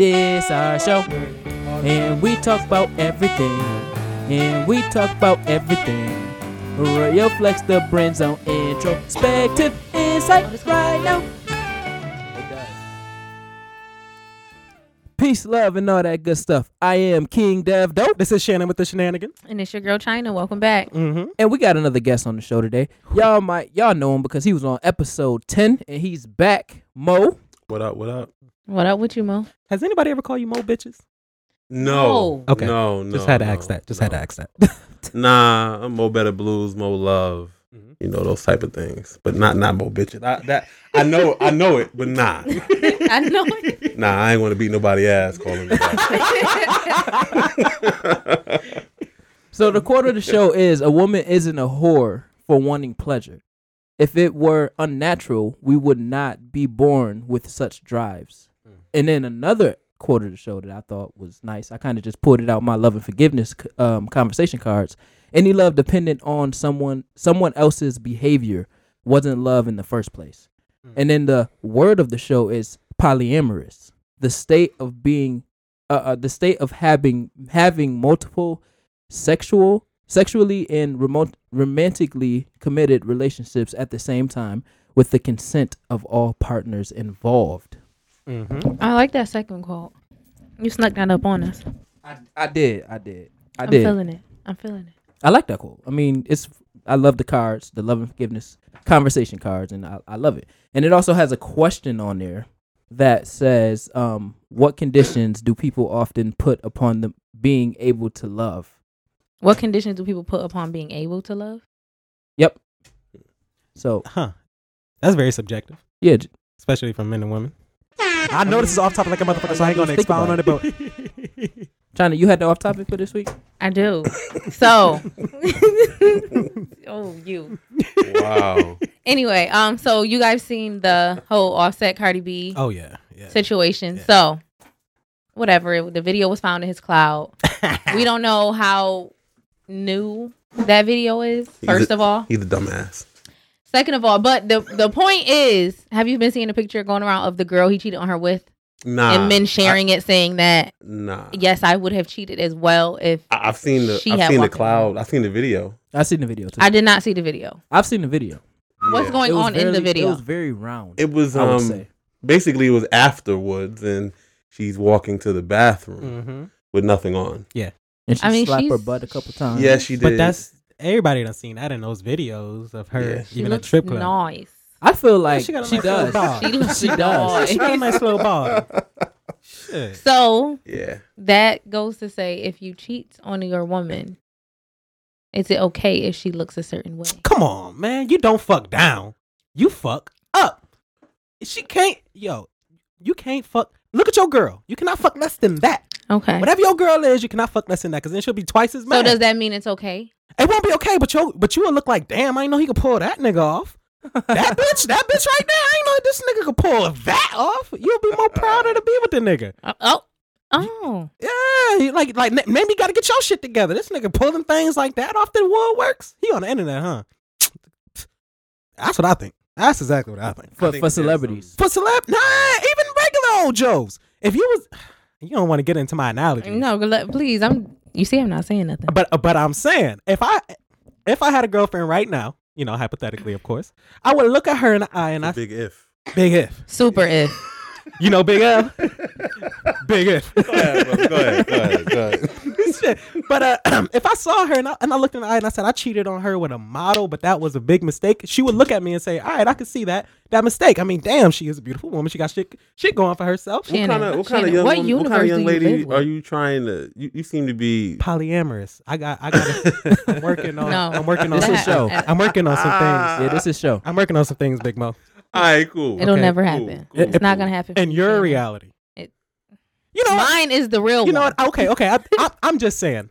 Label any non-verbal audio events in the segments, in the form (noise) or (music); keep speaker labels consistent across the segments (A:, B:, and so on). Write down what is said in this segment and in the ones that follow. A: This our show, and we talk about everything, and we talk about everything. Royal Flex, the brand zone introspective insight right now. Peace, love, and all that good stuff. I am King Dev Dope.
B: This is Shannon with the shenanigans.
C: And it's your girl China. Welcome back.
B: Mm-hmm.
A: And we got another guest on the show today. Y'all might y'all know him because he was on episode 10 and he's back. Mo.
D: What up? What up?
C: What up with you, Mo?
B: Has anybody ever called you Mo bitches?
D: No.
B: No. Okay.
D: No. No.
B: Just had to
D: no,
B: ask that. Just had to
D: no.
B: ask that.
D: Nah, I'm Mo Better Blues, Mo Love,
C: Mm-hmm.
B: Mhm.
D: you know those type of things, but not not Mo bitches.
B: Uh,
D: I, that I know, I know it, but
C: (laughs)
D: nah,
C: (laughs) I know.
D: nah. I ain't want to beat nobody ass calling me. That.
A: So the quote of the show is a woman isn't a whore for wanting pleasure. If it were unnatural, we would not be born with such drives. And then another quote of the show that I thought was nice. I kind of just pulled it out my love and forgiveness c- um, conversation cards. Any love dependent on someone someone else's behavior wasn't love in the first place. And then the word of the show is polyamorous, the state of being, uh, uh the state of having having multiple sexual, sexually and remote, romantically committed relationships at the same time with the consent of all partners involved.
B: Mm-hmm.
C: (laughs) I like that second quote. You snuck that up on us.
A: I, I did, I did, I
C: am
A: did.
C: feeling it. I'm feeling it.
A: I like that quote. I mean, it's I love the cards, the love and forgiveness conversation cards, and I, I love it. And it also has a question on there that says, um, "What conditions do people often put upon them being able to love?"
C: What conditions do people put upon being able to love?
A: So
B: Huh. That's very subjective,
A: yeah, j-
B: especially from men and women. I know this is off topic like a motherfucker, so I ain't gonna
A: Think
B: expound on
A: about
B: it, but
A: China, you had the off topic for this week.
C: I do. So, oh, you.
D: wow.
C: Anyway, um, so you guys seen the whole Offset Cardi B
B: (laughs) oh yeah, yeah.
C: situation?
B: Yeah.
C: So, whatever. It- The video was found in his cloud. we don't know how new that video is. First
D: a-
C: of all,
D: He's a dumbass.
C: Second of all, but the the point is, have you been seeing a picture going around of the girl he cheated on her with,
D: Nah.
C: and men sharing it, saying that
D: Nah.
C: yes, I would have cheated as well if
D: I, I've seen the.
C: She
D: I've
C: had
D: seen the
C: walked in.
D: cloud. I've seen the video.
A: I've seen the video too.
C: I did not see the video.
A: I've seen the video.
C: What's
D: Yeah.
C: going
A: It was
C: on in the
A: very- It
C: video?
A: was very round.
D: It was
A: I would
D: um
A: say.
D: basically it was afterwards, and she's walking to the bathroom
C: Mm.
B: Mm-hmm.
D: with nothing on.
A: And she
C: I mean,
A: slapped her
C: she's-
A: butt a couple times.
D: Yeah, she did.
B: Uh, But that's everybody done seen that in those videos of her
D: Yeah.
B: even at trip club.
C: nice.
A: I feel like
B: she
A: she,
B: got a nice little
A: does.
B: dog.
C: She looks
A: She does.
B: She got a nice little
D: (laughs)
B: ball. Shit.
C: So
D: yeah.
C: that goes to say, if you cheat on your woman, is it okay if she looks a certain way?
B: Come on, man. You don't fuck down. You fuck up. She can't. Yo, you can't fuck. Look at your girl. You cannot fuck less than that.
C: Okay.
B: Whatever your girl is, you cannot fuck less than that because then she'll be twice as mad.
C: So does that mean it's okay?
B: it won't be okay, but you but you will look like, damn, I ain't know he could pull that nigga off.
C: (laughs)
B: That bitch, that bitch right there, I ain't know this nigga could pull that off. You'll be more prouder to be with the nigga.
C: Uh, Oh, oh,
B: Yeah, you- like like maybe you gotta get your shit together. This nigga pulling things like that off the woodworks. He on the internet, huh? That's what I think. That's exactly what I think.
A: For,
D: I
A: for
D: think there's some-
A: celebrities.
B: For celeb, nah, even regular old Joes. If you was, (sighs) you don't want to get into my analogy.
C: no, let- please. I'm. You see, I'm not saying nothing.
B: but but I'm saying if I if I had a girlfriend right now, you know, hypothetically, of course, I would look at her in the eye and I
D: big if.
B: big if, (laughs)
C: Super if.
B: you know, big if, big if.
D: (laughs) Go ahead, bro. go ahead. Go ahead. Go ahead.
B: Shit. But uh, (clears throat) if I saw her and I, and I looked in the eye and I said I cheated on her with a model, but that was a big mistake, she would look at me and say, "All right, I can see that that mistake. I mean, damn, she is a beautiful woman. She got shit shit going for herself.
C: (laughs) Shannon,
D: what kind of what kind of
C: Shannon,
D: young
C: what
D: woman- what kind of
C: universe
D: young
C: do you
D: lady
C: live with?
D: are you trying to? You, you seem to be.
B: Polyamorous. I got I got. I'm working on.
C: No.
B: I'm working on
A: This
B: some
A: is show.
B: I'm working on some things.
A: Yeah, this is show.
B: I'm working on some things, Big Mo.
D: All right, cool.
C: It'll
B: Okay,
C: never
D: cool,
C: happen.
D: cool,
C: It's not gonna
D: cool.
C: happen.
B: And
C: for
B: your
C: Shannon.
B: reality.
C: It-
B: you know, what?
C: Mine is the real
B: you know
C: one.
B: what? Okay, okay. I, I, I'm just saying,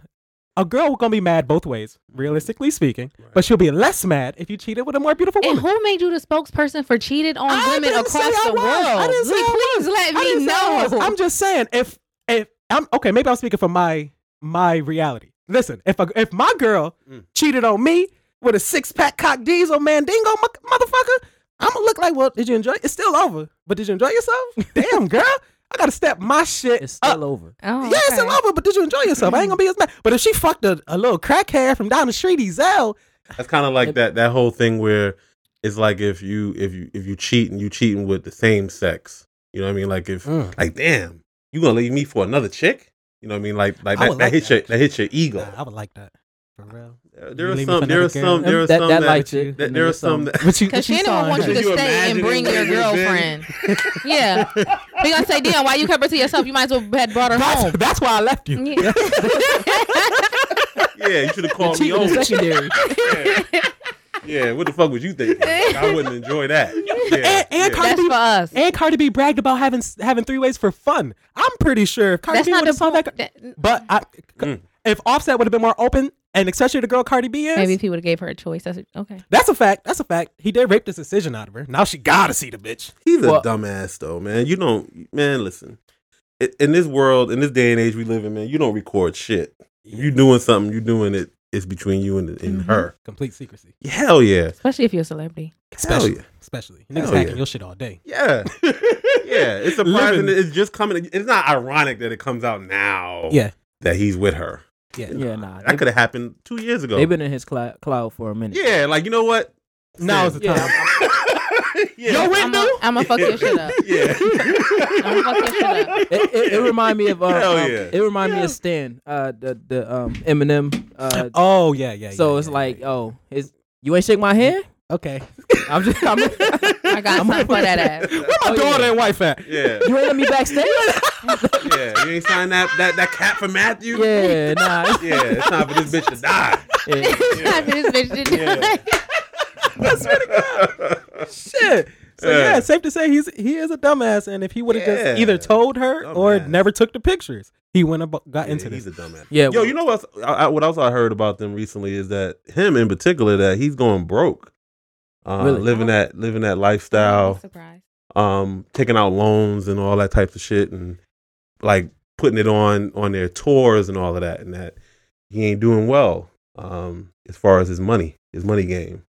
B: a girl gonna be mad both ways, realistically speaking. But she'll be less mad if you cheated with a more beautiful woman.
C: And who made you the spokesperson for cheated on
B: I
C: women
B: didn't say
C: across
B: I
C: the
B: was.
C: world?
B: I didn't say I
C: please let
B: I
C: me
B: didn't say I was.
C: know.
B: I'm just saying, if if I'm okay, maybe I'm speaking for my my reality. Listen, if a, if my girl
D: Mm.
B: cheated on me with a six pack cock diesel mandingo
C: (laughs)
B: mu- motherfucker, I'm gonna look like, well, did you enjoy? It's still over, but did you enjoy yourself? Damn, girl. I gotta step my shit
A: It's
B: up.
A: still over.
C: Oh,
B: yeah, it's
C: okay. (laughs)
B: still over, but did you enjoy yourself? I ain't gonna be as mad. But if she fucked a, a little crackhead from down the street, Ezel,
D: That's kind of like that that whole thing where it's like if you if you if you cheat and you cheating with the same sex. You know what I mean? Like if
B: Mm.
D: like damn, you gonna leave me for another chick? You know what I mean? Like like
B: I
D: that,
B: would
D: that
B: like
D: hits
B: that.
D: your that hits your ego.
B: nah, I would like that. For real.
D: Uh,
B: You
D: there are
B: leave me for
D: some there
B: another
D: are some
B: girl?
D: there are
A: That-
D: some
A: that
D: that,
A: light you,
D: that
A: and
D: there are
A: there's
D: some
A: some-
D: that,
B: But you,
C: Because she
B: you
C: didn't
B: saw
C: want
B: her.
C: you (laughs) to
D: Could you
C: stay and
D: imagine
C: bring
D: it
C: your
D: would've been?
C: girlfriend. yeah. They gonna say, Dion, why you kept her to yourself? You might as well had brought her home.
B: That's, that's why I left you.
C: Yeah.
D: yeah,
B: (laughs)
D: you should have called me
A: cheating is
D: over.
A: secondary.
D: Yeah. yeah, what the fuck would you (laughs) think? I wouldn't enjoy that. Yeah,
B: And, and
D: yeah.
B: Cardi
C: That's
B: B,
C: for us.
B: and Cardi B bragged about having s- having three ways for fun. I'm pretty sure if Cardi
C: That's
B: B
C: not
B: would
C: the
B: have saw that,
C: point.
B: gir-
C: That,
B: but I, if Offset would have been more open, and especially the girl Cardi B is,
C: maybe if he would have gave her a choice, that's okay.
B: that's a fact. That's a fact. He did rape this decision out of her. Now she gotta see the bitch.
D: He's
A: Well-
D: a dumbass though, man. You don't, man. Listen, I- in this world, in this day and age we live in, man, you don't record shit. If you doing something, you doing it. It's between you and, and
C: Mhm.
B: Mm-hmm.
D: her.
B: Complete secrecy.
D: Hell yeah,
C: Especially if you're a celebrity.
D: hell
B: Especially,
D: yeah,
B: especially. Niggas
D: Hell
B: hacking
D: yeah.
B: your shit all day.
D: (laughs) yeah, yeah. It's
B: Living.
D: surprising. that It's just coming. It's not ironic that it comes out now.
B: Yeah.
D: that he's with her.
B: Yeah.
A: Yeah, nah.
D: That could have happened two years ago.
A: They've been in his cla- cloud for a minute.
D: yeah, like you know what?
B: Now is the
A: Yeah.
B: time.
D: yeah.
B: Yo,
C: I'm gonna fuck your shit up.
D: (laughs) Yeah.
B: (laughs)
C: I'm gonna fuck your shit up.
A: It, it, it remind me of uh,
D: Hell
A: um,
D: yeah.
A: it remind me
D: Yeah.
A: of Stan, uh, the the um, Eminem. Uh,
B: Oh yeah, yeah.
A: so
B: yeah,
A: it's
B: yeah,
A: like,
B: yeah.
A: oh, his, you ain't shake my
D: (laughs)
A: hand.
B: okay.
A: I'm just, I'm, (laughs)
C: I got something for that ass.
B: Where my
A: Oh,
B: daughter
A: yeah.
B: and wife at?
D: Yeah,
A: you ain't let me
D: (laughs)
A: backstage.
D: yeah. You ain't signed that that that cap for Matthew.
A: yeah, nah, it's-
D: Yeah, it's time for this bitch to die.
A: (laughs) yeah.
C: (laughs) Time for this bitch to die.
B: Shit. So yeah.
D: Yeah.
B: safe to say he's he is a dumbass, and if he would have
D: Yeah.
B: just either told her or
D: Dumbass.
B: never took the pictures, he wouldn't have got
D: Yeah,
B: into
D: he's
B: this.
D: a dumbass.
A: Yeah,
D: Yo, you know what? else- I, I, what else I heard about them recently is that him in particular that he's going broke. Uh,
A: Really?
D: living that living that lifestyle,
C: Surprise.
D: um, taking out loans and all that types of shit, and like putting it on on their tours and all of that, and that he ain't doing well um, as far as his money, his money game.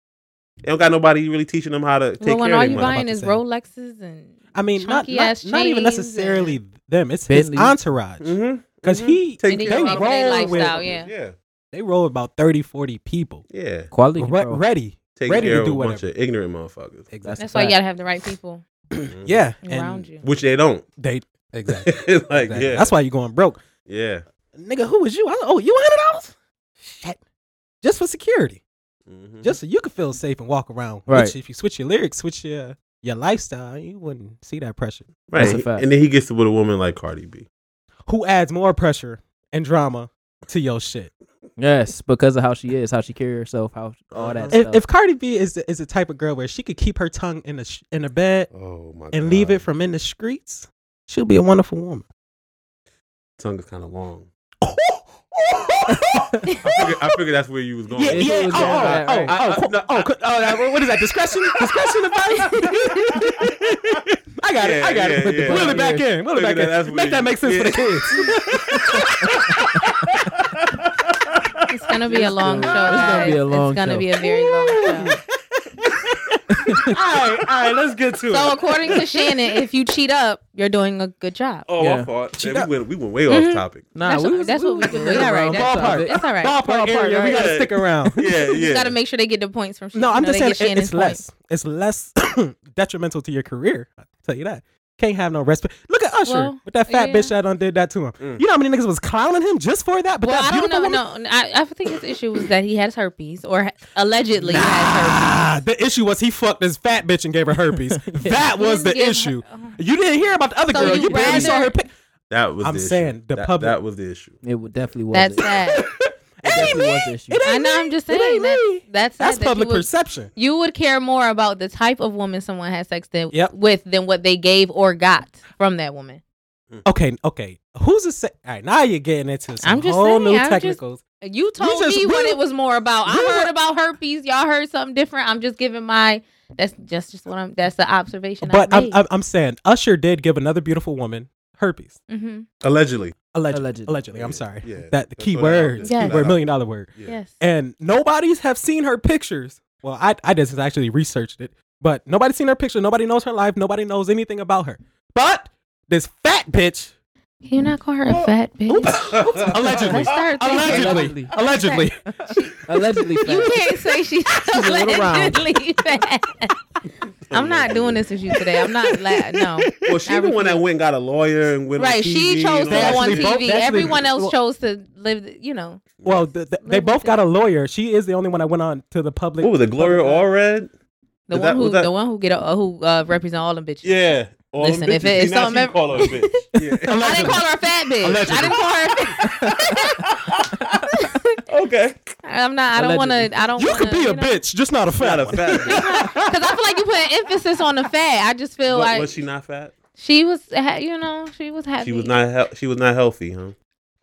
D: They don't got nobody really teaching them how to take
C: Well, when
D: care
C: all
D: of
C: you
D: their money.
C: buying
B: to
C: is
B: say.
C: Rolexes and
B: I mean, not
C: Chunky
B: not,
C: ass
B: not even
C: chains
B: necessarily
C: and-
B: them. It's
A: Bentley.
B: his entourage because
D: Mhm, mhm.
B: he
D: Take
C: And he
D: care
B: they
D: of
C: roll with their
D: them.
B: roll with-
C: lifestyle, yeah.
D: yeah,
B: they roll about 30, 40 people
D: yeah.
A: quality.
B: re-
A: control.
B: ready.
D: Taking
B: Ready to
D: care of
B: do
D: a bunch
B: whatever.
D: of ignorant motherfuckers,
B: Exactly.
C: That's why you
A: Right.
C: gotta have the right people
B: (clears throat) yeah, and-
C: around you.
D: which they don't. (laughs)
B: They exactly.
D: like
B: exactly.
D: yeah,
B: That's why you're going broke,
D: yeah.
B: nigga. Who was you? I, oh, you hundred dollars? Shit, just for security.
D: Mhm.
B: just so you could feel safe and walk around.
A: Right.
B: Which, if you switch your lyrics, switch your your lifestyle, you wouldn't see that pressure.
A: That's
D: right,
A: a fact.
D: and then he gets to with a woman like Cardi B.
B: Who adds more pressure and drama to your shit?
A: Yes, because of how she is, how she carry herself, how all that
B: Uh-huh. If,
A: stuff.
B: if Cardi B is the, is the type of girl where she could keep her tongue in the sh- in her bed
D: Oh my god,
B: and leave it from in the streets, she'll be a wonderful
D: (laughs)
B: woman.
D: tongue is kind of long. I figured, I figured that's where you was going.
B: Yeah,
A: If
B: yeah.
A: it
B: Oh,
A: was going
B: oh,
A: that
B: oh,
A: route.
B: oh,
D: I-
B: qu-
D: no,
B: oh,
D: I-
B: qu- oh, that- what is that? Discretion, discretion
D: (laughs)
B: advice. (laughs) I got it. I
D: Yeah,
B: got it.
D: yeah, yeah.
B: Wheel it back in. Wheel it
D: Look
B: back
D: at that, that's
B: in. Make
D: weird.
B: that make sense for the kids. oh.
D: (laughs)
C: It's gonna be a long show.
A: It's gonna be a
C: guys.
A: long
C: It's gonna
A: show.
C: be a very long show.
B: all right, all right. Let's get to
C: So according to Shannon, if you cheat up, you're doing a good job.
D: Oh,
A: Yeah.
D: my fault.
B: She
D: Man,
B: got- Mm-hmm.
D: we, went, we went way
C: Mhm.
B: (laughs)
D: off topic.
A: nah,
C: that's
A: we
C: what-
A: was-
C: that's
A: we
C: what
A: was
C: we doing.
A: way
C: All right,
A: around
C: that's-
A: topic.
C: It's all right.
B: ballpark,
A: Ballpark,
B: area. We
A: right?
B: gotta stick around.
C: (laughs)
D: Yeah,
C: You gotta
D: yeah.
C: make sure they get the points from.
B: No, I'm
C: you know,
B: just
C: they
B: saying
C: get
B: it,
C: Shannon's
B: it's less. It's less (coughs) detrimental to your career. I tell you that. Can't have no respect. Look at Usher
C: Well,
B: with that fat
C: yeah.
B: bitch that done did that to him.
D: Mm.
B: You know how many niggas was clowning him just for that? But
C: Well,
B: that
C: I don't
B: beautiful
C: know.
B: woman.
C: No, I, I think his issue was that he has herpes or ha- allegedly has herpes.
B: Ah, the issue was he fucked this fat bitch and gave her
C: (laughs)
B: herpes. that
C: He
B: was the
C: didn't give her- Oh,
B: issue. You didn't hear about the other
C: So
B: girl.
C: you
B: You, barely saw
C: rather-
B: her. Pic-
D: That was.
B: I'm
D: the issue.
B: saying the
D: that,
B: public-
D: That was the issue.
A: It would definitely was.
C: That's
A: it.
C: sad.
A: It definitely
B: me.
A: was the issue.
B: It ain't
C: I know.
B: me.
C: I'm
B: (laughs)
C: just
B: It
C: saying
B: ain't
C: that.
B: me.
C: That's sad
B: That's
C: that
B: public
C: you would,
B: perception.
C: you would care more about the type of woman someone has sex than,
B: Yep.
C: with than what they gave or got from that woman.
B: Okay, okay. Who's a se- all right? Now you're getting into some
C: I'm just
B: whole
C: saying,
B: new
C: I'm just-
B: technicals.
C: You told
B: just-
C: me
B: we
C: what
B: were-
C: it was more about. I
B: we were-
C: heard about herpes. Y'all heard something different. I'm just giving my. That's just just what I'm. That's the observation.
B: But
C: I
B: I'm,
C: made.
B: I'm I'm saying Usher did give another beautiful woman herpes.
C: hmm
D: Allegedly.
B: Allegedly. Allegedly.
A: Allegedly.
B: I'm
D: Yeah,
B: sorry.
D: yeah.
B: That the
D: Let's
B: key
D: throw that out
B: word,
C: there.
B: key
C: Yes.
B: word, million dollar word.
D: Yeah.
C: Yes.
B: And nobody's have seen her pictures. Well, I, I just actually researched it, but nobody's seen her picture. Nobody knows her life. Nobody knows anything about her. But this fat bitch
C: Can you not call her a fat bitch?
B: (laughs)
D: (laughs)
B: allegedly,
C: Let's start thinking.
B: (laughs) allegedly, allegedly.
A: Allegedly,
C: You
A: fat.
C: can't say she's
A: a little round.
C: (laughs) allegedly fat. I'm not doing this with you today. I'm not. La-
B: (laughs)
C: no.
D: Well, she
C: I
D: the one that
C: refuse.
D: went and got a lawyer and went. on
C: Right.
D: TV
C: She chose to
D: and all that
C: go on
B: actually
D: shit.
B: both-
C: TV.
B: actually-
C: Everyone
B: well-
C: else chose to live. You know.
B: Well, th- th- they
C: Live
B: both
C: with
B: got
C: it.
B: a lawyer. She is the only one that went on to the public.
D: What was it, Gloria Allred?
C: The one
D: Is that-
C: who
D: was that-
C: the one who get a, who uh, represent all them bitches.
D: Yeah. All them
C: Listen, if
D: bitches.
C: it- if
D: See, now
C: something
D: she
C: ever-
D: call her a bitch.
C: (laughs)
D: Yeah.
C: I didn't call her a fat bitch. I didn't call her. A fat-
D: (laughs) okay.
C: I'm not. I don't want to. I don't.
B: You
C: wanna,
B: could be a bitch, just not a fat.
D: Not a
B: one. (laughs)
D: fat bitch.
C: because (laughs) I feel like you put an emphasis on the fat. I just feel
D: Wa-
C: like
D: was she not fat?
C: she was. ha- You know, she was happy.
D: She was not. Hel- she was not healthy, huh?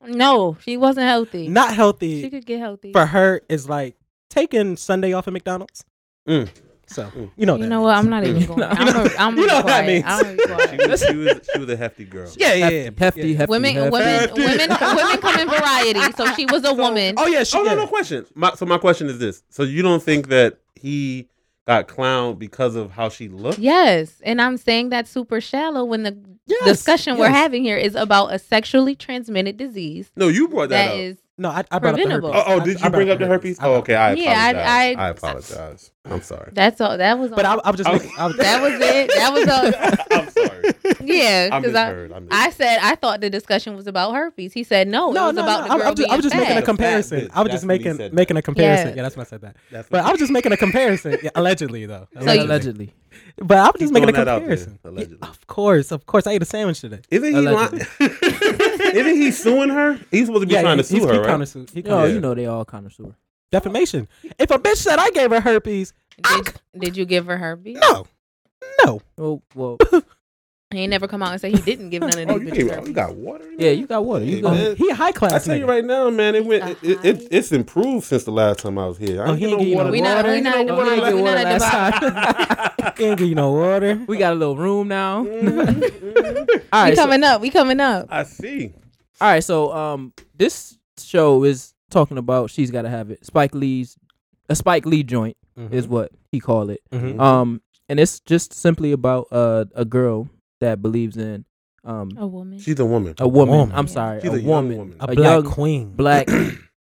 C: No, she wasn't healthy.
B: Not
C: She
B: healthy
C: could get healthy.
B: for her is like taking Sunday off at McDonald's.
D: Mm.
B: So
D: Mm.
B: you know
C: You
B: that
C: know
B: means.
C: what? I'm not even going. I'm. A, I'm
B: you know
C: a
B: what that
C: quiet.
B: means.
C: I'm a
D: She
C: quiet.
D: was, she was. She was a
C: (laughs)
D: hefty girl.
B: Yeah, yeah, yeah.
A: hefty, hefty,
C: Women,
A: hefty.
C: women,
D: Hefty.
C: women, women come in variety. So she was a woman.
B: Oh yeah, she.
D: Oh no,
B: yeah.
D: no question. My, so my question is this: So you don't think that he got clowned because of how she looked?
C: Yes, and I'm saying that super shallow when the
B: Yes,
C: discussion we're
B: yes.
C: having here is about a sexually transmitted disease
D: No, you brought that,
C: that
D: up.
C: is
B: No, I, I brought up the herpes.
C: Preventable.
D: oh, oh,
B: I-
D: did
B: I
D: you bring up the herpes? Oh, okay. I
C: Yeah, I-
D: apologize. I,
C: I-
D: apologize.
C: (laughs)
D: I'm sorry.
C: that's all. That was all.
B: But I, I was just.
D: Oh.
B: Making, I was,
C: (laughs)
B: (laughs)
C: that was it. That was all.
D: I'm sorry.
C: Yeah,
D: I
C: because I,
D: misheard. I, misheard.
C: I said I thought the discussion was about herpes. He said no, it
B: no,
C: was
B: no,
C: about
B: no.
C: the
B: I'm,
C: girl
B: I'm just, I'm
C: being
B: just making a
C: fat.
D: The fat
B: comparison.
D: bitch.
B: I was
D: That's
B: just
D: when he
B: making
D: said
B: making a comparison.
C: Yeah.
B: Yeah, that's when I said that.
D: That's
B: But
D: what-
B: I was just making a comparison, yeah, allegedly though.
C: So
B: Allegedly.
C: you-
A: Allegedly,
B: But I was just
D: Keep
B: making a
D: throwing that out there,
B: comparison. Yeah,
D: allegedly.
B: of course, of course. I ate a sandwich today.
D: Isn't he? Li- (laughs) Isn't he suing her? He's supposed to be trying
B: he-
D: to sue
B: he's-
D: her,
B: he
D: right?
B: countersued- he
A: oh,
B: countersued.
A: you know they all kind of sore.
B: defamation. If a bitch said I gave her herpes,
C: Did, did you give her herpes?
B: no, no.
A: Oh (laughs) well,
C: He ain't never come out and say he didn't
B: (laughs)
C: give none of
D: Oh,
C: these
D: you,
C: bitches
D: gave, you
C: herpes.
D: got water? in
A: yeah,
D: there?
A: you got water. You
D: Hey,
A: got
D: man.
B: He high class.
D: I tell you
B: nigga.
D: right now, man, it went.
C: He's
D: It,
C: a
D: it, it's improved since the last time I was here. I
B: Oh,
D: ain't
B: he
D: get
B: ain't give you no
C: We not-
B: water.
C: we
B: He
C: not
B: ain't
C: doing-
B: give you
A: we
B: no
A: not
B: water.
A: doing-
C: None of
A: last
C: them-
B: Can't give you
A: (laughs)
B: no water.
A: we got a little room now.
D: (laughs)
A: all
C: We
A: right, so, all
C: coming up. We coming up.
D: Mm-hmm. I see.
A: right. So um, this show is talking about she's got to have it. Spike Lee's a Spike Lee joint is what he called it.
B: Mhm.
A: Um, and it's just simply about uh, a girl that believes in um
C: A woman.
D: She's a woman.
A: a woman.
B: woman.
A: I'm
C: Yeah.
A: sorry,
D: She's
A: a,
D: a young
A: woman,
D: woman.
A: a,
B: A black
A: young
B: queen. (clears throat)
A: black,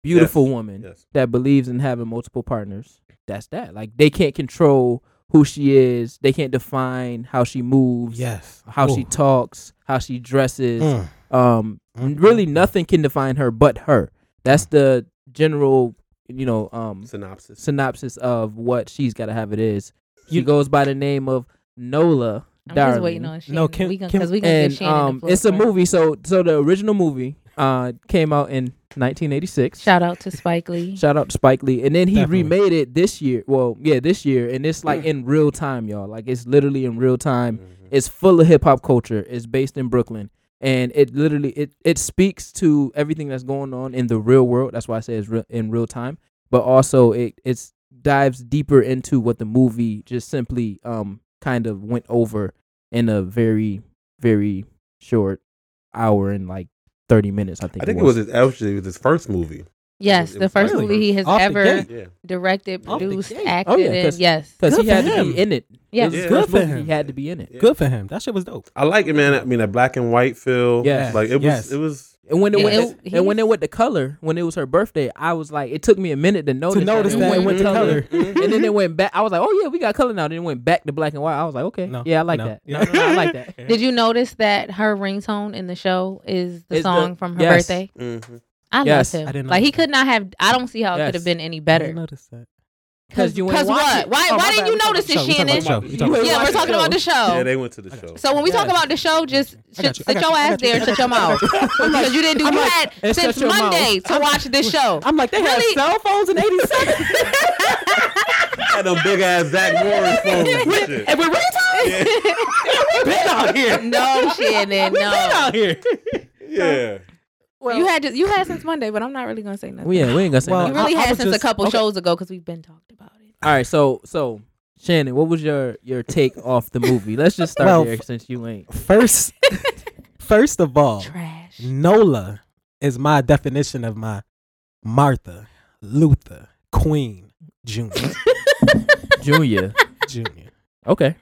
A: beautiful woman
D: Yes.
A: that believes in having multiple partners. That's that. Like they can't control who she is. They can't define how she moves,
B: Yes.
A: how she
B: Ooh.
A: talks, how she dresses.
B: Mm.
A: Um,
B: Mm.
A: really, nothing can define her but her. That's the general, you know, um,
D: Synopsis.
A: synopsis of what she's got to have. It is. She goes by the name of Nola.
C: I'm
A: Darling
C: just waiting on Shannon.
B: No, Kim-
C: we gonna,
B: Kim-
C: cause we gonna give
A: and
C: Shannon the
A: um,
C: floor
A: it's a
C: first.
A: movie. So, so the original movie uh came out in 1986.
C: Shout out to Spike Lee.
A: Shout out to Spike Lee, and then he
B: Definitely.
A: remade it this year. Well, yeah, this year, and it's like in real time, y'all. Like it's literally in real time.
D: Mm-hmm.
A: It's full of hip hop culture. It's based in Brooklyn, and it literally it it speaks to everything that's going on in the real world. That's why I say it's re- in real time. But also, it it's dives deeper into what the movie just simply um kind of went over in a very very short hour and like thirty minutes. I think
D: I think it was his, actually it was his first movie.
C: yes,
D: It
C: the
D: was
C: first
D: Spike
C: movie
D: Lee.
C: he has
B: Off the
C: ever
B: gate.
D: Yeah.
C: directed,
B: Off the
C: produced,
B: gate.
C: acted
A: Oh, yeah,
C: in.
A: 'cause-
C: Yes,
A: because he
B: Good for
A: had to
B: him.
A: be in it.
C: yes.
A: His
D: Yeah.
A: first
B: Good for
A: movie,
B: him.
A: He had to be in it.
B: Good for him. That shit was dope.
D: I like it, man. I mean, a black and white feel.
A: Yeah.
D: Like it was.
B: Yes.
D: It was.
A: And when it,
C: Yeah,
A: went,
C: it-
A: and when
C: he's-
A: it went to color, when it was her birthday, I was like, it took me a minute to notice.
B: to notice
A: it
B: that it went to color.
A: and then it went back. I was like, oh yeah, we got color now. Then it went back to black and white. I was like, okay,
B: No,
A: yeah, I like
B: no.
A: that. No, no, no, (laughs) I like
B: (laughs)
A: that.
C: Did you notice that her ringtone in the show is the
A: Is the-
C: song from her
A: yes.
C: birthday?
B: Mm-hmm.
D: Mhm.
C: I
A: Yes.
C: love him.
B: I didn't
C: like he
B: notice
C: could not have. I don't see how it
A: Yes.
C: could have been any
B: I didn't
C: better.
B: notice that.
A: Because you ain't
C: Cause
A: watch
C: what?
A: it.
C: Why?
A: Oh, my
C: why
A: bad.
C: didn't you notice it,
B: Show. We talking about
C: Shannon?
B: the show. We talking
A: You
B: about-
A: ain't
C: Yeah,
A: watch
C: we're
A: the
C: talking
A: show.
C: about the show.
D: Yeah, they went to the show.
C: So when we
A: Yes.
C: talk about the show, just
B: I got
C: sit,
B: you. I
C: sit
B: got
C: your
B: you. I
C: ass
B: got you.
C: there and shut your mouth because you didn't do that
A: and shut
C: since
A: your mouth.
C: Monday to watch this show.
B: I'm like, they
C: Really?
B: had cell phones in
A: (laughs)
B: '87
D: had them big ass Zach Morris
A: (laughs)
D: phones. and shit.
B: and we're ringtones. Yeah. we been out here.
C: No,
B: (laughs)
C: Shannon,
B: We been
C: no.
B: out here.
D: Yeah.
C: You had you had since Monday, but I'm not really gonna say nothing.
A: Well, yeah, we ain't gonna say
B: Well,
A: nothing.
C: You really
B: uh, I- I
C: had
B: was
C: since
B: just-
C: a couple
B: okay.
C: shows ago because we've been talked about it.
A: All right, so so Shannon, what was your your take off the movie? Let's just start
B: Well,
A: there since you ain't.
B: First,
A: (laughs)
B: first of all,
C: Trash. (laughs)
B: Nola is my definition of my Martha Luther Queen Junior.
A: (laughs) Junior.
B: Junior.
A: Okay.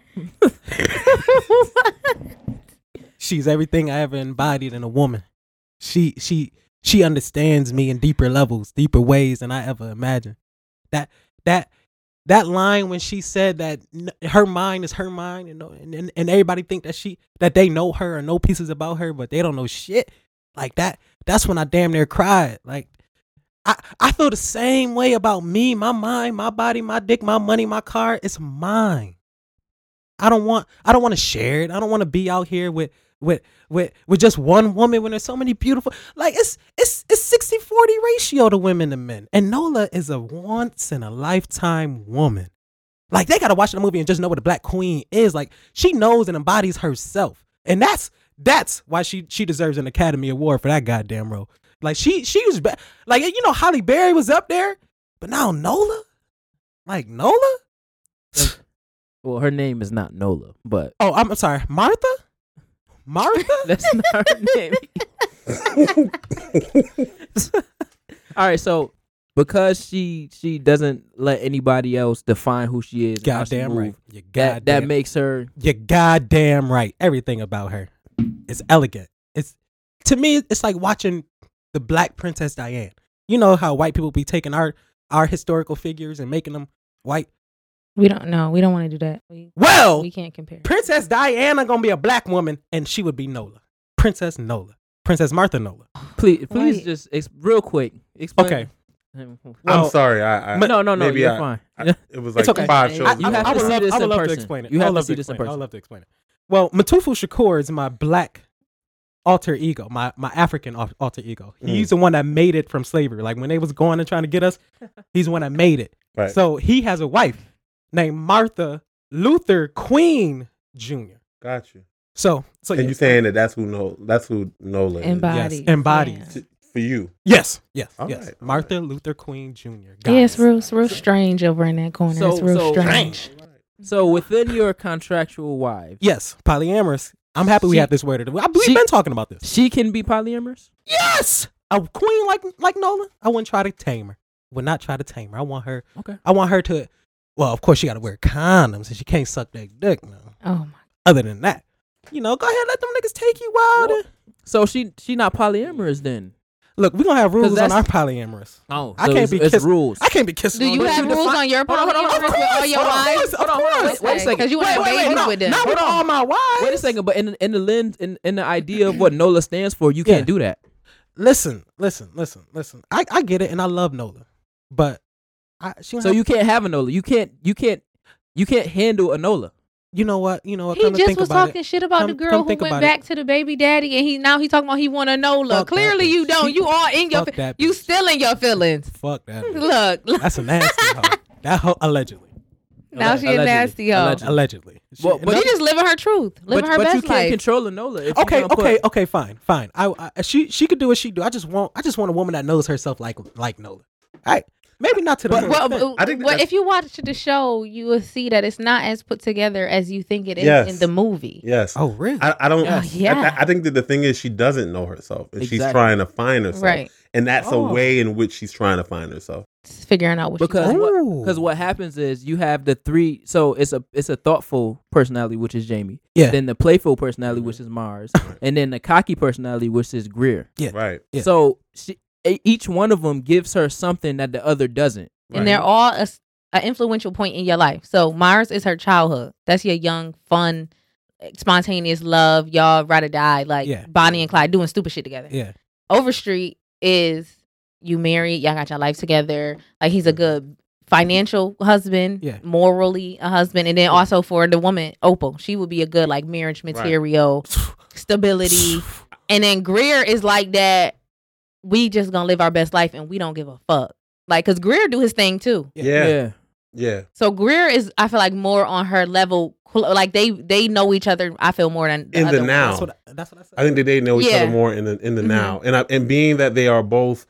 B: She's everything I ever embodied in a woman. She she she understands me in deeper levels, deeper ways than I ever imagined. That that that line when she said that n- her mind is her mind and, no- and and and everybody think that she that they know her or know pieces about her but they don't know shit like that that's when I damn near cried like I I feel the same way about me my mind my body my dick my money my car it's mine I don't want I don't want to share it I don't want to be out here with with with with just one woman when there's so many beautiful like it's it's it's 60 40 ratio to women to men and nola is a once in a lifetime woman like they gotta watch the movie and just know what a black queen is like she knows and embodies herself and that's that's why she she deserves an academy award for that goddamn role like she she was ba- like you know holly berry was up there but now nola like nola
A: Well, her name is not Nola, but (laughs)
B: oh i'm, I'm sorry martha martha
A: that's not
B: (laughs)
A: her name. All right, so because she she doesn't let anybody else define who she is, and how she
B: goddamn right
A: move,
B: you
A: That that makes her
B: You're goddamn right. Everything about her is elegant. It's to me, it's like watching the Black Princess Diane. You know how white people be taking our our historical figures and making them white.
C: We don't know. We don't want to do that. We,
B: Well,
C: we can't compare.
B: Princess Diana gonna be a black woman, and she would be Nola, Princess Nola, Princess Martha Nola.
A: please please
C: Wait.
A: just ex- real quick explain.
B: Okay.
A: No,
D: I'm
B: Well,
D: sorry. I, I
A: no, no,
D: maybe
A: you're
D: I-
A: fine.
D: I- it was like
B: It's okay.
D: five
C: I-
D: shows.
B: I,
D: ago.
A: You have
B: I
A: to
B: would
A: see
B: love,
A: this
B: I would
A: in
B: love to
A: person.
B: explain it.
A: You
B: I
A: have
B: would
A: to
B: love
A: see
B: to
A: this in
B: explain it. I would
A: person.
B: love to explain it. Well, Matufu Shakur is my black alter ego, my my African al- alter ego.
D: Hmm.
B: He's the one that made it from slavery. Like when they was going and trying to get (laughs) us, he's the one that made it.
D: Right.
B: So he has a wife named Martha Luther Queen Jr.
D: Got you.
B: So so
D: And
B: yes.
D: you saying that that's who no that's who Nola is.
C: Embodied.
B: Yes, embodied.
C: Yeah.
D: T- for you.
B: yes, yes,
D: All
B: yes.
D: right, all
B: Martha Luther Queen Jr.
C: Yeah, it's
B: Goddess.
C: real, it's real strange over in that corner.
A: So-
C: it's real
A: so-
C: strange.
A: (laughs) So within your contractual wives,
B: Yes, polyamorous. I'm happy we
A: She-
B: have this word. of the- I- We've
A: she-
B: been talking about this.
A: she can be polyamorous.
B: Yes, a queen like like Nolan. I wouldn't try to tame her. Would not try to tame her. I want her.
A: Okay.
B: I want her to. Well, of course she got to wear condoms and she can't suck that dick now.
C: Oh my.
B: Other than that, you know, go ahead let them niggas take you wild. and-
A: So she she not polyamorous then.
B: Look, we gonna have
A: 'Cause
B: rules on
A: that's-
B: our polyamorous.
A: Oh,
B: I can't be
A: it's
B: kissed-
A: rules.
B: I can't be kissing.
C: Do
B: on
C: you
B: this.
C: have
B: You
C: rules
B: define-
C: on your
A: Hold on,
C: polyamorous
A: hold on, hold on.
C: with all your
B: Of course,
C: wives?
B: of
A: Hold on, hold on,
B: course.
A: wait- wait a second.
C: Because you
B: Wait,
C: want
B: wait, wait,
C: babies
B: no,
C: with them.
B: Not with
A: Hold on.
B: all my wives.
A: Wait a second, but in in the lens in, in the idea of what Nola stands for, you
B: Yeah.
A: can't do that.
B: Listen, listen, listen, listen. I, I get it, and I love Nola, but I, she don't
A: So
B: have-
A: you can't have a Nola. You can't you can't you can't handle a Nola.
B: you know what you know what.
C: He
B: come to
C: just
B: think
C: was
B: about it,
C: talking shit about
B: Come-
C: the girl
B: come
C: who
B: think
C: went
B: about it.
C: back to the baby daddy, and he now he talking about he want a Nola.
B: Fuck that
C: Clearly
B: bitch.
C: you don't.
B: She-
C: you all in your.
B: fuck that
C: You
B: bitch.
C: still in your feelings.
B: Fuck
C: (laughs)
B: that. bitch.
C: Look, look
B: That's a nasty hoe. That hoe, (laughs) allegedly.
C: now she a
A: Allegedly.
C: nasty hoe.
A: Allegedly.
B: Allegedly. She-
A: Well,
C: But she just living her truth, living
A: but
C: her
A: but you
C: best
A: can't
C: life.
A: control a Nola. if you
B: okay,
A: gonna put-
B: okay, okay, fine, fine. I, I she she could do what she do. I just want I just want a woman that knows herself like like Nola. All right. Maybe not to the
D: But-
B: full
C: Well,
B: extent.
C: but-
D: I think
C: well,
D: that's-
C: if you watch the show, you will see that it's not as put together as you think it is
D: Yes.
C: in the movie.
D: Yes.
B: oh really?
D: I, I don't.
C: Oh,
D: I-
C: yeah.
D: I, I think that the thing is she doesn't know herself, and she's
A: Exactly.
D: trying to find herself,
C: Right,
D: and that's
B: Oh.
D: a way in which she's trying to find herself.
C: It's figuring out what she
A: Because
C: likes.
B: Ooh.
A: what, cause what happens is you have the three. So it's a it's a thoughtful personality, which is Jamie.
B: Yeah.
A: Then the playful personality, which is
B: (coughs)
A: Mars, and then the cocky personality, which is Greer.
B: Yeah.
D: Right.
B: Yeah.
A: So she, e- each one of them gives her something that the other doesn't.
D: Right.
C: and they're all a, s- a influential point in your life. So Mars is her childhood. That's your young, fun, spontaneous love. Y'all ride or die, like
B: Yeah.
C: Bonnie and Clyde doing stupid shit together.
B: yeah.
C: Overstreet is you married, y'all got your life together. Like
D: Mm-hmm.
C: he's a good financial husband,
B: Yeah.
C: morally a husband, and then also for the woman Opal, she would be a good like marriage
D: (sighs)
C: material, stability. And then Greer is like that. We just gonna live our best life, and we don't give a fuck. Like, cause Greer do his thing too.
B: Yeah.
D: Yeah. Yeah. Yeah.
C: So Greer is, I feel like, more on her level. cl- Like they they know each other. I feel more than the
D: In the
C: other one.
D: now.
B: That's what I, that's what I said.
D: I think that they know each
C: Yeah.
D: other more in the in the
C: Mhm.
D: now, and I, and being that they are both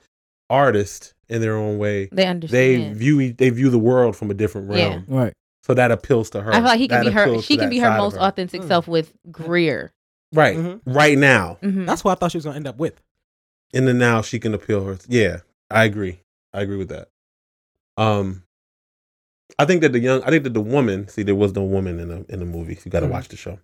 D: artists in their own way,
C: They
D: they
C: understand.
D: view e, they view the world from a different
C: Yeah.
D: realm.
A: Right.
D: So that appeals to her.
C: I feel like he can
D: That
C: be her.
D: appeals
C: She
D: to
C: can
D: that
C: be her
D: side of
C: most authentic
A: Hmm.
B: Mm.
C: self with Greer.
D: Right.
B: Mhm.
D: Right now,
A: Mm-hmm.
C: Mhm.
B: that's what I thought she was gonna end up with.
D: in the now, she can appeal her. Yeah, I agree. I agree with that. Um,
C: Mm-hmm.
D: I think that the young, I think that the woman. See, there was no woman in the in the movie. You got to
B: Mhm.
D: watch the show.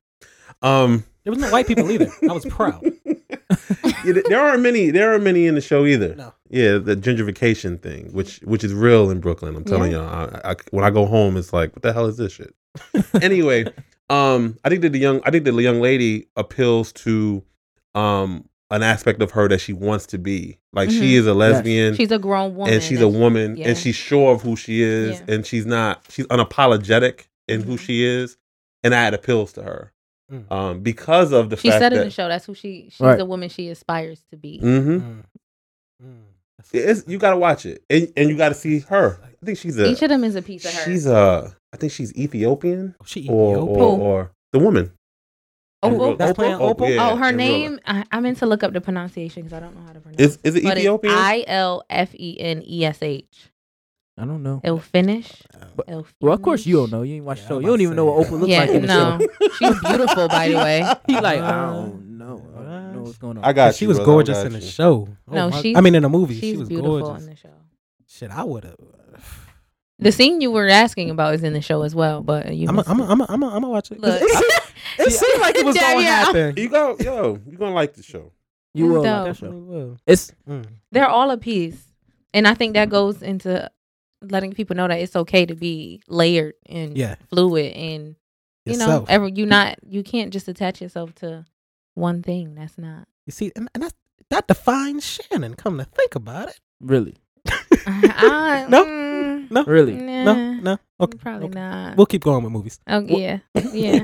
D: Um,
B: There was no white people either. I was
C: (laughs)
B: proud.
D: (laughs) yeah, th- there aren't many. There aren't many in the show either.
B: No.
D: Yeah, the gentrification thing, which which is real in Brooklyn. I'm telling y'all. I, I, when I go home, it's like, what the hell is this shit? (laughs) anyway, um, I think that the young, I think that the young lady appeals to, um, an aspect of her that she wants to be. Like she is a lesbian.
C: She's a grown woman.
D: and she's a woman
C: yeah.
D: and she's sure of who she is
C: Yeah.
D: and she's not she's unapologetic in who
C: Mhm.
D: she is and that appeals to her
B: Mm.
D: um because of the
C: She
D: fact
C: said it in the
D: that
C: show. That's who she. She's
A: Right.
C: a woman she aspires to be.
D: mm-hmm,
B: Mm. Mm.
D: it's, you gotta watch it and, and you gotta see her i think she's a
C: Each of them is a piece of her.
D: she's a i think she's ethiopian
B: Oh, she
D: or
B: Ethiopian.
D: or, or the woman
C: Opal.
B: That's playing
D: Oh,
B: Opal.
D: yeah.
C: oh, her
D: in real
C: name. I, I meant to look up the pronunciation because I don't know how to pronounce.
D: is is it
C: But it's
D: ethiopian
C: I L F E N E S H.
A: I don't know.
C: It'll finish.
A: But- Well, of course you don't know. You ain't watch
B: Yeah,
A: the
B: I'm
A: show. You
B: about
A: don't
B: to
A: even
B: say
A: know what
B: that.
A: Oprah looks
C: Yeah,
A: like in the
C: no.
A: show. (laughs)
C: (laughs) She's beautiful, by the way.
A: He like, I
B: Uh,
A: don't know. I don't know what's going on.
D: i got
B: she
D: you,
B: was
D: brother, I
B: gorgeous
D: got
B: in the
D: you.
B: show. Oh,
C: No,
B: my-
C: she's-
B: I mean in the movie.
C: She's
B: she was
C: beautiful
B: gorgeous.
C: in the show.
B: Shit, I would have.
C: The scene you were asking about is in the show as well, but you.
B: I'm a,
C: missed
B: I'm a,
C: it.
B: I'm a, I'm a, I'm a watch it. 'Cause
C: Look.
B: (laughs) It, seemed-
C: (laughs)
B: it
C: Yeah.
B: seemed like it was
C: Yeah,
B: going to
C: yeah.
B: (laughs) happen.
D: you go yo you gonna like
C: (laughs)
D: the show (laughs)
A: You
C: It's
A: will like
C: dope.
A: that
B: Definitely
A: show.
B: will.
A: It's
B: Mm.
C: They're all a piece, and I think that goes into letting people know that it's okay to be layered and
B: Yeah.
C: fluid and you know
B: Yourself.
C: ever you not you can't just attach yourself to one thing that's not
B: (laughs) You see, and, and that's, that defines Shannon. Come to think about it.
A: really,
C: I,
B: No.
C: mm,
B: No,
A: really.
C: nah,
B: no, no. Okay,
C: probably
B: okay.
C: not
B: We'll keep going with movies.
C: oh
B: we'll- (laughs)
C: yeah yeah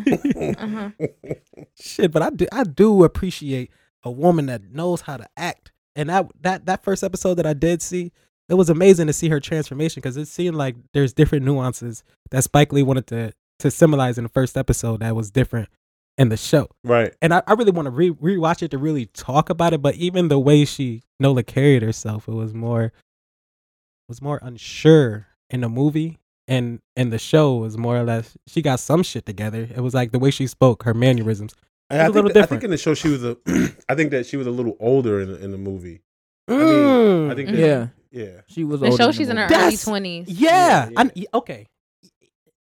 C: uh-huh.
B: Shit, but I do, I do appreciate a woman that knows how to act. And that, that, that first episode that I did see, it was amazing to see her transformation because it seemed like there's different nuances that Spike Lee wanted to to symbolize in the first episode that was different in the show.
D: right
B: and I, I really want to re rewatch it to really talk about it. But even the way she Nola carried herself, it was more was more unsure in the movie and in the show was more or less she got some shit together. It was like the way she spoke, her mannerisms.
D: And
B: It's
D: I,
B: a
D: think
B: little
D: that- I
B: different.
D: think in the show she was a (clears throat) I think that she was a little older in the, in the movie
B: Mm.
D: I think that,
A: Yeah,
D: yeah
A: she was.
C: Mm-hmm.
A: older
C: the show
A: than
C: she's in
A: the
C: her
A: movie.
C: early
B: That's-
C: 20s
B: yeah,
D: Yeah,
B: I- okay,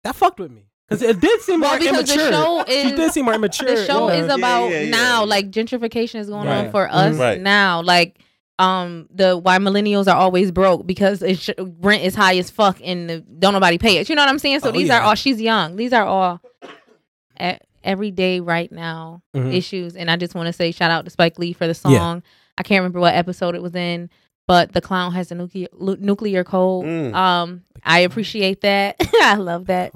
B: that fucked with me because it did seem
C: well
B: more
C: because
B: immature.
C: the show
B: she did
C: is
B: seem more immature.
C: (laughs) the show
A: yeah.
C: is
D: Yeah, (laughs)
C: about
D: yeah, Mm-hmm. yeah,
C: now
D: yeah.
C: like gentrification is going on
A: Right.
C: for us
D: Right.
C: now like um the why millennials are always broke because it's sh- rent is high as fuck and the, don't nobody pay it you know what i'm saying so
B: Oh,
C: these are
B: yeah.
C: all she's young these are all e- every day right now
D: Mm-hmm.
B: Mhm.
C: issues. And I just want to say shout out to Spike Lee for the song. I can't remember what episode it was in, but the clown has a nuclear lu- nuclear code.
D: Mm.
C: Um, I appreciate that. (laughs) I love that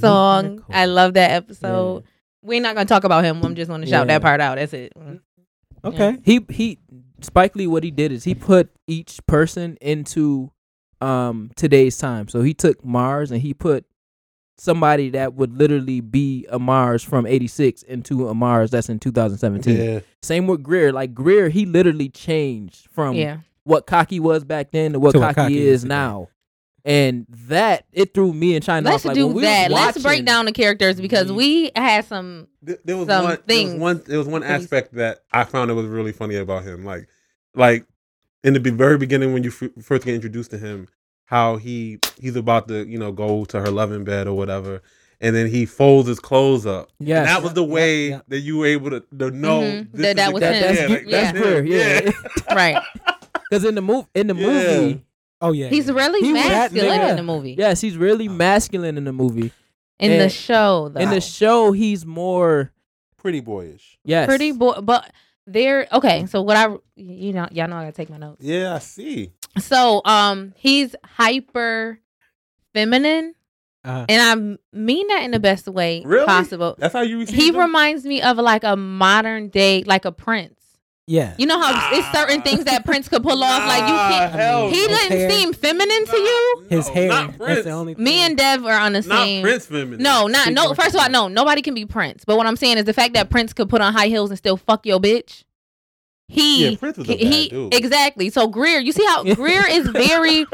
C: song. I love that episode. We're not gonna talk about him. I'm just gonna shout
A: Yeah.
C: that part out. That's it.
B: Okay.
A: He he. Spike Lee, what he did is he put each person into um today's time. So he took Mars and he put somebody that would literally be a Mars from '86 into a Mars that's in 2017.
D: yeah
A: Same with Greer. Like Greer, he literally changed from
C: yeah.
A: what cocky was back then to what
B: To what
A: cocky,
B: cocky is
A: is
B: today.
A: now. And that it threw me and China
C: Let's
A: off. Like,
C: do
A: when we was
C: that. Let's break
A: watching- Mm-hmm.
C: down the characters because we had some.
D: Th- there was
C: some
D: one there was
C: things.
D: one there was one
C: Please.
D: aspect that I found that was really funny about him. Like like in the be- very beginning when you f- first get introduced to him, how he he's about to you know go to her loving bed or whatever, and then he folds his clothes up.
A: Yes.
D: And that was the
B: Yeah,
D: way
B: yeah.
D: that you were able to, to know
C: Mhm.
D: this
C: That-
D: is
C: that
D: the
C: was
D: guy.
A: That- that's
C: him.
A: Gre-
D: like,
A: that's Greer, yeah. (laughs)
B: (laughs)
D: yeah.
C: Right.
A: Because in the movie, in the
D: Yeah.
A: movie,
B: Oh yeah,
C: He's
B: yeah.
C: really
A: He was- that
C: masculine
A: nigga.
C: in the movie.
A: yes, he's really
D: Oh.
A: masculine in the movie.
C: In the
A: And-
C: show, though.
A: In the show, he's more
D: Pretty boyish.
A: yes,
C: pretty boy, but they're okay. So what I you know y'all know I gotta take my notes.
D: Yeah, I see.
C: So um he's hyper feminine,
B: Uh-huh.
C: and I mean that in the best way
D: Really?
C: possible.
D: That's how you received
C: He
D: him?
C: reminds me of like a modern day, like a prince.
B: yeah.
C: You know how it's certain
D: Nah.
C: things that Prince could pull off. Like you
D: Nah,
C: can't.
D: hell
C: He
D: no.
B: His
C: doesn't
B: hair.
C: seem feminine to you.
B: His
D: No,
B: hair.
D: Not
B: That's
D: Prince.
B: the only. Thing.
C: Me and Dev are on the
D: not
C: same.
D: Prince feminine.
C: No, not no.
B: Speaking
C: First of all,
B: of-
C: no. Nobody can be Prince. But what I'm saying is the fact that Prince could put on high heels and still fuck your bitch. He
D: Yeah, Prince was a
C: he- he-
D: bad dude.
C: exactly. So Greer, you see how Greer is very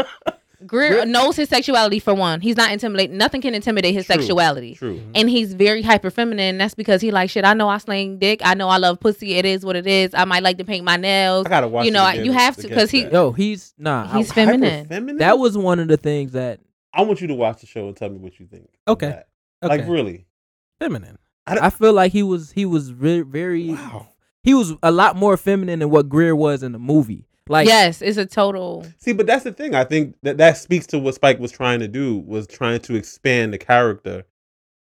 C: Greer
D: Greer-
C: knows his sexuality for one. He's not intimidated. Nothing can intimidate his
D: True,
C: sexuality.
D: True.
C: And he's very hyper feminine. That's because he like shit. I know I slang dick. I know I love pussy. It is what it is. I might like to paint my nails.
D: I gotta watch.
C: You know,
D: it
C: I-
D: again
C: you have to,
D: get
C: 'cause he-
D: that.
A: Yo, he's nah.
C: He's
A: I-
C: feminine.
A: (laughs)
D: Hyper-feminine?
A: that was one of the things that
D: I want you to watch the show and tell me what you think. of
B: Okay.
D: that.
B: Okay.
D: Like really.
B: feminine.
D: I don't-
A: I feel like he was he was very, very
D: Wow.
A: he was a lot more feminine than what Greer was in the movie. Like
C: yes, it's a total.
D: See, but that's the thing. I think that that speaks to what Spike was trying to do was trying to expand the character.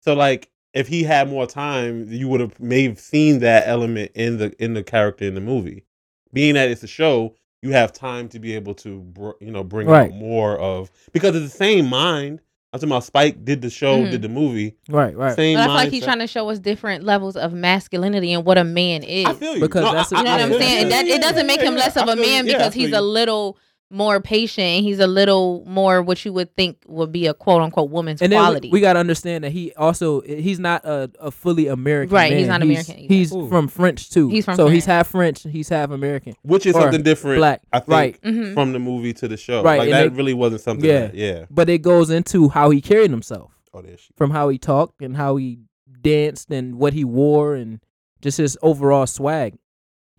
D: So like if he had more time, you would have may have seen that element in the in the character in the movie. Being that it's a show, you have time to be able to br- you know bring
A: Right.
D: out more of because it's the same mind. I'm talking about Spike did the show,
C: Mhm.
D: did the movie,
A: right, right.
D: same.
C: But I feel like he's
D: mindset.
C: trying to show us different levels of masculinity and what a man is.
D: I feel you
A: Because that's
D: I-
A: a-
C: You know what
D: I-
C: I'm
D: yeah,
C: saying?
D: yeah,
C: That it
D: yeah,
C: doesn't make
D: yeah,
C: him
D: yeah.
C: less
D: I
C: of a
D: feel you.
C: man
D: Yeah, I
C: because
D: feel
C: he's a
D: you.
C: little more patient. and He's a little more what you would think would be a quote unquote woman's
A: And then we-
C: quality.
A: we, got to understand that he also he's not a, a fully American.
C: Right, he's
A: man.
C: not American either.
A: He's
B: Ooh.
A: from French too.
C: He's from
A: so he's
C: France.
A: half French, he's half American.
D: which is
A: or
D: something different.
A: black,
D: I think
A: right.
C: Mhm.
D: from the movie to the show,
A: Right,
D: Like
A: and
D: that
A: they-
D: really wasn't something.
A: Yeah.
D: Yeah, that, yeah.
A: But it goes into how he carried himself,
D: Oh, there she.
A: from how he talked and how he danced and what he wore and just his overall swag.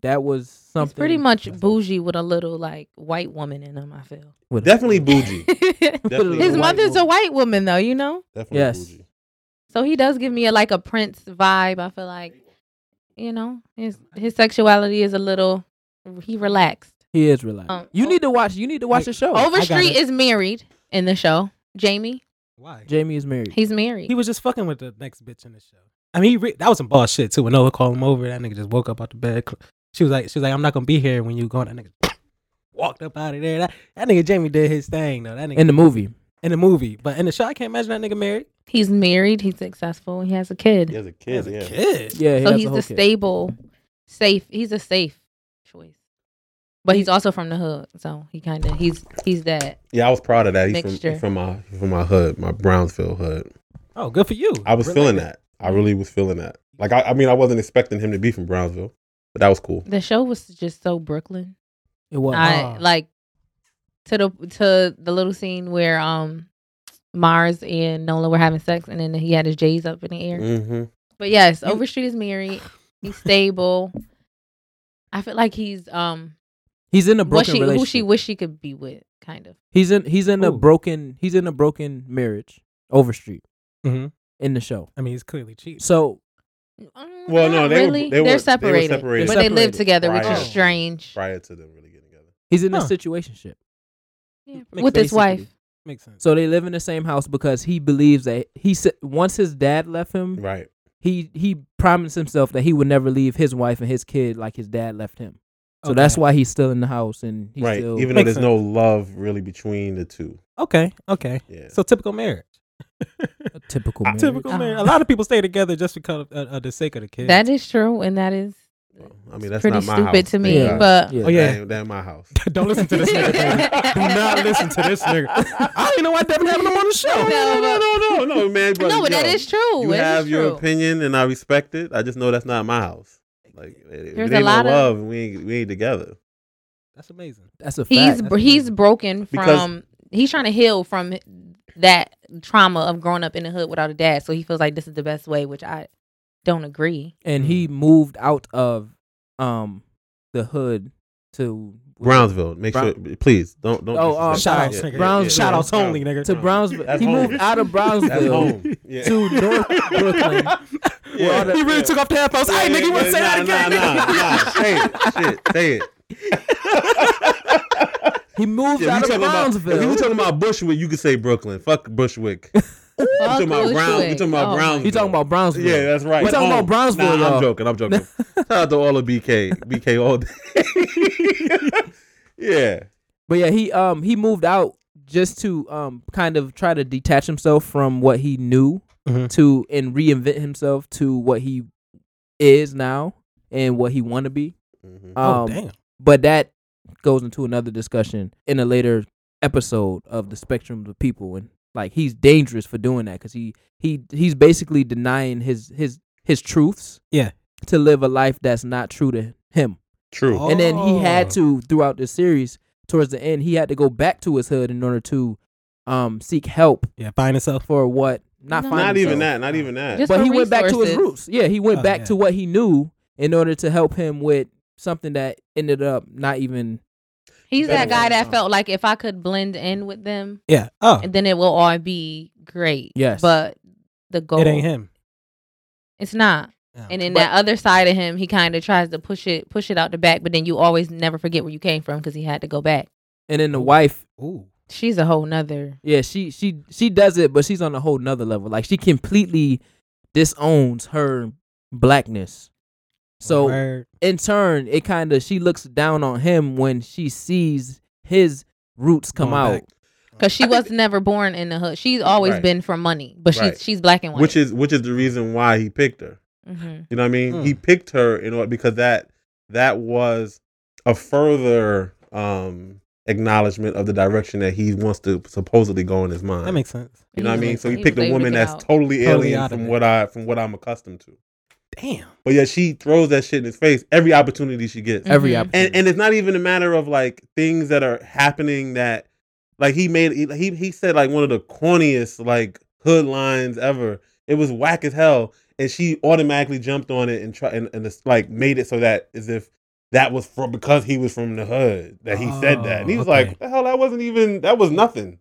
A: That was something
C: He's pretty much bougie with a little like white woman in him. I
D: (laughs)
C: feel.
A: with it. (laughs)
D: Definitely bougie. Definitely
C: His
A: White
C: mother's
A: woman.
C: a white woman though, you know.
D: Definitely
A: Yes.
D: bougie.
C: So he does give me a like a prince vibe. I feel like, you know, his his sexuality is a little he relaxed.
A: He is relaxed.
C: Um,
A: you
C: oh.
A: need to watch. You need to watch
B: Hey,
A: the show.
C: Overstreet is married in the show. Jamie,
B: Why?
A: Jamie is married.
C: he's married.
B: He was just fucking with the next bitch in the show. I mean, he re- that was some boss shit too. When Nola called him over, that nigga just woke up out the bed. Cl- She was like, she was like, I'm not gonna be here when you go. That nigga (laughs) walked up out of there. That, that nigga Jamie did his thing though. That nigga
A: in the movie.
B: in the movie, but in the show, I can't imagine that nigga married.
C: he's married. He's successful. He has a kid.
D: He has a kid.
B: As
D: yeah.
B: a kid.
A: Yeah, he
C: so
A: has
C: he's
A: a whole
C: the
A: kid.
C: stable, safe. He's a safe choice. But he's also from the hood, so he kind of he's he's that.
D: Yeah, I was proud of that. He's from,
C: Mixture.
D: he's from my from my hood, my Brownsville hood.
B: Oh, good for you.
D: I was
B: Related.
D: feeling that. I really was feeling that. Like I, I mean, I wasn't expecting him to be from Brownsville, but that was cool.
C: The show was just so Brooklyn.
A: It was.
C: I like to the to the little scene where um Mars and Nola were having sex, and then he had his J's up in the
A: Mm.
C: air.
D: Mm-hmm.
C: But yes, Overstreet is married. He's stable. I feel like he's um
A: he's in a
C: what
A: broken
C: she who
A: relationship.
C: she wish she could be with, kind of.
A: he's in. He's in a
B: Ooh.
A: broken. He's in a broken marriage. Overstreet
B: Mhm.
A: in the show.
B: I mean, he's clearly cheap.
A: So
C: Mm,
D: Well, no,
C: not
D: they were-
C: really.
D: they were-
C: are
D: they were
C: separated,
D: separated.
C: but
A: They're
C: they live
A: separated. Oh.
C: together, which
B: Right.
C: is strange.
D: Prior to them really getting together.
A: he's in a
B: Huh.
A: situationship.
C: Yeah,
B: Makes
C: with his
A: basically.
C: wife.
B: Makes sense.
A: So they live in the same house because he believes that he said once his dad left him,
D: Right.
A: he he promised himself that he would never leave his wife and his kid like his dad left him. So
B: Okay.
A: that's why he's still in the house and he's
D: right.
A: still
D: Even though
B: Makes
D: there's no love really between the two.
B: Okay. Okay.
D: Yeah.
B: So typical (laughs) marriage.
A: a typical
D: I-
A: marriage.
B: Typical
C: Ah.
B: marriage. A lot of people stay together just because of uh, uh, the sake of the kids.
C: That is true, and that is
D: Well, I mean, that's
C: pretty
D: not my
C: stupid
D: house,
C: to
D: thank
C: me.
A: Yeah.
D: God.
C: But
A: Yeah.
B: Oh yeah.
D: that ain't, that ain't my house.
B: (laughs) Don't listen to this nigga.
A: (laughs)
B: Baby. Do not listen to this nigga. I don't even know why Devin having him on the show.
C: No, but-
D: no, no,
C: (laughs)
D: no, man. brother,
C: no, but that
D: yo,
C: is true.
D: You
C: It is
D: have your
C: true.
D: opinion, and I respect it. I just know that's not my house. Like, if
C: There's
D: it
C: a
D: ain't no
C: lot of-
D: love, we ain't, we ain't together.
B: That's amazing.
A: That's a fact.
C: he's
B: That's
C: br- he's
B: crazy.
C: broken
D: Because-
C: from he's trying to heal from that trauma of growing up in the hood without a dad so he feels like this is the best way which i don't agree
A: and he moved out of um the hood to
D: Brownsville. Make
A: Brown-
D: sure, please don't don't.
A: Oh, um,
D: disrespect.
B: Shout outs,
A: Yeah,
B: nigga.
A: Brownsville.
B: Shout outs only, nigga.
A: to Brownsville.
D: That's
A: he
D: home.
A: moved out of
D: That's
A: Brownsville
D: home. (laughs) Yeah.
A: to North Brooklyn.
D: Yeah.
A: all the-
B: He really took off the headphones. Hey, nigga, you want to say that again?
D: (laughs) again? Nah, nah, nah. Say it, shit, say it.
A: He moved
D: Yeah, we
A: out of
D: talking about- if we
A: Brownsville.
D: were talking about Bushwick, you could say Brooklyn. Fuck Bushwick. We
C: Fuck
D: talking about Brown. We
C: Bushwick.
D: talking about
C: Oh my-
D: Brownsville.
A: He talking about Brownsville.
D: Yeah, that's right.
A: We talking about
D: Home.
A: Brownsville,
D: Nah,
A: y'all.
D: I'm joking. I'm
A: (laughs)
D: joking. Shout out to all of BK. BK all day. (laughs) yeah.
A: But yeah, he um he moved out just to um kind of try to detach himself from what he knew
D: Mm-hmm.
B: Mhm.
A: to and reinvent himself to what he is now and what he want to be. Um,
D: Mhm.
B: oh, damn.
A: But that goes into another discussion in a later episode of the spectrum of people and like he's dangerous for doing that because he he he's basically denying his his his truths.
B: Yeah.
A: To live a life that's not true to him.
D: True.
B: Oh.
A: And then he had to throughout this series, towards the end, he had to go back to his hood in order to um seek help
B: Yeah, find himself.
A: for what not
C: No.
A: find
D: Not even
A: himself.
D: that. Not even that.
C: Just
A: But
C: for
A: he went back to his
C: resources.
A: roots. Yeah, he went
B: Oh,
A: back
B: yeah.
A: to what he knew in order to help him with something that ended up not even
C: he's that
D: Better
C: guy
D: one.
C: that felt like if i could blend in with them
B: Yeah. Oh,
C: then it will all be great
A: Yes.
C: but the goal
B: it ain't him.
C: It's not.
B: Yeah.
C: And then
A: But-
C: that other side of him, he kind of tries to push it, push it out the back. But then you always never forget where you came from because he had to go back.
A: And then the wife,
B: Ooh.
C: She's a whole nother.
A: yeah, she she she does it, but she's on a whole nother level. Like she completely disowns her blackness. So
B: Word.
A: in turn, it kind of she looks down on him when she sees his roots come
B: Going
A: out.
B: back.
C: Because she was never born in the hood. She's always
D: Right.
C: been from money, but she's
D: Right.
C: she's black and white.
D: which is which is the reason why he picked her.
C: hmm
D: You know what I mean?
B: Hmm.
A: Mm.
D: He picked her in order because that that was a further um acknowledgement of the direction that he wants to supposedly go in his mind.
B: that makes sense.
D: you know what I mean? So he
C: was
D: picked a
C: able to
D: woman
C: get
D: that's
C: out.
D: totally
B: Totally
D: alien
B: out of
D: from
B: it.
D: what I from what I'm accustomed to.
B: Damn.
D: But yet she throws that shit in his face every opportunity she
B: Mm.
D: gets.
A: Every
B: Mm-hmm.
C: Mhm.
A: opportunity.
D: and and it's not even a matter of like things that are happening that like he made he he said like one of the corniest like hood lines ever. It was whack as hell, and she automatically jumped on it and try and, and it's like made it so that as if that was from because he was from the hood that he said that, and he was
B: Oh, okay.
D: like, the hell, that wasn't even that was nothing.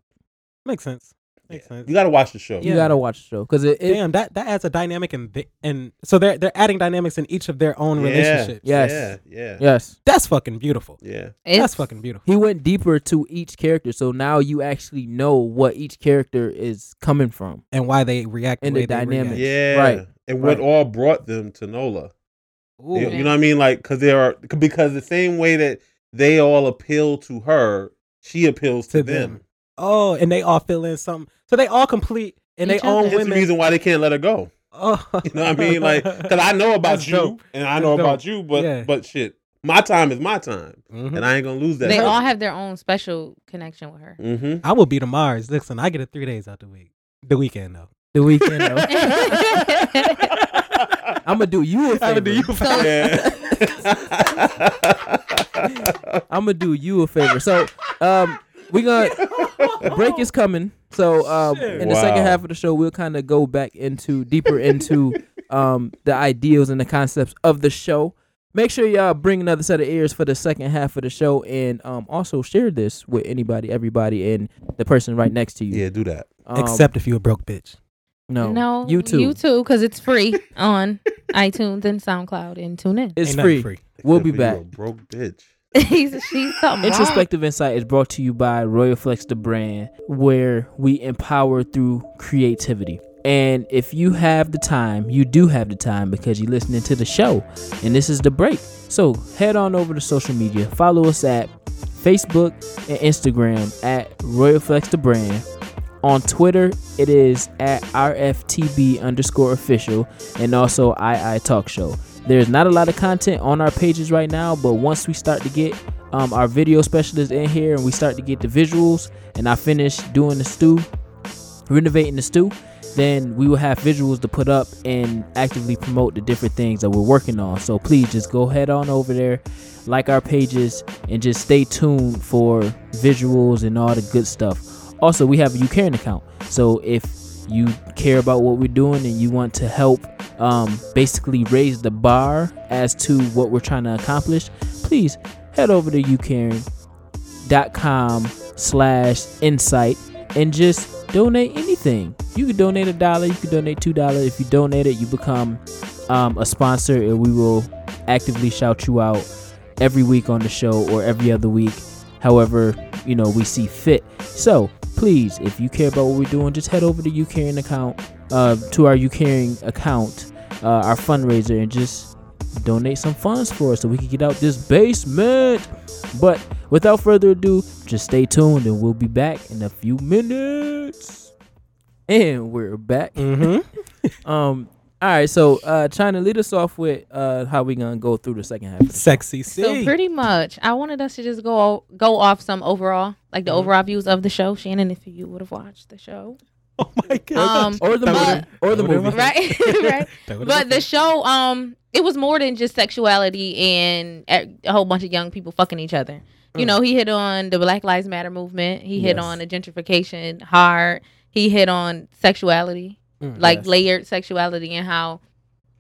B: Makes sense. Makes sense.
D: You got to watch the show.
A: You
B: Yeah.
A: gotta watch the show because it, it
B: Damn, that, that adds a dynamic and and so they're they're adding dynamics in each of their own
D: Yeah.
B: relationships.
A: Yes.
D: yeah, yeah,
A: yes,
B: That's fucking beautiful.
D: yeah.
B: That's
C: It's-
B: fucking beautiful.
A: he went deeper to each character, so now you actually know what each character is coming from.
B: And why they react the
A: And the
B: way they
A: dynamic.
B: react.
D: Yeah.
A: Right.
D: And what
A: Right.
D: all brought them to Nola?
B: Ooh.
D: You,
C: Yeah.
D: you know what I mean? Like, because they are because the same way that they all appeal to her, she appeals to,
B: To
D: them.
B: them. Oh, and they all fill in something. So they all complete in their
C: Each
B: own
C: other.
D: That's
B: women.
D: the reason why they can't let her go. (laughs)
B: Oh.
D: You know what
B: (laughs)
D: I mean? Like, because I know about
B: That's
D: you
B: dope.
D: and I know
B: That's
D: about
B: dope.
D: you, but
B: Yeah.
D: but shit, my time is my time,
B: Mhm.
D: and I ain't gonna lose that.
C: they all have their own special connection with
D: (laughs)
C: her. (laughs)
D: Mm-hmm.
B: I will be to Mars. Listen, I get it three days out the week. The weekend though.
A: The weekend, (laughs) though. I'm gonna do you a
B: I'ma
A: favor.
B: do you a
C: So- (laughs)
A: I'm gonna do you a favor. So, um, we gonna break is coming. So, um,
B: Shit.
A: in the second
D: Wow.
A: half of the show, we'll kind of go back into deeper into um the ideals and the concepts of the show. Make sure y'all bring another set of ears for the second half of the show, and um also share this with anybody, everybody, and the person right next to you.
D: (laughs) yeah, do that.
A: Um,
B: Except if you a broke bitch.
A: no,
C: no,
A: you too.
C: because it's free on iTunes and SoundCloud and TuneIn. (laughs)
A: It's
B: Ain't nothing
A: free.
D: (laughs)
A: We'll be
D: Except for you
A: back.
D: a broke bitch.
C: He's she's something wrong.
A: Introspective Insight is brought to you by Royal Flex, the brand, where we empower through creativity. And if you have the time, you do have the time because you're listening to the show. And this is the break. So head on over to social media. Follow us at Facebook and Instagram at Royal Flex, the brand. On Twitter, it is at RFTB underscore official and also II Talk Show. There's not a lot of content on our pages right now, but once we start to get um, our video specialist in here and we start to get the visuals and I finish doing the stew, renovating the stew, then we will have visuals to put up and actively promote the different things that we're working on. So please just go head on over there, like our pages, and just stay tuned for visuals and all the good stuff. Also, we have a UCARN account. So if you care about what we're doing and you want to help um, basically raise the bar as to what we're trying to accomplish, please head over to ucaring.com slash insight and just donate anything. You could donate a dollar, you could donate two dollars. If you donate it, you become um, a sponsor and we will actively shout you out every week on the show or every other week, however, you know, we see fit. So please, if you care about what we're doing, just head over to ucaring account uh, to our ucaring account, uh, our fundraiser and just donate some funds for us so we can get out this basement. But without further ado, just stay tuned and we'll be back in a few minutes. And we're back.
B: Mm-hmm.
A: Um all right, so uh China lead us off with uh how we gonna go through the second half. of the show.
B: Sexy C.
C: So pretty much, I wanted us to just go go off some overall, like the overall views of the show. Shannon, if you would have watched the show,
B: (laughs) oh my god.
C: um, (laughs)
A: Or the
C: But-
A: movie. Or the
B: Throw it
A: movie.
B: away.
C: right, (laughs) right.
B: That would've
C: But
B: been-
C: the show, um, it was more than just sexuality and a a whole bunch of young people fucking each other. You know, he hit on the Black Lives Matter movement. He hit
A: Yes.
C: on the gentrification hard. He hit on sexuality,
B: Mm,
C: like
A: yes.
C: layered sexuality, and how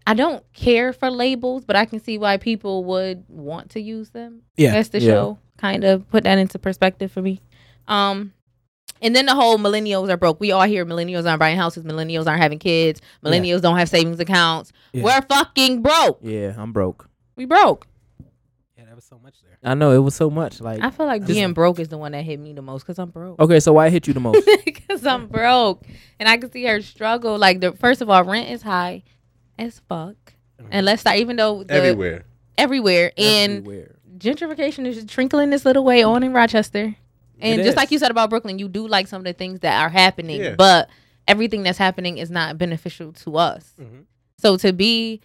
C: I don't care for labels, but I can see why people would want to use them.
B: Yeah.
C: that's the
A: Yeah.
C: show. Kind of put that into perspective for me. Um, And then the whole millennials are broke. We all hear millennials aren't buying houses, millennials aren't having kids, millennials don't have savings accounts.
B: Yeah.
C: We're fucking broke.
A: Yeah, I'm broke.
C: We broke.
B: Yeah, that was so much there.
A: I know it was so much. Like, Oh.
C: I feel like
A: Just-
C: being broke is the one that hit me the most because I'm broke. (laughs)
A: okay, so why it hit you the most?
C: Because I'm broke. And I can see her struggle. Like, the first of all, rent is high as fuck. And let's start, even though the,
D: Everywhere.
C: everywhere. (laughs) And
A: Everywhere.
C: gentrification is trickling this little way on in Rochester. And
A: It
C: just
A: is.
C: like you said about Brooklyn, you do like some of the things that are happening,
D: Yeah.
C: but everything that's happening is not beneficial to us.
A: Mm-hmm.
B: Mhm.
C: So to be,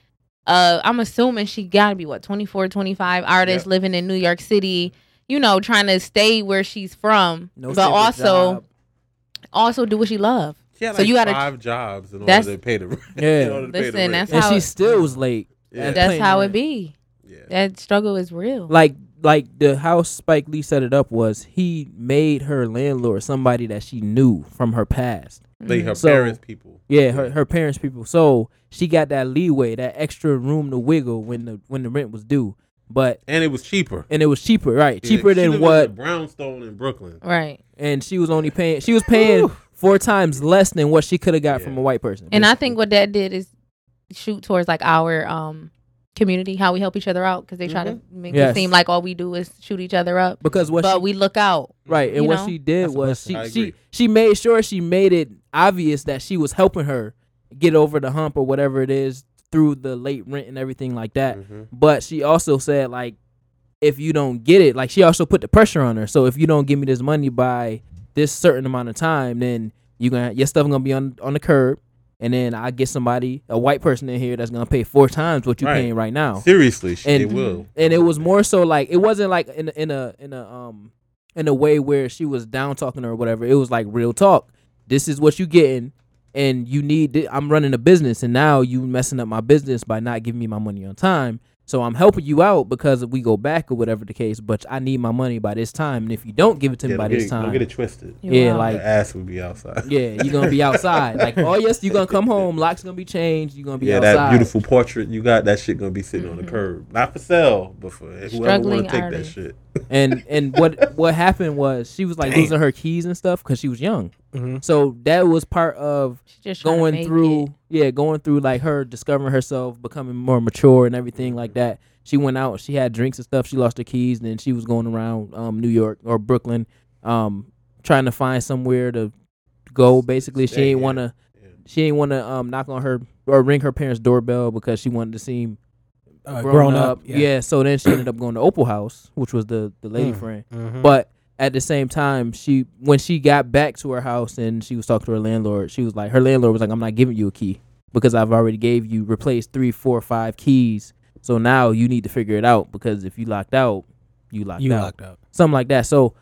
C: uh, I'm assuming she got to be what 24, 25 artist living in New York City, you know, trying to stay where she's from,
A: No
C: but
A: stable
C: also
A: job.
C: also do what she loves.
D: Yeah,
C: So
D: like
C: you gotta-
D: five jobs in order
C: That's-
D: to pay the rent. (laughs)
A: Yeah.
D: in order to pay the
C: Listen,
D: rent.
C: that's
A: and
C: how
A: she
C: it-
A: still was late.
D: yeah.
A: that-
C: That's
A: Plain
C: how
A: rent.
C: it be.
D: yeah.
C: That struggle is real.
A: Like, like the how Spike Lee set it up was he made her landlord somebody that she knew from her past.
C: Mm.
D: They her
A: So-
D: parents people.
A: Yeah, her, her parents' people. So she got that leeway, that extra room to wiggle when the when the rent was due. But
D: And it was cheaper.
A: and it was cheaper, right?
D: Yeah,
A: Cheaper
D: she lived
A: than
D: in
A: what
D: the brownstone in Brooklyn.
C: right.
A: and she was only paying she was paying four times less than what she could have got
D: Yeah.
A: from a white person.
C: And I
A: basically.
C: think what that did is shoot towards like our um community, how we help each other out, because they try to make
A: Yes.
C: it seem like all we do is shoot each other up,
A: because Mm-hmm. what
C: but
A: she,
C: we look out.
A: right and
C: you
A: what
C: know?
A: she did
B: That's a
A: was
B: blessing.
A: she
D: I
A: she
D: agree.
A: she made sure she made it obvious that she was helping her get over the hump or whatever it is through the late rent and everything like that.
C: Mm-hmm.
D: Mhm.
A: But she also said like if you don't get it, like she also put the pressure on her. So if you don't give me this money by this certain amount of time, then you gonna your stuff gonna be on on the curb. And then I get somebody, a white person in here that's gonna pay four times what you're
D: Right.
A: paying right now.
D: Seriously, she,
A: And-
D: they will.
A: and it was more so like it wasn't like in a- in a in a um in a way where she was down talking or whatever. It was like real talk. This is what you getting, and you need. thi- I'm running a business, and now you messing up my business by not giving me my money on time. So I'm helping you out because if we go back or whatever the case, but I need my money by this time, and if you don't give it to
D: Yeah,
A: me by
D: don't get
A: this
D: it-
A: time,
D: Don't get it twisted.
A: yeah,
C: Wow.
A: like
D: Her ass would be outside. (laughs)
A: yeah, you're gonna be outside. like oh yes, you're gonna come home. Locks gonna be changed. You're gonna be
D: Yeah,
A: outside.
D: that beautiful portrait you got, that shit gonna be sitting on
C: Mhm.
D: the curb. Not for sale, but for whoever
C: Struggling
D: wanna take
C: artist.
D: that shit.
A: and and (laughs) what what happened was she was like
D: Damn.
A: losing her keys and stuff because she was young.
D: Mm-hmm.
B: Mhm.
A: So that was part of
C: She just tryna
A: going
C: make
A: through,
C: it.
A: yeah, going through like her discovering herself, becoming more mature and everything like that. She went out, she had drinks and stuff. She lost her keys, and then she was going around um, New York or Brooklyn, um, trying to find somewhere to go. Basically, she
D: Stay,
A: ain't
D: yeah.
A: wanna,
D: Yeah.
A: she ain't wanna um, knock on her or ring her parents' doorbell because she wanted to seem
B: Uh,
A: grown, up. Yeah. so then she ended up going to Opal House, which was the the lady
B: Mm.
A: friend.
B: Mhm.
A: But at the same time, she when she got back to her house and she was talking to her landlord, she was like, her landlord was like, "I'm not giving you a key because I've already gave you replaced three, four, five keys. So now you need to figure it out because if you locked out, you locked
B: you
A: out,
B: locked up.
A: something like that. So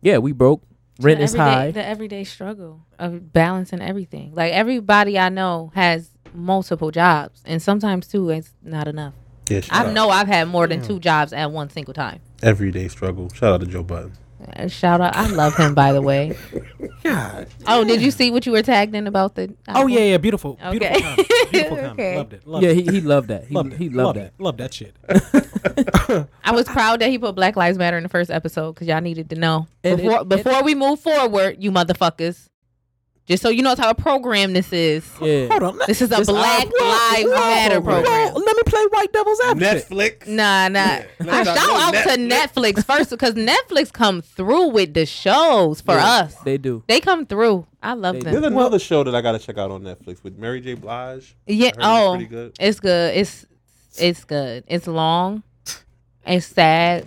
A: yeah, we broke.
C: The
A: Rent is
C: everyday-
A: high.
C: The everyday struggle of balancing everything. Like everybody I know has multiple jobs, and sometimes two is not enough.
D: Yeah, shout
C: I
D: out.
C: know I've had more than
B: Damn.
C: two jobs at one single time.
D: Everyday struggle. Shout out to Joe Button.
C: Uh, Shout out, I love him by the
A: (laughs)
C: way.
B: God.
C: Oh, did you see what you were tagged in about the?
B: Oh yeah, yeah, beautiful,
C: Okay. (laughs)
B: beautiful comment, beautiful comment.
C: Okay.
B: Loved it. Loved
A: Yeah,
B: it.
A: he, he loved that. He
B: loved it.
A: he loved
B: loved
A: that.
B: it. Loved that shit.
C: I was proud that he put Black Lives Matter in the first episode because y'all needed to know.
A: And it-
C: Before
A: it-
C: before we move forward, you motherfuckers. Just so you know how a program this is.
A: Yeah.
B: Hold on. let-
C: This is a
A: This
C: Black
A: our
C: Lives Matter
A: program.
C: program.
B: No, let me play white devil's advocate.
D: Netflix.
C: Nah, nah.
D: Yeah,
C: I
D: let's
C: shout
D: not do
C: out to Netflix first because Netflix come through with the shows for
A: Yeah,
C: us.
A: They do.
C: They come through. I love
A: They
C: them.
D: There's another show that I gotta check out on Netflix with Mary J. Blige.
C: Yeah.
D: I heard it's
C: Oh,
D: pretty good.
C: it's good. It's it's good. It's long. It's sad.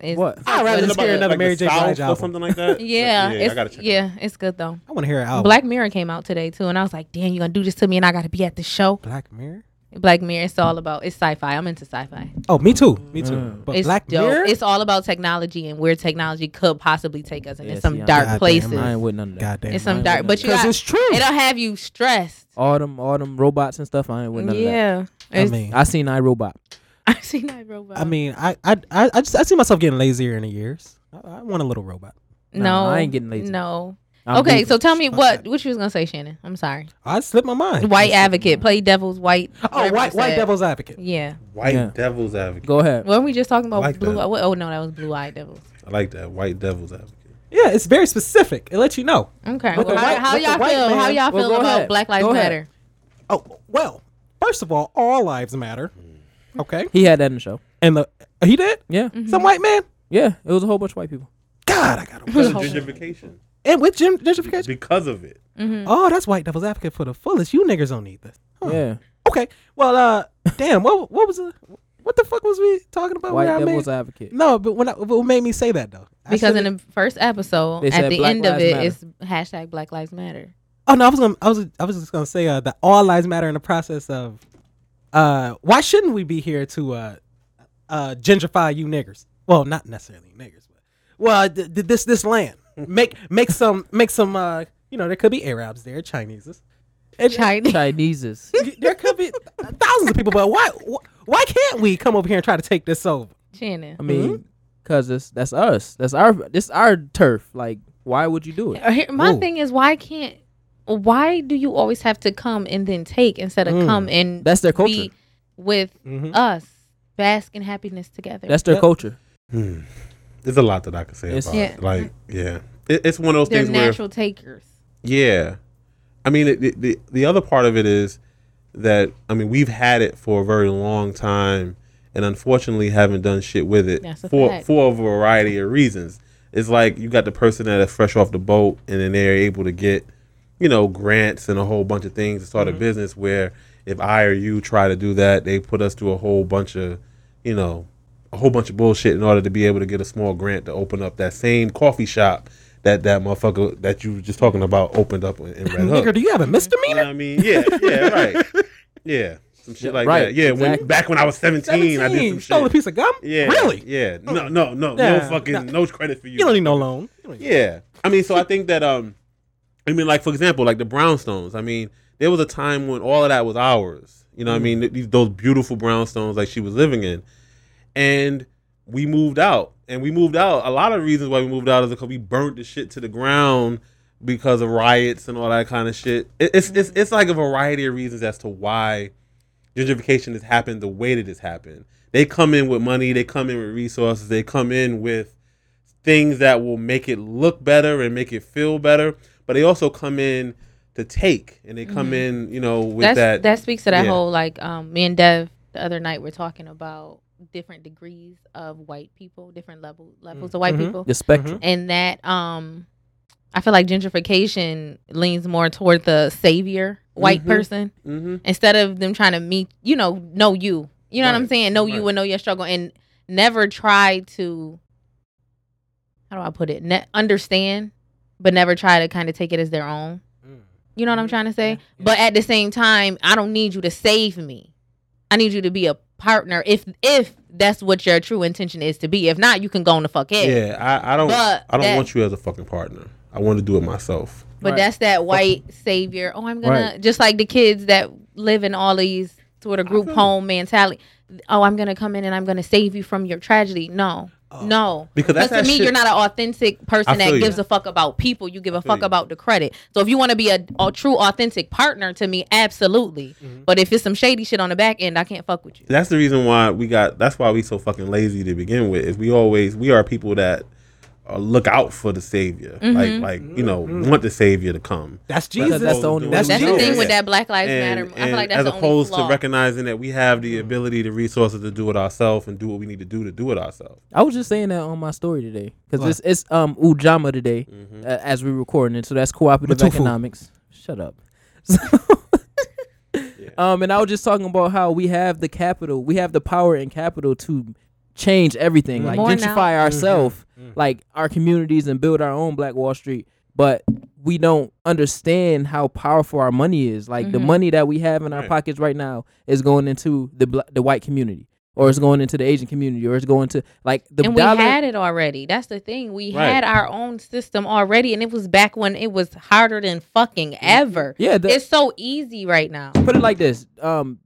C: It's,
A: What?
C: I'd rather
B: Something
C: just
B: about
C: hear
B: another
C: another.
B: Mary
D: the
B: J.
D: South
B: Blige
D: or
B: album.
D: something like that.
C: Yeah,
D: (laughs) yeah, I
C: it's,
D: gotta check. it out.
C: yeah, it's good though.
B: I want to hear it out.
C: Black Mirror came out today too, and I was like, "Damn, you gonna do this to me?" And I gotta be at the show.
B: Black Mirror.
C: Black Mirror, it's all about it's sci-fi. I'm into sci-fi.
B: Oh, me too. Me too.
A: Mm.
B: But
C: it's
B: Black
C: dope.
B: Mirror.
C: It's all about technology and where technology could possibly take us, and
A: Yeah,
C: it's some
A: see, I'm
C: dark
B: goddamn
C: places.
A: I
B: right.
A: ain't with none of that.
B: Goddamn.
C: It's
A: I
C: some
A: ain't
C: dark,
A: with
C: but you
B: Because
C: got,
B: it's true.
C: it'll have you stressed.
A: All them, all them robots and stuff. I ain't with none of that.
C: Yeah,
B: I
C: It's- (laughs)
B: mean,
A: I seen iRobot.
C: I've seen that robot.
B: I mean, I, I, I, I just, I see myself getting lazier in the years. I, I want a little robot.
C: no,
A: nah, I ain't getting lazy.
C: No.
A: I'm
C: okay,
A: moving.
C: so tell me
B: Fuck
C: what
B: that.
C: what you was gonna say, Shannon. I'm sorry.
B: I slipped my mind.
C: White advocate, play devil's white.
B: Oh,
C: whatever you
B: white, white
C: said.
B: devil's advocate.
C: Yeah.
D: White
A: Yeah.
D: Devil's Advocate.
A: go ahead.
C: Weren't we just talking about
D: like
C: blue?
D: that.
C: Oh no, that was blue eyed devils.
D: I like that. White Devil's Advocate.
B: Yeah, it's very specific. It lets you know.
C: Okay.
B: With
C: Well,
B: the
C: how,
B: white-
C: how
B: with the
C: y'all
B: white
C: feel? How
B: man-
C: y'all
A: Well,
C: feel
A: go
C: about
A: ahead.
C: Black Lives
A: Go ahead.
C: Matter?
B: Oh well, first of all, all lives matter. Okay,
A: He had that in the show.
B: and the he did
A: Yeah,
C: Mm-hmm.
B: some white man.
A: yeah. It was a whole bunch of white people.
B: God, I
A: Mm-hmm.
B: got him.
D: Because of
C: Hold on.
D: gentrification.
B: And with Jim gentrification,
D: Because of it.
B: oh, that's white devil's advocate for the fullest. You niggas don't need this. Huh.
A: Mm-hmm. Yeah,
B: Okay. Well, uh, damn. What what was the, what the fuck was we talking about?
A: white
B: where I
A: devil's
B: made-
A: advocate.
B: No, but when I, what made me say that though? I
C: Because in
B: should've-
C: the first episode,
A: They
C: at
A: said
C: the
A: Black
C: end of
A: Lives
C: it,
A: Matter.
C: it's hashtag Black Lives (laughs) Matter.
B: oh no, I was gonna I was I was just gonna say uh, that all lives matter in the process of uh why shouldn't we be here to uh uh gentrify you niggers? Well, not necessarily niggers, but well th- th- this this land make make some make some uh you know there could be Arabs there, Chineses, and,
C: Chinese.
A: Chineses.
B: there could be thousands of people, but why wh- why can't we come over here and try to take this over?
C: Shannon.
A: I
B: Mm-hmm.
A: mean, because it's that's us. That's our this our turf. Like, why would you do it?
C: Uh, here- My
B: Ooh.
C: thing is, why can't? Why do you always have to come and then take instead of
B: Mm.
C: come and
A: That's their culture.
C: be with
B: Mhm.
C: us, bask in happiness together?
A: That's their
B: Yep.
A: culture.
D: Hmm. There's a lot that I could say
A: It's-
D: about
C: Yeah.
D: it. Like, yeah. It, it's one of those
C: They're
D: things where
C: natural takers.
D: Yeah, I mean it, the- the the other part of it is that I mean we've had it for a very long time, and unfortunately haven't done shit with it
C: That's a
D: for
C: fact.
D: for a variety of reasons. It's like you got the person that is fresh off the boat, and then they're able to get you know grants and a whole bunch of things to start
A: Mm-hmm.
D: a business. Where if I or you try to do that, they put us through a whole bunch of you know a whole bunch of bullshit in order to be able to get a small grant to open up that same coffee shop that that motherfucker that you were just talking about opened up in, in Red Hook.
B: Nigger, do you have a
D: You
B: misdemeanor?
D: know what I mean? Yeah, yeah, right. Yeah, some shit like
A: right,
D: that. Yeah, when,
A: exactly.
D: back when I was 17, I did
B: 17,
D: some
B: stole a
D: shit.
B: piece of gum.
D: yeah,
B: really? Oh.
D: Yeah, no, no,
B: Nah,
D: no, no fucking,
B: nah.
D: no credit for
B: You
D: you.
B: don't need no loan. You don't need-
D: Yeah, I
B: (laughs)
D: mean, so I think that um, I mean, like for example, like the brownstones. I mean, there was a time when all of that was ours. You know,
B: Mm.
D: what I mean, Th- these those beautiful brownstones like she was living in, and we moved out, and we moved out. A lot of reasons why we moved out is because we burnt the shit to the ground because of riots and all that kind of shit. It, it's it's it's like a variety of reasons as to why gentrification has happened the way that it's happened. They come in with money, they come in with resources, they come in with things that will make it look better and make it feel better, but they also come in to take and they come in, you know, with
C: Mm-hmm. That's,
D: that.
C: that speaks to that
D: yeah.
C: whole like um, me and Dev the other night were talking about different degrees of white people, different level levels of white
B: Mhm.
C: people,
A: The spectrum.
C: and that um, I feel like gentrification leans more toward the savior white
D: Mhm.
C: person
D: hmm
C: instead of them trying to meet you know know you you know what i'm
D: Right.
C: saying know you
D: Right.
C: and know your struggle and never try to how do i put it ne- understand but never try to kind of take it as their own you know what
B: Mhm.
C: i'm
D: Mm-hmm.
C: trying to say
B: Yeah, yeah.
C: but at the same time i don't need you to save me i need you to be a partner if if that's what your true intention is to be if not you can go on the fuck head
D: Yeah, I, I don't,
C: But
D: I don't
C: that-
D: want you as a fucking partner. I want to do it myself.
C: But
A: Right.
C: that's that white savior. Oh, I'm gonna just like the kids that live in all these sort of group
D: feel you.
C: home mentality. Oh, I'm gonna come in and I'm gonna save you from your tragedy. No, no,
D: Oh. Because that's
C: to
D: that
C: me,
D: shit-
C: you're not an authentic
D: I
C: person that
D: feel you.
C: gives a fuck about people. You give a
D: feel
C: fuck
D: you.
C: about the credit. So if you want to be a, a true, authentic partner to me, absolutely.
D: Mm-hmm.
C: But if it's some shady shit on the back end, I can't fuck with you.
D: That's the reason why we got. That's why we so fucking lazy to begin with. Is we always we are people that uh, look out for the savior,
C: Mm-hmm.
D: like like you know want the savior to come.
B: That's
A: Because
B: Jesus.
A: that's the only
B: That's
A: way
C: That's
A: we do
C: the
B: Jesus.
A: it.
C: thing with
D: Yeah.
C: that Black Lives
D: and,
C: Matter. I feel
D: and
C: like that's
D: as
C: the only
D: opposed
C: flaw. Mm-hmm.
D: to recognizing that we have the ability, the resources to do it ourselves and do what we need to do to do it ourselves.
A: I was just saying that on my story today because
B: What?
A: it's it's um Ujama today uh, as we're recording it, so that's cooperative
B: Matufu.
A: economics. Shut up. So, um, and I was just talking about how we have the capital, we have the power and capital to change everything, like
C: More now.
A: gentrify ourselves, like our communities, and build our own Black Wall Street. But we don't understand how powerful our money is. Like the
C: Mhm.
A: money that we have in our
D: Right.
A: pockets right now is going into the bla- the white community. Or it's going into the Asian community, or it's going to like the
C: and
A: dollar.
C: we had it already. That's the thing. We
D: Right.
C: had our own system already, and it was back when it was harder than
B: Mm-hmm.
C: fucking ever.
A: Yeah, the,
C: it's so easy right now.
A: put it like this. Um,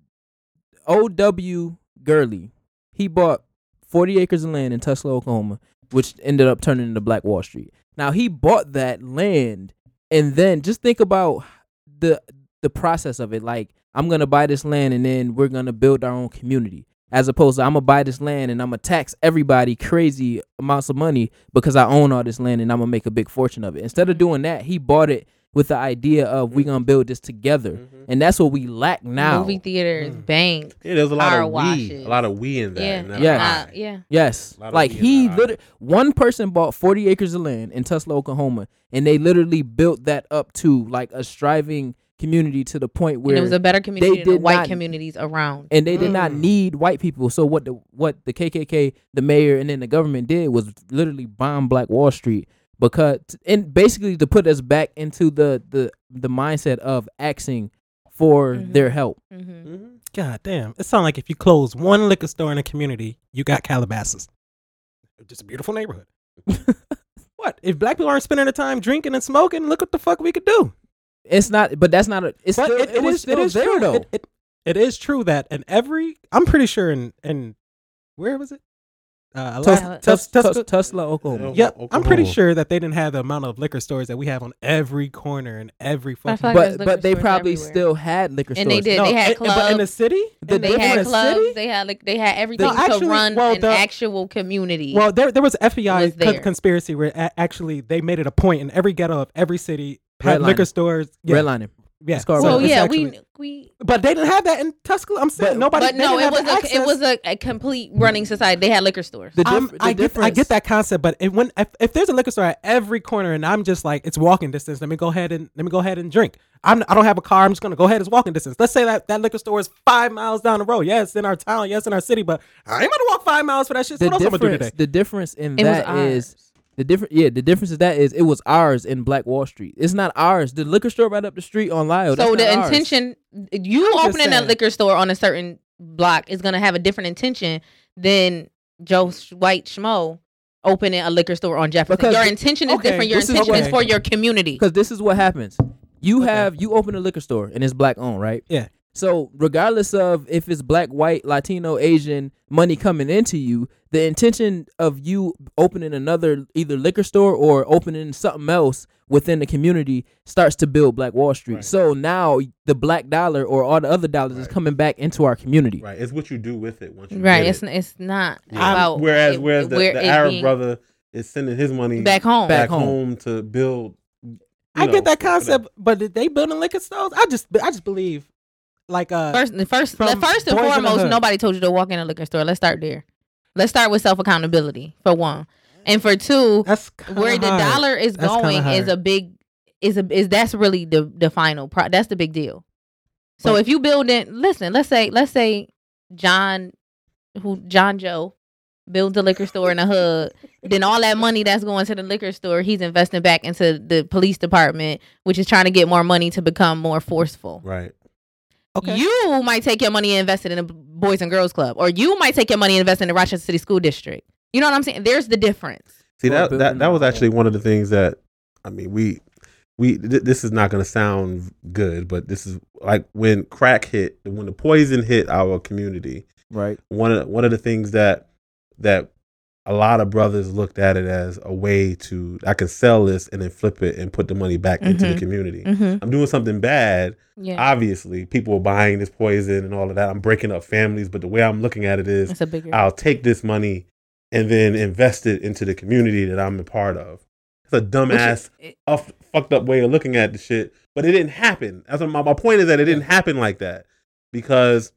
A: O.W. Gurley, he bought 40 acres of land in Tesla, Oklahoma, which ended up turning into Black Wall Street. Now he bought that land, and then just think about the the process of it. Like I'm gonna buy this land, and then we're gonna build our own community. as opposed to I'm gonna buy this land and I'm gonna tax everybody crazy amounts of money because I own all this land and I'm gonna make a big fortune of it. Instead of doing that, he bought it with the idea of we gonna build this together, and that's what we lack now.
C: Movie theaters,
B: Mm.
C: bank.
D: Yeah, there's a lot
C: Car
D: of we,
C: washes.
D: a lot of we in that.
C: Yeah.
D: and that
A: Yeah.
C: Uh,
D: I.
C: yeah.
A: Yes,
D: A lot of
A: like
D: we in
A: he
D: that eye.
A: literally one person bought 40 acres of land in Tulsa, Oklahoma, and they literally built that up to like a striving community to the point where
C: and it was a better community than the
A: did
C: white
A: not-
C: communities around.
A: and they did not
B: Mm.
A: need white people. So what the what the KKK, the mayor, and then the government did was literally bomb Black Wall Street because and basically to put us back into the the the mindset of asking for
C: Mhm.
A: their help.
C: hmm
B: Mm-hmm. God damn. It sounds like if you close one liquor store in a community, you got Calabasas. Just a beautiful neighborhood. (laughs) what? If black people aren't spending their time drinking and smoking, look what the fuck we could do.
A: It's not, but that's not. A, it's
B: But
A: still,
B: it- it
A: was
B: is-
A: still
B: it is
A: there
B: true.
A: though.
B: It, it- it is true that in every, I'm pretty sure in, in where was it? Uh,
A: Tus-
B: Alaska-
A: Tus-
B: Tus-
A: Tus-
B: Tus-
A: Tusla, Oklahoma.
D: Oklahoma.
B: Yep, I'm pretty
D: Oklahoma.
B: sure that they didn't have the amount of liquor stores that we have on every corner and every fucking.
C: feel like there's
A: But
C: liquor
A: but they
C: stores
A: probably
C: everywhere.
A: still had liquor stores.
C: And they did.
B: No,
C: they had
B: in- but in the
C: clubs.
B: city,
A: The
B: In
C: They
B: in
C: had
B: the
C: clubs.
B: city?
C: They had like they had everything to
B: actually-
C: run
B: well,
C: an
B: the-
C: actual community.
B: Well, there there was
C: Was
B: FBI co-
C: there.
B: conspiracy where a- actually they made it a point in every ghetto of every city had
A: Redlining.
B: liquor stores. Yeah,
A: redlining.
B: yeah.
A: It's called
C: so
A: Well, it's
C: yeah,
B: actually-
C: we we.
B: But they didn't have that in Tuscaloosa. I'm saying
A: But-
B: nobody.
C: But
B: they didn't
C: no, it
B: have
C: was
B: the
C: a it
B: access.
C: was a, a complete running society. They had liquor stores.
A: The,
B: I'm-
A: diff- the
B: I get, I
A: difference.
B: get that concept, but it, when if, if there's a liquor store at every corner, and I'm just like it's walking distance, let me go ahead and let me go ahead and drink. I'm I don't have a car. I'm just gonna go ahead. It's walking distance. Let's say that that liquor store is five miles down the road. Yes, in our town. Yes, in our city. But I ain't gonna walk five miles for that shit.
A: the
B: So what else I'm gonna do today?
A: difference. The difference in
C: It was
A: that is the different. Yeah, the difference is that is it was ours in Black Wall Street. It's not ours. The liquor store right up the street on
B: Oh,
A: Lyle. that's
C: so
A: not
C: the
A: ours.
C: intention, you
B: I'm just
C: opening a
B: saying.
C: liquor store on a certain block is gonna have a different intention than Joe Sh- White Schmo opening a liquor store on Jefferson.
A: Because
C: your
A: th-
C: intention is
B: okay,
C: different. Your
B: this is
C: intention is
B: okay.
C: for your community.
A: Because this is what happens. You
B: Okay.
A: have you open a liquor store and it's black owned, right?
B: Yeah.
A: So regardless of if it's black, white, Latino, Asian money coming into you, the intention of you opening another either liquor store or opening something else within the community starts to build Black Wall Street.
D: Right.
A: So now the black dollar or all the other dollars is
D: Right.
A: coming back into our community.
D: Right, it's what you do with it once you
C: Right.
D: get
C: It's
D: it.
C: n- it's not
D: Yeah.
C: about
D: whereas
C: it-
D: whereas the,
C: where
D: the
C: it
D: Arab
C: being
D: brother is sending his money
C: back home.
A: Back
D: back,
A: home.
D: home. to build. you
B: I
D: know,
B: get that
D: for
B: concept, but did they building liquor stores? I just I just believe like uh
C: First, the first,
B: From
C: the first and
B: Boys in the
C: foremost,
B: Hood.
C: nobody told you to walk in a liquor store. Let's start there. Let's start with self accountability for one, and for two,
B: that's kinda
C: where the
B: hard.
C: dollar is
B: That's kinda
C: going is
B: hard.
C: a big is a is that's really the the final pro that's the big deal. So
B: But-
C: if you build in listen, let's say let's say John who John Joe builds a liquor store in the hood, then all that money that's going to the liquor store, he's investing back into the police department, which is trying to get more money to become more forceful.
D: Right.
B: Okay.
C: You might take your money and invest it in a b- Boys and Girls Club, or you might take your money and invest in the Rochester City School District. You know what I'm saying? There's the difference.
D: See
A: Or
D: that
A: building
D: that, that was
A: a-
D: actually one of the things that I mean we we th- this is not going to sound good, but this is like when crack hit, when the poison hit our community.
A: Right.
D: One of one of the things that that a lot of brothers looked at it as a way to I can sell this and then flip it and put the money back into the
C: Mhm.
D: community.
C: Mm-hmm.
D: I'm doing something bad,
C: Yeah.
D: obviously people are buying this poison and all of that i'm breaking up families but the way i'm looking at it is
C: It's a bigger.
D: i'll take this money and then invest it into the community that i'm a part of it's a
C: Which
D: dumbass
C: is- eh, it-
D: off, fucked up way of looking at the shit but it didn't happen that's what my, my point is that it didn't happen like that because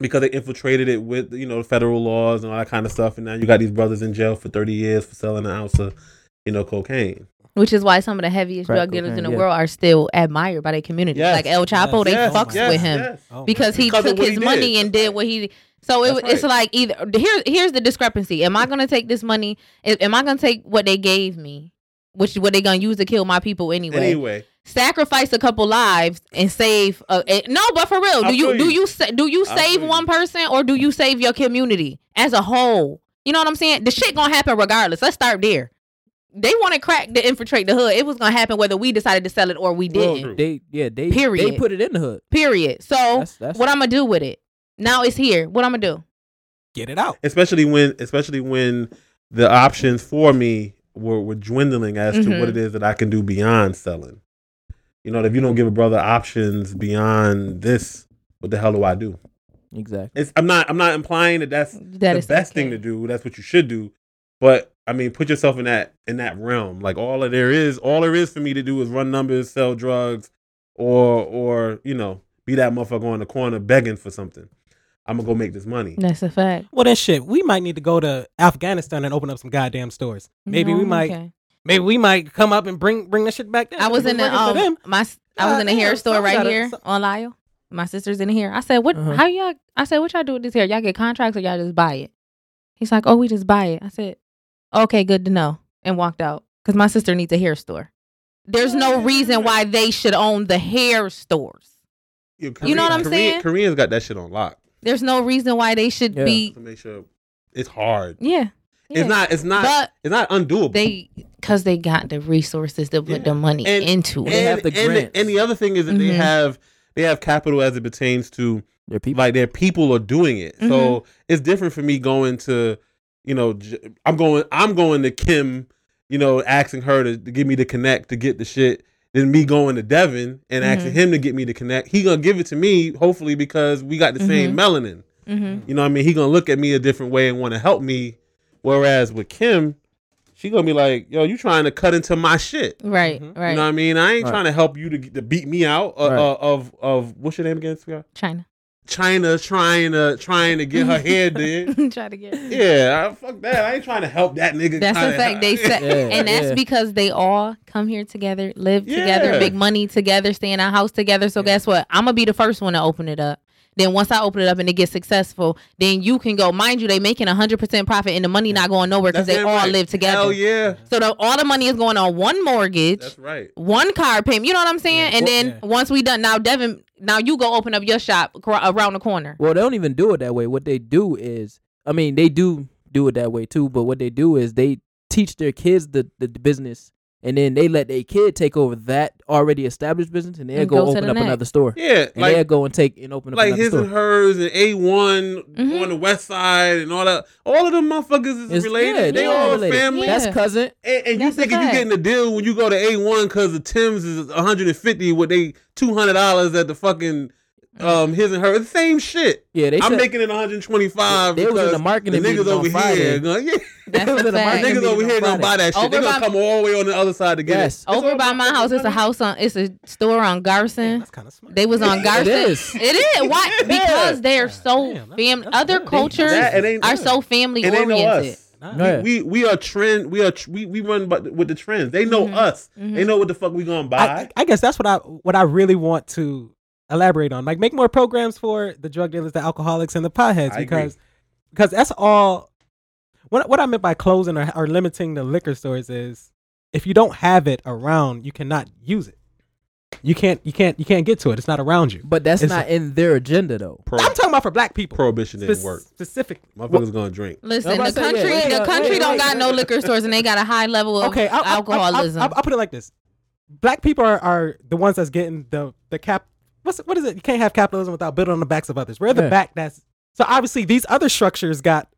D: because they infiltrated it with you know federal laws and all that kind of stuff and now you got these brothers in jail for 30 years for selling an ounce of you know cocaine
C: which is why some of the heaviest
A: Crack
C: drug dealers in the
A: cocaine, yeah.
C: world are still admired by their community.
D: Yes.
C: Like El Chapo, Oh, they
D: Yes,
C: fucks
D: yes,
C: with him
D: yes.
B: Oh,
C: because he
D: Because of
C: took
D: what
C: his
D: he did.
C: money and did
D: That's
C: what he. So it,
D: That's
C: it's like either here. Here's the discrepancy. Am I gonna take this money? a- Am I gonna take what they gave me? Which what they gonna use to kill my people anyway?
D: anyway
C: sacrifice a couple lives and save uh, no but for real
D: I
C: do you
D: feel
C: do
D: you.
C: you sa- do you
D: I
C: save
D: feel you.
C: one person or do you save your community as a whole you know what i'm saying the shit gonna happen regardless let's start there they want to crack to infiltrate the hood it was gonna happen whether we decided to sell it or we
D: Well,
C: didn't
D: true.
A: They yeah, they they
C: Period.
A: put it in the hood.
C: period so
A: That's that's
C: what i'm gonna do with it now it's here what i'm gonna do
B: get it out.
D: especially when especially when the options for me were, were dwindling as to what
C: Mhm.
D: it is that I can do beyond selling. You know, if you don't give a brother options beyond this, what the hell do I do?
A: Exactly.
D: It's, I'm not. I'm not implying that that's
C: That
D: the
C: is
D: best
C: okay.
D: thing to do. That's what you should do. But I mean, put yourself in that in that realm. Like all that there is, all there is for me to do is run numbers, sell drugs, or or you know, be that motherfucker on the corner begging for something. I'm gonna go make this money.
C: That's a fact.
B: Well, then shit, we might need to go to Afghanistan and open up some goddamn stores. Maybe
C: No,
B: we might.
C: okay.
B: Maybe we might come up and bring bring that shit back. There.
C: I was
B: We're
C: in the
B: working for
C: um,
B: them.
C: my s- I
D: Uh,
C: was in the
B: Goddamn,
C: hair store
B: some
C: right
B: gotta-
C: here
B: some-
C: on Lyle. My sister's in the hair. I said, "What?
A: Uh-huh.
C: How y'all?" I said, "What y'all do with this hair? Y'all get contracts or y'all just buy it?" He's like, "Oh, we just buy it." I said, "Okay, good to know," and walked out because my sister needs a hair store. There's no reason why they should own the hair stores.
D: You
C: You know what I'm saying?
D: Koreans got that shit on lock.
C: There's no reason why they should
A: Yeah.
C: be.
D: To make sure it's hard.
C: Yeah, yeah.
D: It's not. It's not.
C: But
D: it's not undoable.
C: they because they got the resources to put
D: Yeah.
C: the money
D: And-
C: into
D: and,
A: They
C: it.
A: have the
D: and- and,
A: grants.
D: the other thing is that they
C: Mhm.
D: have they have capital as it pertains to
A: They're people.
D: like their people are doing it. So it's different for me going to, you know, j- I'm going I'm going to Kim, you know, asking her to, to give me the connect to get the shit. Than me going to Devin and asking
C: Mhm.
D: him to get me the connect. He gonna give it to me hopefully because we got the same melanin.
C: Mm-hmm.
D: You know what I mean? He gonna look at me a different way and want to help me. Whereas with Kim, she gonna be like, "Yo, you trying to cut into my shit."
C: Right, right.
D: Mm-hmm. You know what I mean? I ain't
A: Right.
D: trying to help you to, to beat me out uh,
A: Right.
D: uh, of of what's your name again, sweetheart?
C: China. (laughs)
D: China trying to trying to get her hair did.
C: Try to get.
D: (laughs) Yeah, I, fuck that. I ain't trying to help that nigga.
C: That's
D: kinda-
C: a fact. They
D: (laughs)
C: said,
A: Yeah,
C: and that's
A: yeah.
C: because they all come here together, live
D: Yeah.
C: together, make money together, stay in our house together. So guess what? I'm gonna be the first one to open it up. Then once I open it up and it gets successful, then you can go. Mind you, they making hundred percent profit and the money not going nowhere because
D: That's
C: they
D: damn
C: all
D: right.
C: live together.
D: Hell yeah,
C: So the, all the money is going on one mortgage,
D: that's right.
C: one car payment. You know what I'm saying?
B: Yeah.
C: And
B: Well,
C: then
B: yeah.
C: once we done, now Devin, now you go open up your shop acro- around the corner.
A: Well, they don't even do it that way. What they do is, I mean, they do do it that way too. But what they do is they teach their kids the, the, the business, and then they let their kid take over that already established business, and they will
C: And
A: go,
C: go to
A: open
C: the
A: up
C: next.
A: another store,
D: Yeah,
A: and they'll
D: like
A: go and take and open up
D: like
A: another
D: his
A: store.
D: and hers and A one
C: Mhm.
D: on the west side and all that. All of them motherfuckers is
A: It's-
D: related.
A: yeah,
D: they
A: yeah,
D: all
A: related.
D: family.
C: Yeah.
A: That's cousin.
D: And, and you
C: That's a
D: thinking you
C: fact.
D: getting a deal when you go to A one because the Tim's is 150 with they 200 dollars at the fucking
C: Mm-hmm.
D: um his and her same shit.
A: Yeah, they
D: I'm
A: said
D: making it 125.
A: They was in
D: because
A: the marketing
D: niggas
A: meeting on
D: over here.
A: Friday.
D: Going, yeah,
C: That's
A: They was
C: a
A: in a
C: fact.
A: market
D: niggas
A: meeting
D: over
A: on
D: here gonna
A: Friday.
D: buy that shit. They
C: Over
D: gonna
C: by-
D: come all the way on the other side to get
A: yes.
D: it. It's
C: Over
D: all
C: by
D: about
C: my
D: fucking
C: house, it's a
D: money.
C: house on, it's a store on Garson.
B: That's kind of smart.
C: uh, They was on Garson.
A: is.
C: It is. Why?
D: Yeah.
C: Because
B: (laughs)
C: they're
B: Yeah,
C: so
B: damn, that's-
C: fam.
B: that's
C: Other
B: good. They-
C: cultures
D: That, it ain't
C: are
D: us.
C: so family
D: It ain't no
C: oriented.
D: us.
A: No, yeah.
D: We we are trend. We are tr- we we run by, with the trends. They know
C: Mhm.
D: us. They
C: Mhm.
D: know what the fuck we gonna buy.
B: I, I guess that's what I what I really want to elaborate on. Like make more programs for the drug dealers, the alcoholics, and the potheads
D: I agree.
B: because because that's all. What what I meant by closing or, or limiting the liquor stores is if you don't have it around, you cannot use it. You can't you can't you can't get to it. It's not around you.
A: But that's
B: It's
A: not in their agenda though.
D: Pro-
B: I'm talking about for black people.
D: prohibition didn't
B: spec-
D: work.
B: specifically.
D: Motherfuckers
B: Well,
D: gonna drink.
C: Listen,
A: Nobody
C: the
A: say- yeah,
C: country,
A: yeah, yeah,
C: the country
A: yeah,
C: don't
A: yeah.
C: got no liquor stores, and they got a high level of
B: okay, I, I,
C: alcoholism.
B: I, I, will put it like this: black people are, are the ones that's getting the the cap. What's what is it? You can't have capitalism without building on the backs of others. We're the
A: Yeah.
B: back that's so obviously these other structures got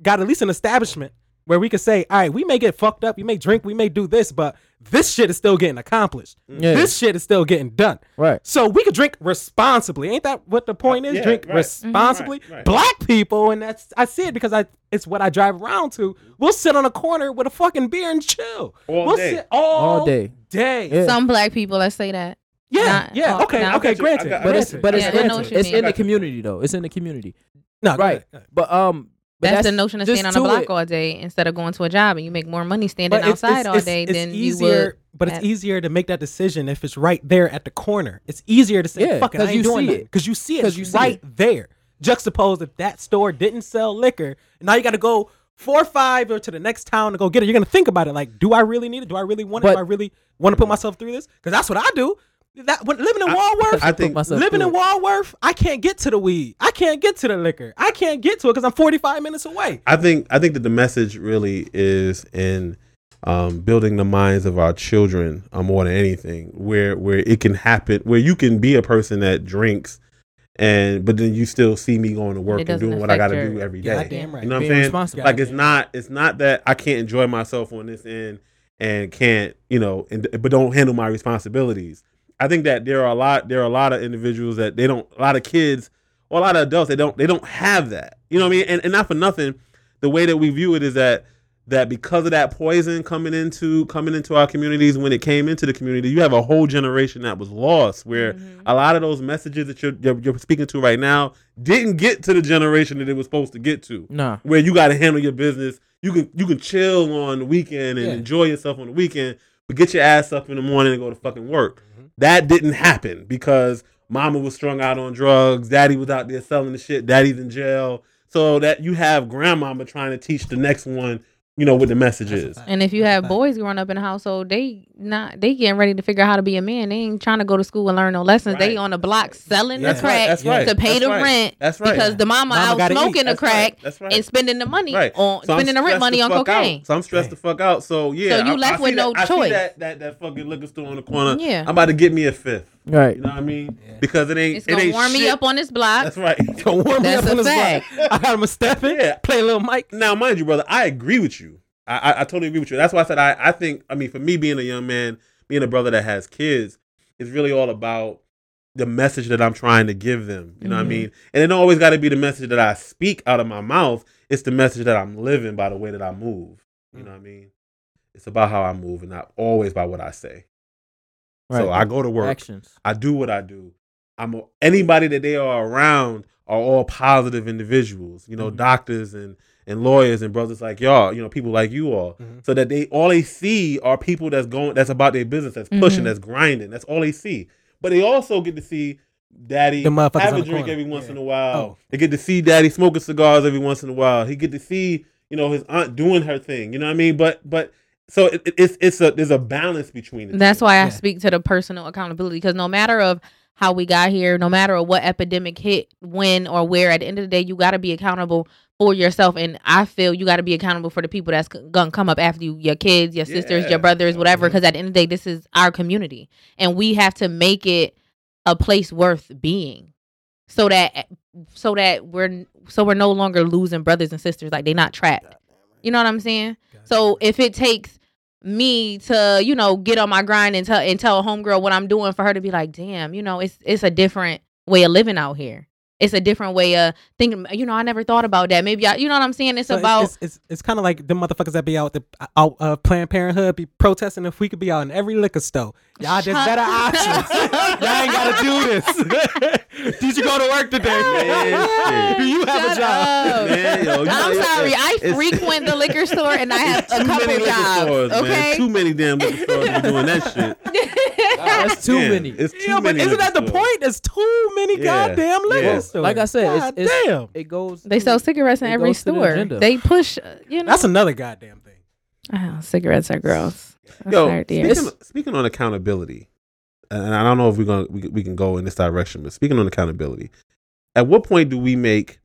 B: got at least an establishment where we could say, all right, we may get fucked up, we may drink, we may do this, but this shit is still getting accomplished.
A: Yeah.
B: This shit is still getting done.
A: Right.
B: So we could drink responsibly. Ain't that what the point is?
D: Yeah,
B: drink
D: right.
B: responsibly.
D: Mhm. Right, right.
B: Black people, and that's I see it because I it's what I drive around to. We'll sit on a corner with a fucking beer and chill.
D: All
B: we'll
D: day.
B: sit all,
A: All day.
B: day.
A: Yeah.
C: Some black people, I say that.
B: Yeah,
C: Not
B: yeah.
C: all-
B: okay,
C: not-
B: okay.
D: I got you.
B: Granted,
D: I got you.
A: But it's
B: granted.
A: but it's
C: Yeah, I know
A: in,
C: what you
A: it's
C: mean.
A: in the
D: Gotcha.
A: community though. It's in the community.
B: no,
A: right.
B: no, no.
A: But um but
C: That's, the notion of
A: just
C: staying on a
A: to
C: block
A: it.
C: all day instead of going to a job, and you make more money standing
B: But it's-
C: outside
B: it's-
C: all
B: it's-
C: day
B: it's
C: than
B: easier,
C: you would.
B: But it's
C: at-
B: easier to make that decision if it's right there at the corner. It's easier to say,
A: Yeah,
B: "Fuck it,
A: 'cause
B: I ain't
A: you
B: doing
A: see
B: it,"
A: it.
B: because you see it
A: 'Cause you see
B: right there. Juxtapose if that store didn't sell liquor, and now you got to go four or five or to the next town to go get it. You're gonna think about it like, "Do I really need it? Do I really want it?
A: But-
B: Do I really want to put myself through this?" Because that's what I do. That when, living in
D: I-
B: Walworth,
D: I
A: put
D: think-
A: myself
B: living
A: through
B: in
A: it.
B: Walworth, I can't get to the weed. I can't get to the liquor. I can't get to it because I'm 45 minutes away.
D: I think I think that the message really is in um, building the minds of our children uh, more than anything, where where it can happen, where you can be a person that drinks, and but then you still see me going to work and
C: doesn't
D: doing what I got to
C: affect
D: do
C: your-
D: every
B: Yeah,
D: day.
B: goddamn right.
D: You know what I'm
A: Being
D: saying?
A: responsible.
D: Like it's not it's not that I can't enjoy myself on this end and can't you know and but don't handle my responsibilities. I think that there are a lot there are a lot of individuals that they don't a lot of kids a lot of adults they don't they don't have that. You know what I mean? And, and not for nothing, the way that we view it is that that because of that poison coming into coming into our communities when it came into the community, you have a whole generation that was lost where
C: Mhm.
D: a lot of those messages that you're, you're you're speaking to right now didn't get to the generation that it was supposed to get to
A: Nah.
D: where you got to handle your business. You can you can chill on the weekend and
B: Yeah.
D: enjoy yourself on the weekend, but get your ass up in the morning and go to fucking work. That didn't happen because mama was strung out on drugs, daddy was out there selling the shit, daddy's in jail. So that you have grandmama trying to teach the next one, you know, what the message is.
C: And if you have boys growing up in the household, they not they getting ready to figure out how to be a man. They ain't trying to go to school and learn no lessons. They
D: Right.
C: on the block selling
D: That's
C: the
D: right,
C: crack
D: that's right,
C: to pay
D: that's
C: the
D: right,
C: rent
D: that's right.
C: because the mama,
B: Mama
C: out
B: gotta eat,
C: smoking the
D: That's right,
C: crack
D: That's right.
C: and spending the money
D: Right.
C: on
D: So I'm
C: spending the rent
D: stressed
C: money on
D: fuck
C: cocaine.
D: Out. So I'm stressed the fuck out. So yeah,
C: So you
D: I-
C: left
D: I
C: with
D: see
C: no
D: that, I see
C: choice.
D: that, that that fucking liquor store on the corner.
C: Yeah.
D: I'm about to get me a fifth.
A: Right.
D: You know what I mean? Because it ain't
C: It's
D: it
C: gonna
D: ain't
C: warm
D: shit.
C: me up on this block.
D: That's right.
B: Don't warm me
C: That's
B: up
C: a
B: on this
C: fact.
B: block. (laughs) I got him a step in,
D: Yeah.
B: play a little mic.
D: Now, mind you, brother, I agree with you. I, I, I totally agree with you. That's why I said I, I think, I mean, for me being a young man, being a brother that has kids, it's really all about the message that I'm trying to give them. You know
C: Mm-hmm.
D: what I
A: Mhm.
D: mean? And it don't always got to be the message that I speak out of my mouth. It's the message that I'm living by the way that I move. You know what I mean? It's about how I move and not always by what I say. So I go to work.
A: Actions.
D: I do what I do. I'm a, anybody that they are around are all positive individuals. You know,
B: Mm-hmm.
A: Mhm.
D: doctors and and lawyers and brothers like y'all. You know, people like you all.
B: Mhm.
D: So that they all they see are people that's going that's about their business, that's pushing,
B: Mm-hmm.
C: Mhm.
D: that's grinding. That's all they see. But they also get to see daddy
B: The motherfuckers
D: have
B: on
D: a
B: the
D: drink
B: corner.
D: every once
B: Yeah.
D: in a while.
B: Oh.
D: They get to see daddy smoking cigars every once in a while. He get to see you know his aunt doing her thing. You know what I mean? But but so it, it- it's it's a there's a balance between it.
C: That's why I
B: Yeah.
C: speak to the personal accountability because no matter of how we got here, no matter of what epidemic hit, when or where, at the end of the day, you got to be accountable for yourself. And I feel you got to be accountable for the people that's c- gonna come up after you, your kids, your sisters,
D: Yeah.
C: your brothers, whatever. Because at the end of the day, this is our community, and we have to make it a place worth being, so that eh, so that we're so we're no longer losing brothers and sisters. Like they're not trapped. You know what I'm saying? So if it takes me to, you know, get on my grind and tell and tell a homegirl what I'm doing for her to be like, damn, you know, it's it's a different way of living out here. It's a different way of thinking. You know, I never thought about that. Maybe I, you know what I'm saying. It's
B: So
C: about
B: it's it's, it's kind of like the motherfuckers that be out the out uh, Planned Parenthood be protesting if we could be out in every liquor store. Y'all just
C: Shut-
B: better options.
C: (laughs)
B: Y'all ain't gotta do this. (laughs) Did you go to work today?
C: (laughs)
D: Man,
B: do you have
C: Shut
B: a job?
C: up.
D: Man, yo, Oh, you know,
C: I'm
D: it's-
C: sorry. I
D: it's-
C: frequent the liquor store and I have a
D: (laughs) Too
C: couple
D: many liquor stores,
C: jobs.
D: man.
C: Okay.
D: Too many damn liquor stores be doing that shit.
C: (laughs)
A: That's too
D: Damn,
A: many.
D: It's too
B: (laughs) Yeah, but
D: many
B: isn't
D: liquor
B: that the
D: stores.
B: point? There's too many
D: Yeah,
B: goddamn
D: yeah.
B: liquor
D: Well,
B: stores.
A: like I said, it's-
B: God
A: it's-
B: damn,
A: It goes.
C: They
A: to-
C: sell cigarettes in
A: It
C: every
A: goes to the
C: store.
A: agenda.
C: they push, uh, you know.
B: that's another goddamn thing.
C: Oh, cigarettes are gross. I'm
D: Yo,
C: sorry, dear.
D: speaking, speaking on accountability, uh, and I don't know if we're gonna we, we can go in this direction, but speaking on accountability, at what point do we make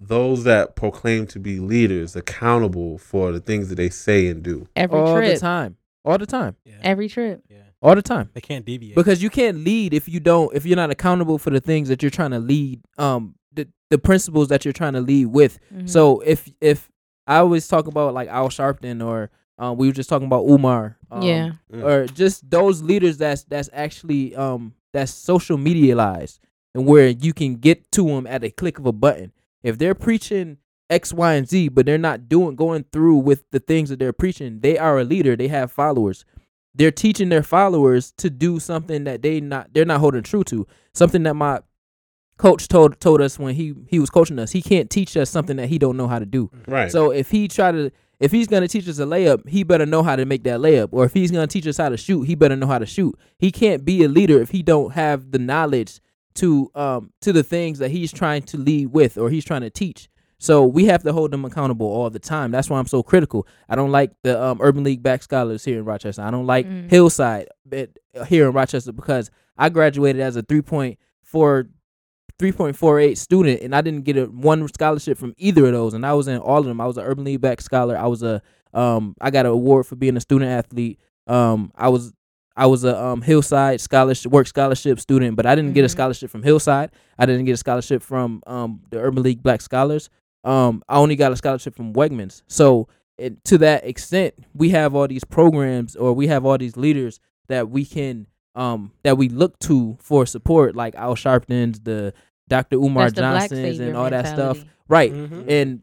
D: those that proclaim to be leaders accountable for the things that they say and do?
C: every
A: all the
C: trip,
A: time, all the time,
B: Yeah,
C: every trip.
B: yeah.
A: all the time.
B: They can't deviate.
A: Because you can't lead if you don't if you're not accountable for the things that you're trying to lead. Um, the the principles that you're trying to lead with.
C: Mhm.
A: So if if I always talk about like Al Sharpton or um, we were just talking about Umar. Um,
C: Yeah.
D: Mm.
A: Or just those leaders that's that's actually um that's social medialized and where you can get to them at a click of a button. If they're preaching X, Y, and Z, but they're not doing going through with the things that they're preaching, they are a leader. They have followers. They're teaching their followers to do something that they not they're not holding true to. Something that my coach told told us when he he was coaching us. He can't teach us something that he don't know how to do.
D: Right.
A: So if he try to if he's gonna teach us a layup, he better know how to make that layup. Or if he's gonna teach us how to shoot, he better know how to shoot. He can't be a leader if he don't have the knowledge to um to the things that he's trying to lead with or he's trying to teach. So we have to hold them accountable all the time. That's why I'm so critical. I don't like the um, Urban League back scholars here in Rochester. I don't like
C: Mm.
A: Hillside but, uh, here in Rochester because I graduated as a three point four 3.48 student and I didn't get a one scholarship from either of those and I was in all of them. I was an Urban League back scholar. I was a um I got an award for being a student athlete. Um I was I was a um Hillside scholarship work scholarship student, but I didn't get a
C: Mhm.
A: scholarship from Hillside. I didn't get a scholarship from um the Urban League Black Scholars. Um I only got a scholarship from Wegmans. So it, to that extent, we have all these programs or we have all these leaders that we can um that we look to for support like Al Sharpton's the Dr. Umar
C: That's the black
A: Johnsons and
C: savior
A: all that stuff.
C: mentality.
A: Right.
C: Mm-hmm.
B: Mhm.
A: And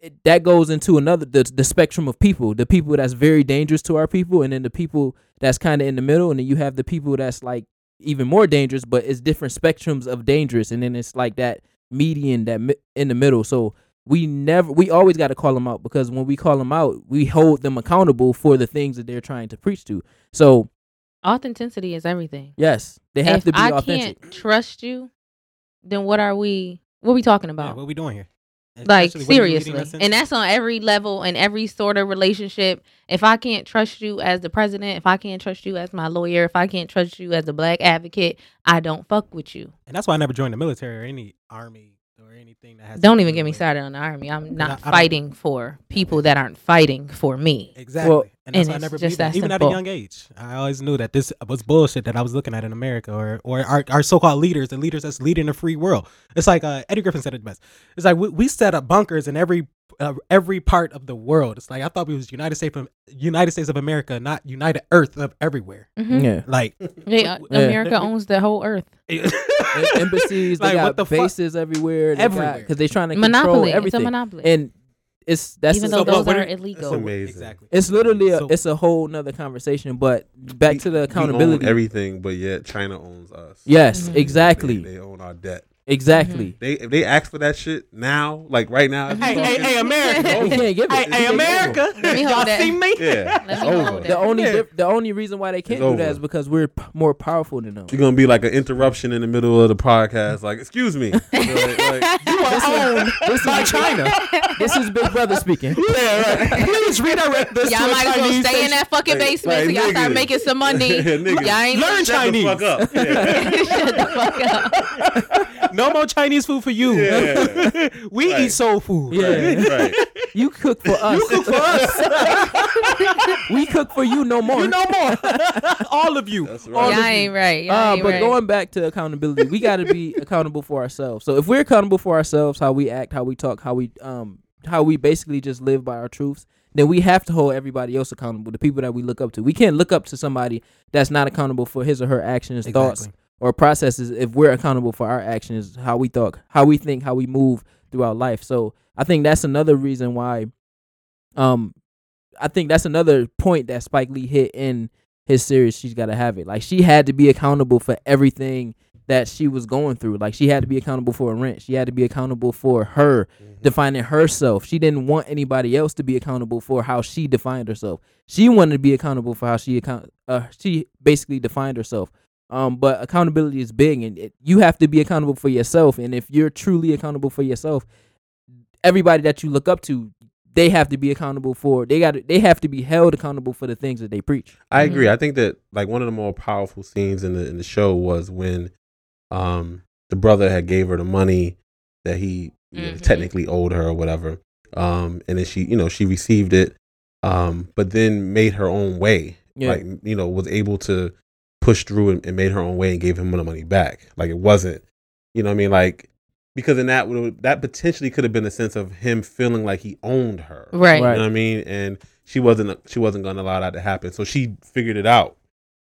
A: it, that goes into another the, the spectrum of people, the people that's very dangerous to our people and then the people that's kind of in the middle and then you have the people that's like even more dangerous, but it's different spectrums of dangerous and then it's like that median that mi- in the middle. So we never we always got to call them out because when we call them out, we hold them accountable for the things that they're trying to preach to. So,
C: Authenticity is everything.
A: yes, they have
C: if
A: to be
C: I
A: authentic.
C: can't trust you, then what are we? What are we talking
B: Yeah,
C: about?
B: what we doing here?
C: like
B: Especially when you leading
C: seriously,
B: us in-
C: and that's on every level and every sort of relationship. If I can't trust you as the president, if I can't trust you as my lawyer, if I can't trust you as a black advocate, I don't fuck with you.
B: and that's why I never joined the military or any army or anything that has. to
C: don't
B: do
C: even get me
B: with-
C: started on the army. I'm
B: I- I
C: not
B: don't-
C: fighting for people that aren't fighting for me.
B: Exactly,
A: Well,
B: and that's
C: and
B: why I
C: it's
B: never
C: just
B: believed that.
C: that
B: Even at a
C: simple.
B: young age, I always knew that this was bullshit that I was looking at in America or or our, our so-called leaders, the leaders that's leading the free world. It's like uh, Eddie Griffin said it best. It's like we, we set up bunkers in every uh, every part of the world. It's like I thought we was United States of United States of America, not United Earth of everywhere.
C: Mhm.
A: yeah.
B: Like
C: They- uh,
A: Yeah.
C: America owns the whole earth.
A: Em- embassies, they
B: Like,
A: got
B: what the fuck?
A: bases everywhere, they
B: Everywhere.
A: because they're trying to
C: Monopoly.
A: control
C: It's a
A: everything.
C: monopoly.
A: and it's that's
C: even
A: the-
B: (laughs) so
C: though
B: what-
C: those
B: what
C: are
B: are-
D: That's
C: illegal.
D: amazing.
B: exactly.
A: it's literally a
B: So-
A: it's a whole nother conversation. But back
D: We-
A: to the
D: we own
A: accountability.
D: everything, but yet China owns us.
A: yes,
B: Mm-hmm.
C: Mhm.
A: exactly,
D: They, they own our debt.
C: Mm-hmm.
A: exactly.
D: They if they ask for that shit now, like right now. it's
B: Hey, hey,
D: fucking-
B: hey, America.
D: It's
A: We
D: over.
A: can't give it.
B: Hey,
A: It's
B: hey,
A: over.
B: America!
C: Let me hold
B: Y'all
C: that.
B: see me? (laughs)
D: Yeah,
C: Let
D: it's
C: me hold
D: over.
C: that.
A: The only
B: Yeah.
A: dif- the only reason why they can't do
D: over.
A: that is because we're p- more powerful than (laughs) them.
D: You're gonna be like an interruption in the middle of the podcast. Like,
B: (laughs)
D: excuse me. Like- like-
B: You are
C: (laughs)
B: owned by China.
A: this is Big Brother speaking.
D: yeah,
C: (laughs)
D: right.
B: Please redirect this
C: Y'all
B: to a
C: might as
B: Chinese
C: well stay in
B: station.
C: that fucking
D: Like-
C: basement
D: like,
C: so y'all start
D: nigga.
C: making some money.
D: Yeah, nigga.
C: y'all ain't
B: Learn
D: (laughs) Shut the
B: Chinese.
D: fuck up. Yeah.
C: (laughs) shut the fuck up.
B: (laughs) No more Chinese food for you.
D: Yeah.
B: (laughs) we
D: Right.
B: eat soul food. (laughs)
A: Yeah.
D: Right, right.
A: You cook for us. You cook for us. we cook for you no more.
B: You no more.
D: (laughs)
B: All of you.
D: That's
B: All
D: right.
B: of
C: Y'all
B: you.
C: ain't right. Y'all
A: Uh,
C: ain't
A: but
C: right.
A: going back to accountability, we got to
C: (laughs)
A: be accountable for ourselves. So if we're accountable for ourselves, how we act, how we talk, how we um, how we basically just live by our truths, then we have to hold everybody else accountable. The people that we look up to, we can't look up to somebody that's not accountable for his or her actions, thoughts,
B: Exactly.
A: or processes. If we're accountable for our actions, how we talk, how we think, how we move throughout life. So I think that's another reason why, um, I think that's another point that Spike Lee hit in his series she's got to have it like she had to be accountable for everything that she was going through like she had to be accountable for her rent she had to be accountable for her defining herself she didn't want anybody else to be accountable for how she defined herself she wanted to be accountable for how she account uh, she basically defined herself um but accountability is big and it, you have to be accountable for yourself and if you're truly accountable for yourself everybody that you look up to they have to be accountable for they got they have to be held accountable for the things that they preach
D: I agree. I think that like one of the more powerful scenes in the in the show was when um the brother had gave her the money that he you know,
C: Mhm.
D: technically owed her or whatever. Um and then she, you know, she received it um but then made her own way.
A: Yeah.
D: Like you know, was able to push through and, and made her own way and gave him the money back. Like it wasn't you know what I mean like because in that would that potentially could have been a sense of him feeling like he owned her.
C: right.
A: Right.
D: You know what I mean? And she wasn't she wasn't gonna allow that to happen. So she figured it out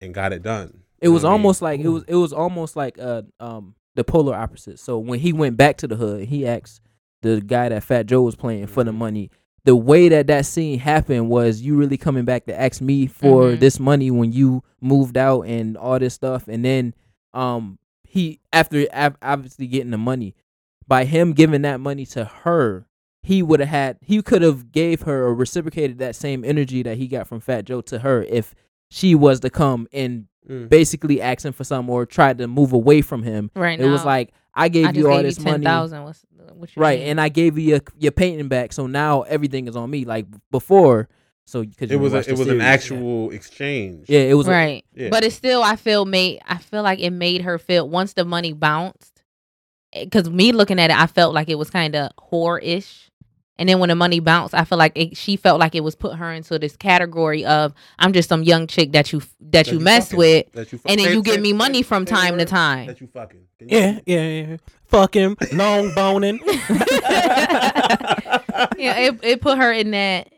D: and got it done.
A: it
D: You know
A: was
D: what I mean?
A: almost like it was it was almost like uh um the polar opposite. So when he went back to the hood, he asked the guy that Fat Joe was playing for the money. The way that that scene happened was you really coming back to ask me for
C: Mhm.
A: this money when you moved out and all this stuff, and then um he after ab- obviously getting the money by him giving that money to her he would have had he could have gave her or reciprocated that same energy that he got from fat joe to her if she was to come and
D: Mm.
A: basically asking for something or tried to move away from him.
C: Right
A: it was
C: now,
A: like I
C: I
A: gave
C: just
A: you all
C: gave
A: this
C: you ten
A: money,
C: thousand. What's what you
A: right?
C: need?
A: And I gave you your, your painting back, so now everything is on me. Like before, so because
D: It was a, it was an actual exchange.
A: yeah, it was
C: right.
D: Yeah.
C: But it still, I feel made. I feel like it made her feel once the money bounced. Because me looking at it, I felt like it was kind of whore-ish. And then when the money bounced, I feel like it, she felt like it was put her into this category of I'm just some young chick that you that, you, mess
D: fucking-
C: with,
D: that you fuck-
C: and then
D: say-
C: you give
D: say-
C: me
D: say-
C: money from
D: say
C: time to
D: word
C: time.
D: That you fucking. Can you-
B: Yeah, yeah, yeah. Fuck him. Long boning.
A: (laughs)
D: (laughs)
C: yeah, it it put her in that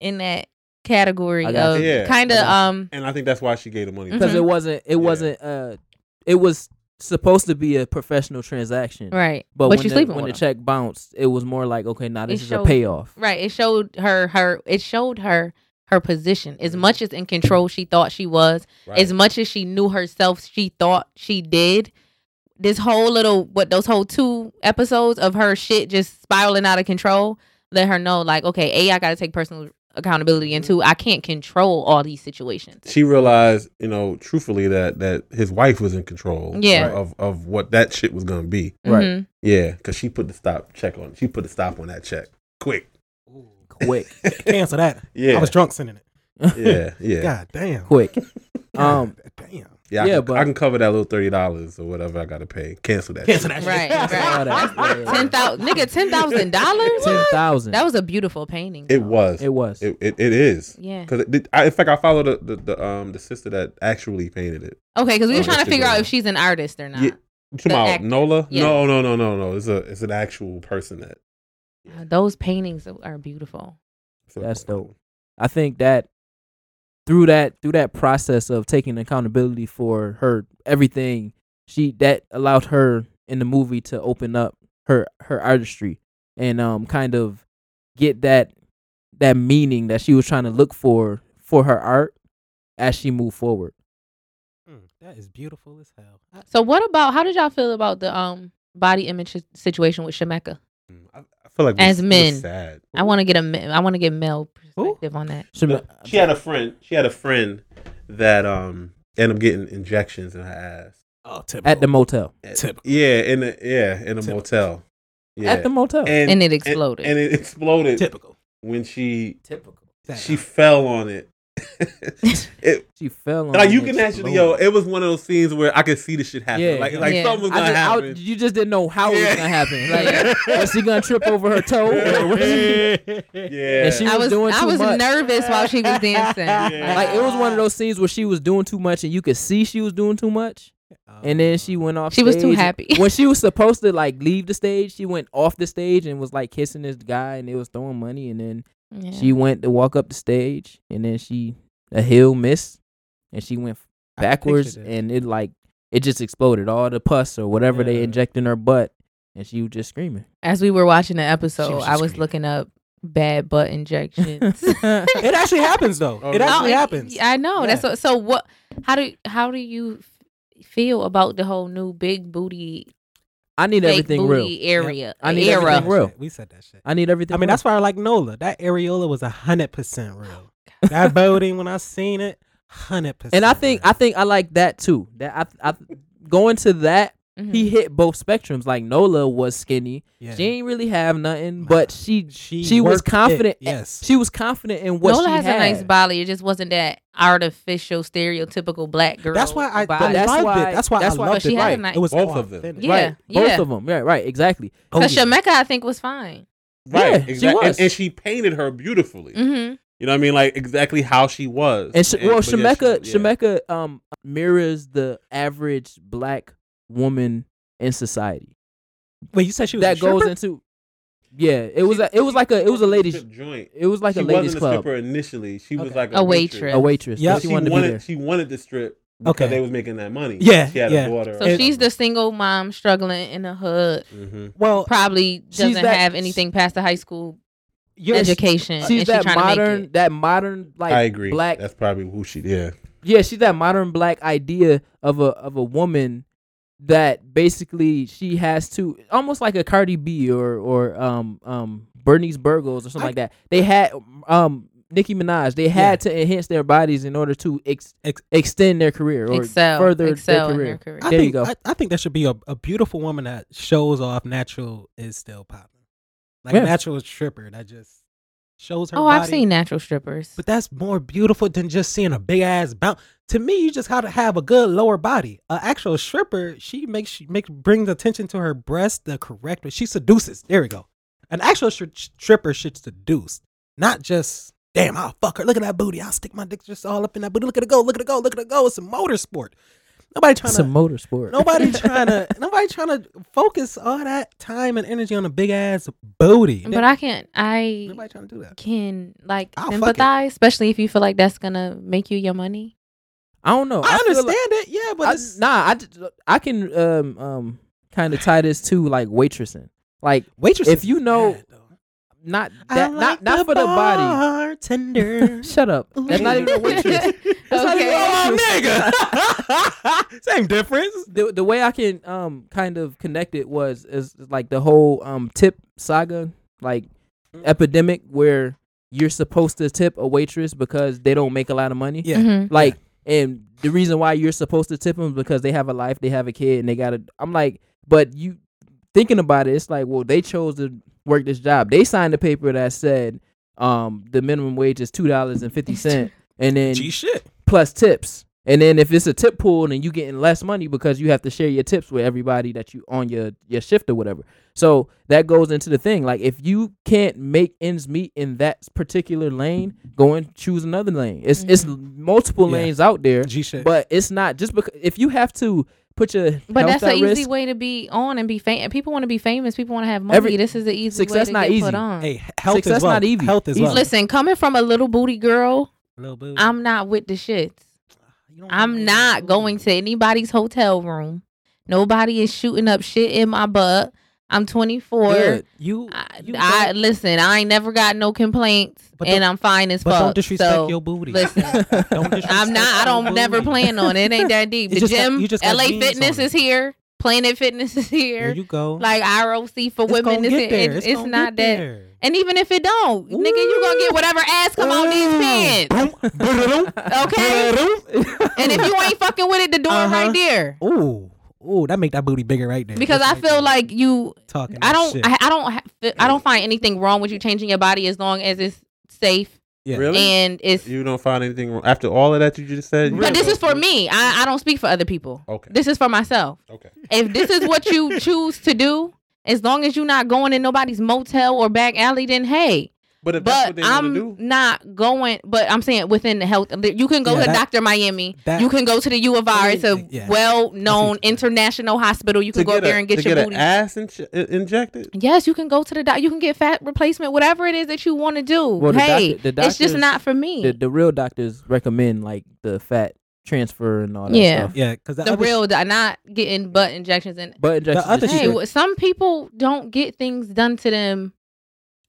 C: in that category
A: I got
C: of
D: you. Yeah,
C: kind
A: I
C: of
A: got
C: um Mm-hmm.
D: And I think that's why she gave the money.
A: because
D: back.
A: it wasn't it
D: Yeah.
A: wasn't uh it was supposed to be a professional transaction.
C: Right.
A: But,
C: But
A: when,
C: you
A: the,
C: sleeping
A: when the
C: with
A: check bounced, it was more like, okay, now this
C: It
A: is a
C: showed-
A: payoff.
C: Right. It showed her her it showed her her position. As much as in control she thought she was, as much as she knew herself she thought she did. This whole little what those whole two episodes of her shit just spiraling out of control let her know like, okay, A, I gotta take personal accountability and two, I can't control all these situations.
D: she realized, you know, truthfully that that his wife was in control.
C: Yeah.
D: right, Of of what that shit was gonna be.
A: Right.
C: Mhm.
D: Yeah, because she put the stop check on. She put the stop on that check.
A: (laughs)
D: Quick.
A: Quick,
B: Cancel that.
D: Yeah.
B: I was drunk sending it.
D: (laughs) yeah. Yeah.
B: God damn.
C: (laughs)
A: quick.
B: God
A: Um,
B: damn.
D: Yeah. I,
A: Yeah,
D: can,
A: but-
D: I can cover that little thirty dollars or whatever I gotta pay. Cancel that.
B: Cancel that.
C: Right,
B: shit. (laughs)
A: all that, yeah.
C: Ten thousand nigga, ten thousand dollars?
A: (laughs) ten thousand.
C: That was a beautiful painting.
D: Shit. It
C: though.
D: was.
A: it was.
D: It it, it is.
C: Yeah.
D: Cause it, I, in fact, I followed the, the, the um the sister that actually painted it.
C: Okay, because we were
D: Oh,
C: trying
D: that's
C: to figure
D: good.
C: out if she's an artist or not.
D: Yeah. You talking
C: The
D: about
C: actor.
D: Nola?
C: Yeah.
D: No, no, no, no, no. It's a it's an actual person that.
C: Uh, Those paintings are beautiful.
A: That's dope. I think that through that through that process of taking accountability for her everything, she that allowed her in the movie to open up her her artistry and um kind of get that that meaning that she was trying to look for for her art as she moved forward.
B: Mm, That is beautiful as hell. I-
C: So what about how did y'all feel about the um body image si- situation with Shemeka?
D: Mm, I, I feel like
C: As
D: we're- we're
C: men.
D: sad.
C: I want to get a me- I want to get Mel perspective on that.
A: She,
D: No, she had a friend. She had a friend that um ended up getting injections in her ass.
B: Oh, typical.
A: at the motel.
D: At-
B: Typical.
D: Yeah, in a yeah in a
B: Typical.
D: motel. Yeah,
A: At the motel.
D: and,
C: And it exploded. (laughs)
D: And, it exploded
B: typical.
D: when she
A: Typical.
D: she fell on it. (laughs)
A: (laughs)
D: it
A: She fell on.
D: like you
A: it,
D: can actually yo.
A: exploded.
D: It was one of those scenes where I could see the shit happen.
A: Yeah,
D: like
A: yeah.
D: like
C: Yeah.
D: something was
A: I
D: gonna
A: just, I-
D: happen.
A: you just didn't know how it was
D: Yeah.
A: gonna happen. Like, was she gonna trip over her
D: (laughs)
A: toe?
B: (laughs)
A: Or was she-
D: yeah,
A: (laughs) And she
C: I
A: was
C: was
A: doing
C: I
A: too
C: was
A: much.
C: nervous
A: (laughs)
C: while she was dancing.
D: Yeah.
A: Like it was one of those scenes where she was doing too much and you could see she was doing too much.
B: Oh,
A: And then she went off.
C: She was too
A: stage.
C: happy.
A: (laughs) when she was supposed to like leave the stage, she went off the stage and was like kissing this guy and they was throwing money and then
C: Yeah.
A: she went to walk up the stage and then she a heel miss and she went
B: I can picture
A: backwards
B: that.
A: and it like it just exploded all the pus or whatever they
B: Yeah.
A: inject in her butt and she was just screaming.
C: As we were watching the episode,
B: was
C: I was
B: screaming.
C: looking up bad butt injections.
B: it actually happens though.
D: Oh,
B: it
D: yeah.
C: No,
B: actually
C: it-
B: happens.
C: I know. That's
B: Yeah.
C: what, so. What? How do how do you f- feel about the whole new big booty,
A: (laughs) I need
C: fake
A: everything real.
C: booty area?
A: I need
C: era.
A: everything real.
B: We said that shit.
A: I need everything.
B: I mean,
A: real.
B: that's why I like Nola. That areola was hundred percent
A: Oh,
B: real. That voting when I seen it, hundred percent.
A: and I think I think I like that too. That I I going to that
C: Mhm.
A: he hit both spectrums. Like Nola was skinny.
B: yeah.
A: She ain't really have nothing,
B: Nah.
A: but she
B: she,
A: she was
B: worked it,
A: confident.
B: Yes,
A: she was confident in what
C: Nola
A: she
C: has
A: had.
C: a nice body. It just wasn't that artificial, stereotypical black girl.
B: that's why I
C: body.
A: But that's
B: loved
A: why-
B: it. That's why
A: that's
B: I
A: why-
B: loved
C: but she
B: it.
C: had a
B: right.
C: nice-
B: It was
D: Both of
B: authentic.
D: them.
C: Yeah,
A: right?
C: yeah.
A: Both of them. Yeah, right. Exactly.
B: Oh,
C: Because
B: yeah.
C: Shemeka, I think, was fine.
A: Yeah,
D: right.
A: she
D: exactly. And-
A: was.
D: And, she painted her beautifully.
C: Mm-hmm.
D: You know what I mean? Like exactly how she was.
A: And sh- well,
D: but yeah,
A: Shemeka
D: she- yeah.
A: Shemeka um mirrors the average black woman in society.
B: Wait, you said she was
A: That
B: a
A: goes
B: stripper?
A: into yeah. It was
D: She-
A: a, it was
D: she-
A: like a
D: she
A: it was a
D: worked at
A: ladies
D: strip joint.
A: it was like
D: she
A: a ladies
D: wasn't a
A: club
D: stripper initially. She was
B: Okay.
D: like a,
C: A
D: waitress.
C: waitress.
A: a waitress.
B: Yeah.
A: Yeah,
D: But
A: she,
D: she,
A: wanted to be
D: wanted.
A: there.
D: She wanted to strip because
B: Okay.
D: they was making that money.
B: Yeah,
D: She had
B: yeah.
D: a daughter.
C: So
B: And-
C: she's the single mom struggling in the hood.
D: hmm
B: Well,
C: Probably
A: Oh, She's
C: doesn't
A: that-
C: have anything past the high school
B: you're
C: education.
A: She's
C: and she
A: that
C: trying to make
A: modern
C: it.
A: that modern like
D: I agree.
A: black
D: That's probably who she. Yeah.
A: yeah, she's that modern black idea of a of a woman that basically she has to almost like a Cardi B or or um um Bernice Burgos or something
B: I-
A: like that. They had um Nicki Minaj. They had to enhance their bodies in order to ex-
B: Ex-
A: extend their career or
C: excel,
A: further
C: excel
A: their
C: in
A: career.
C: her career.
B: I
A: There you
B: think,
A: go.
B: I, I think that should be a, a beautiful woman that shows off natural is still popping. Like
A: Yeah.
B: natural stripper that just shows her.
C: oh, I've
B: body.
C: seen natural strippers.
B: But that's more beautiful than just seeing a big ass bounce. To me, you just gotta have a good lower body. An actual stripper, she makes she makes brings attention to her breast the correct way. She seduces. There we go. An actual stri- stripper should seduce, not just damn. I'll fuck her. Look at that booty. I'll stick my dick just all up in that booty. Look at it go. Look at it go. Look at it go. It's a motorsport. Nobody trying
A: It's
B: to
A: a motorsport.
B: (laughs) Nobody trying to nobody trying to focus all that time and energy on a big ass booty.
C: But I can't. I
B: nobody trying to do that.
C: can like
A: "Ah,
B: I'll fuck it.
C: sympathize, especially if you feel like that's gonna make you your money.
A: I don't know. feel
B: I, understand
A: like-
B: it, yeah, but
A: I-
B: it's,
A: nah, I, d- I can um um kind of tie this to like waitressing. Like
B: waitress.
A: if you know not that not not for the body. (laughs)
B: bartender.
A: Shut up. That's not even a (laughs) waitress. That's not even a
C: Okay.
A: waitress.
B: nigga. (laughs) Same difference.
A: the the way I can um kind of connect it was is like the whole um tip saga like Mm. epidemic where you're supposed to tip a waitress because they don't make a lot of money.
B: Yeah.
C: Mhm.
A: Like and the reason why you're supposed to tip them because they have a life, they have a kid, and they got to I'm like, but you thinking about it, it's like, well, they chose to work this job. They signed a paper that said um the minimum wage is two dollars and fifty cent, and then
B: G shit.
A: plus tips. And then if it's a tip pool, then you getting less money because you have to share your tips with everybody that you on your your shift or whatever. So that goes into the thing. Like if you can't make ends meet in that particular lane, go and choose another lane. It's it's multiple
B: Mm-hmm. Yeah.
A: lanes out there,
B: G shit.
A: but it's not just because if you have to put your
C: But
A: health
C: that's an
A: at risk,
C: easy way to be on and be famous. People want to be famous. People want to have money.
A: Every-
C: this is the easy way
A: success
C: to
A: not
C: get put
A: easy.
C: on.
B: hey, health
A: uh, Success
B: is wealth.
A: not easy.
B: Health is
A: Easy.
B: wealth.
C: Listen, coming from a little booty girl,
B: Lil boo.
C: I'm not with the shits.
B: You don't
C: I'm
B: know.
C: not going to anybody's hotel room. Nobody is shooting up shit in my butt. I'm 24.
A: Good.
B: You,
C: I,
B: you
C: I
B: don't-
C: listen. I ain't never got no complaints,
B: But
C: and
B: don't-
C: I'm fine as
B: but
C: fuck.
B: don't disrespect
C: so
B: your booty. (laughs)
C: listen,
B: Don't disrespect (laughs)
C: I'm not. I
B: your
C: don't never
B: booty.
C: plan on it. It ain't that
B: (laughs)
C: deep.
B: You
C: The
B: just got-
C: gym,
B: you just got
C: LA
B: jeans
C: Fitness
B: on.
C: is here. Planet Fitness is
B: There
C: here.
B: you go.
C: Like ROC for
B: It's
C: women
B: gonna
C: is
B: get
C: here.
B: there.
C: It- it's
B: gonna
C: not
B: get
C: that.
B: there.
C: And even if it don't, nigga, you gonna get whatever ass come out these pants. Okay. and if you ain't fucking with it, the door
B: Uh-huh.
C: right there.
B: Ooh, ooh, that make that booty bigger right there.
C: Because
B: Just
C: I feel
B: there.
C: like you,
B: talking.
C: I
B: that
C: don't,
B: shit.
C: I, I don't, ha- fe- I don't find anything wrong with you changing your body as long as it's safe
B: Yeah.
D: Really?
C: and it's.
D: you don't find anything wrong after all of that you just said. you
C: But this
D: don't-
C: is for me. I, I don't speak for other people.
D: Okay.
C: This is for myself.
D: Okay.
C: If this is what
D: (laughs)
C: you choose to do, as long as you're not going in nobody's motel or back alley, then hey,
D: But if
C: but
D: that's what they want to
C: I'm
D: do,
C: not going. But I'm saying within the health, you can go
B: Yeah,
C: to
B: that-
C: Doctor Miami.
B: that-
C: you can go to the U of R. It's a
B: Anything, yeah.
C: well-known
B: That's it.
C: international hospital. You can
D: to
C: go up
D: get,
C: there
D: a,
C: and get
D: to
C: your
D: get an
C: booty.
D: ass in- injected.
C: Yes, you can go to the doc. You can get fat replacement, whatever it is that you want to do.
A: Well, the
C: hey,
A: doctor- the
C: it's just
A: doctors-
C: not for me.
A: the, the real doctors recommend like the fat transfer and all that
C: Yeah.
A: stuff.
B: yeah, because the,
C: the
B: other
C: real,
B: shit-
C: doc- not getting butt injections. And
A: But injections
B: other
A: is
C: hey,
A: good.
C: well, some people don't get things done to them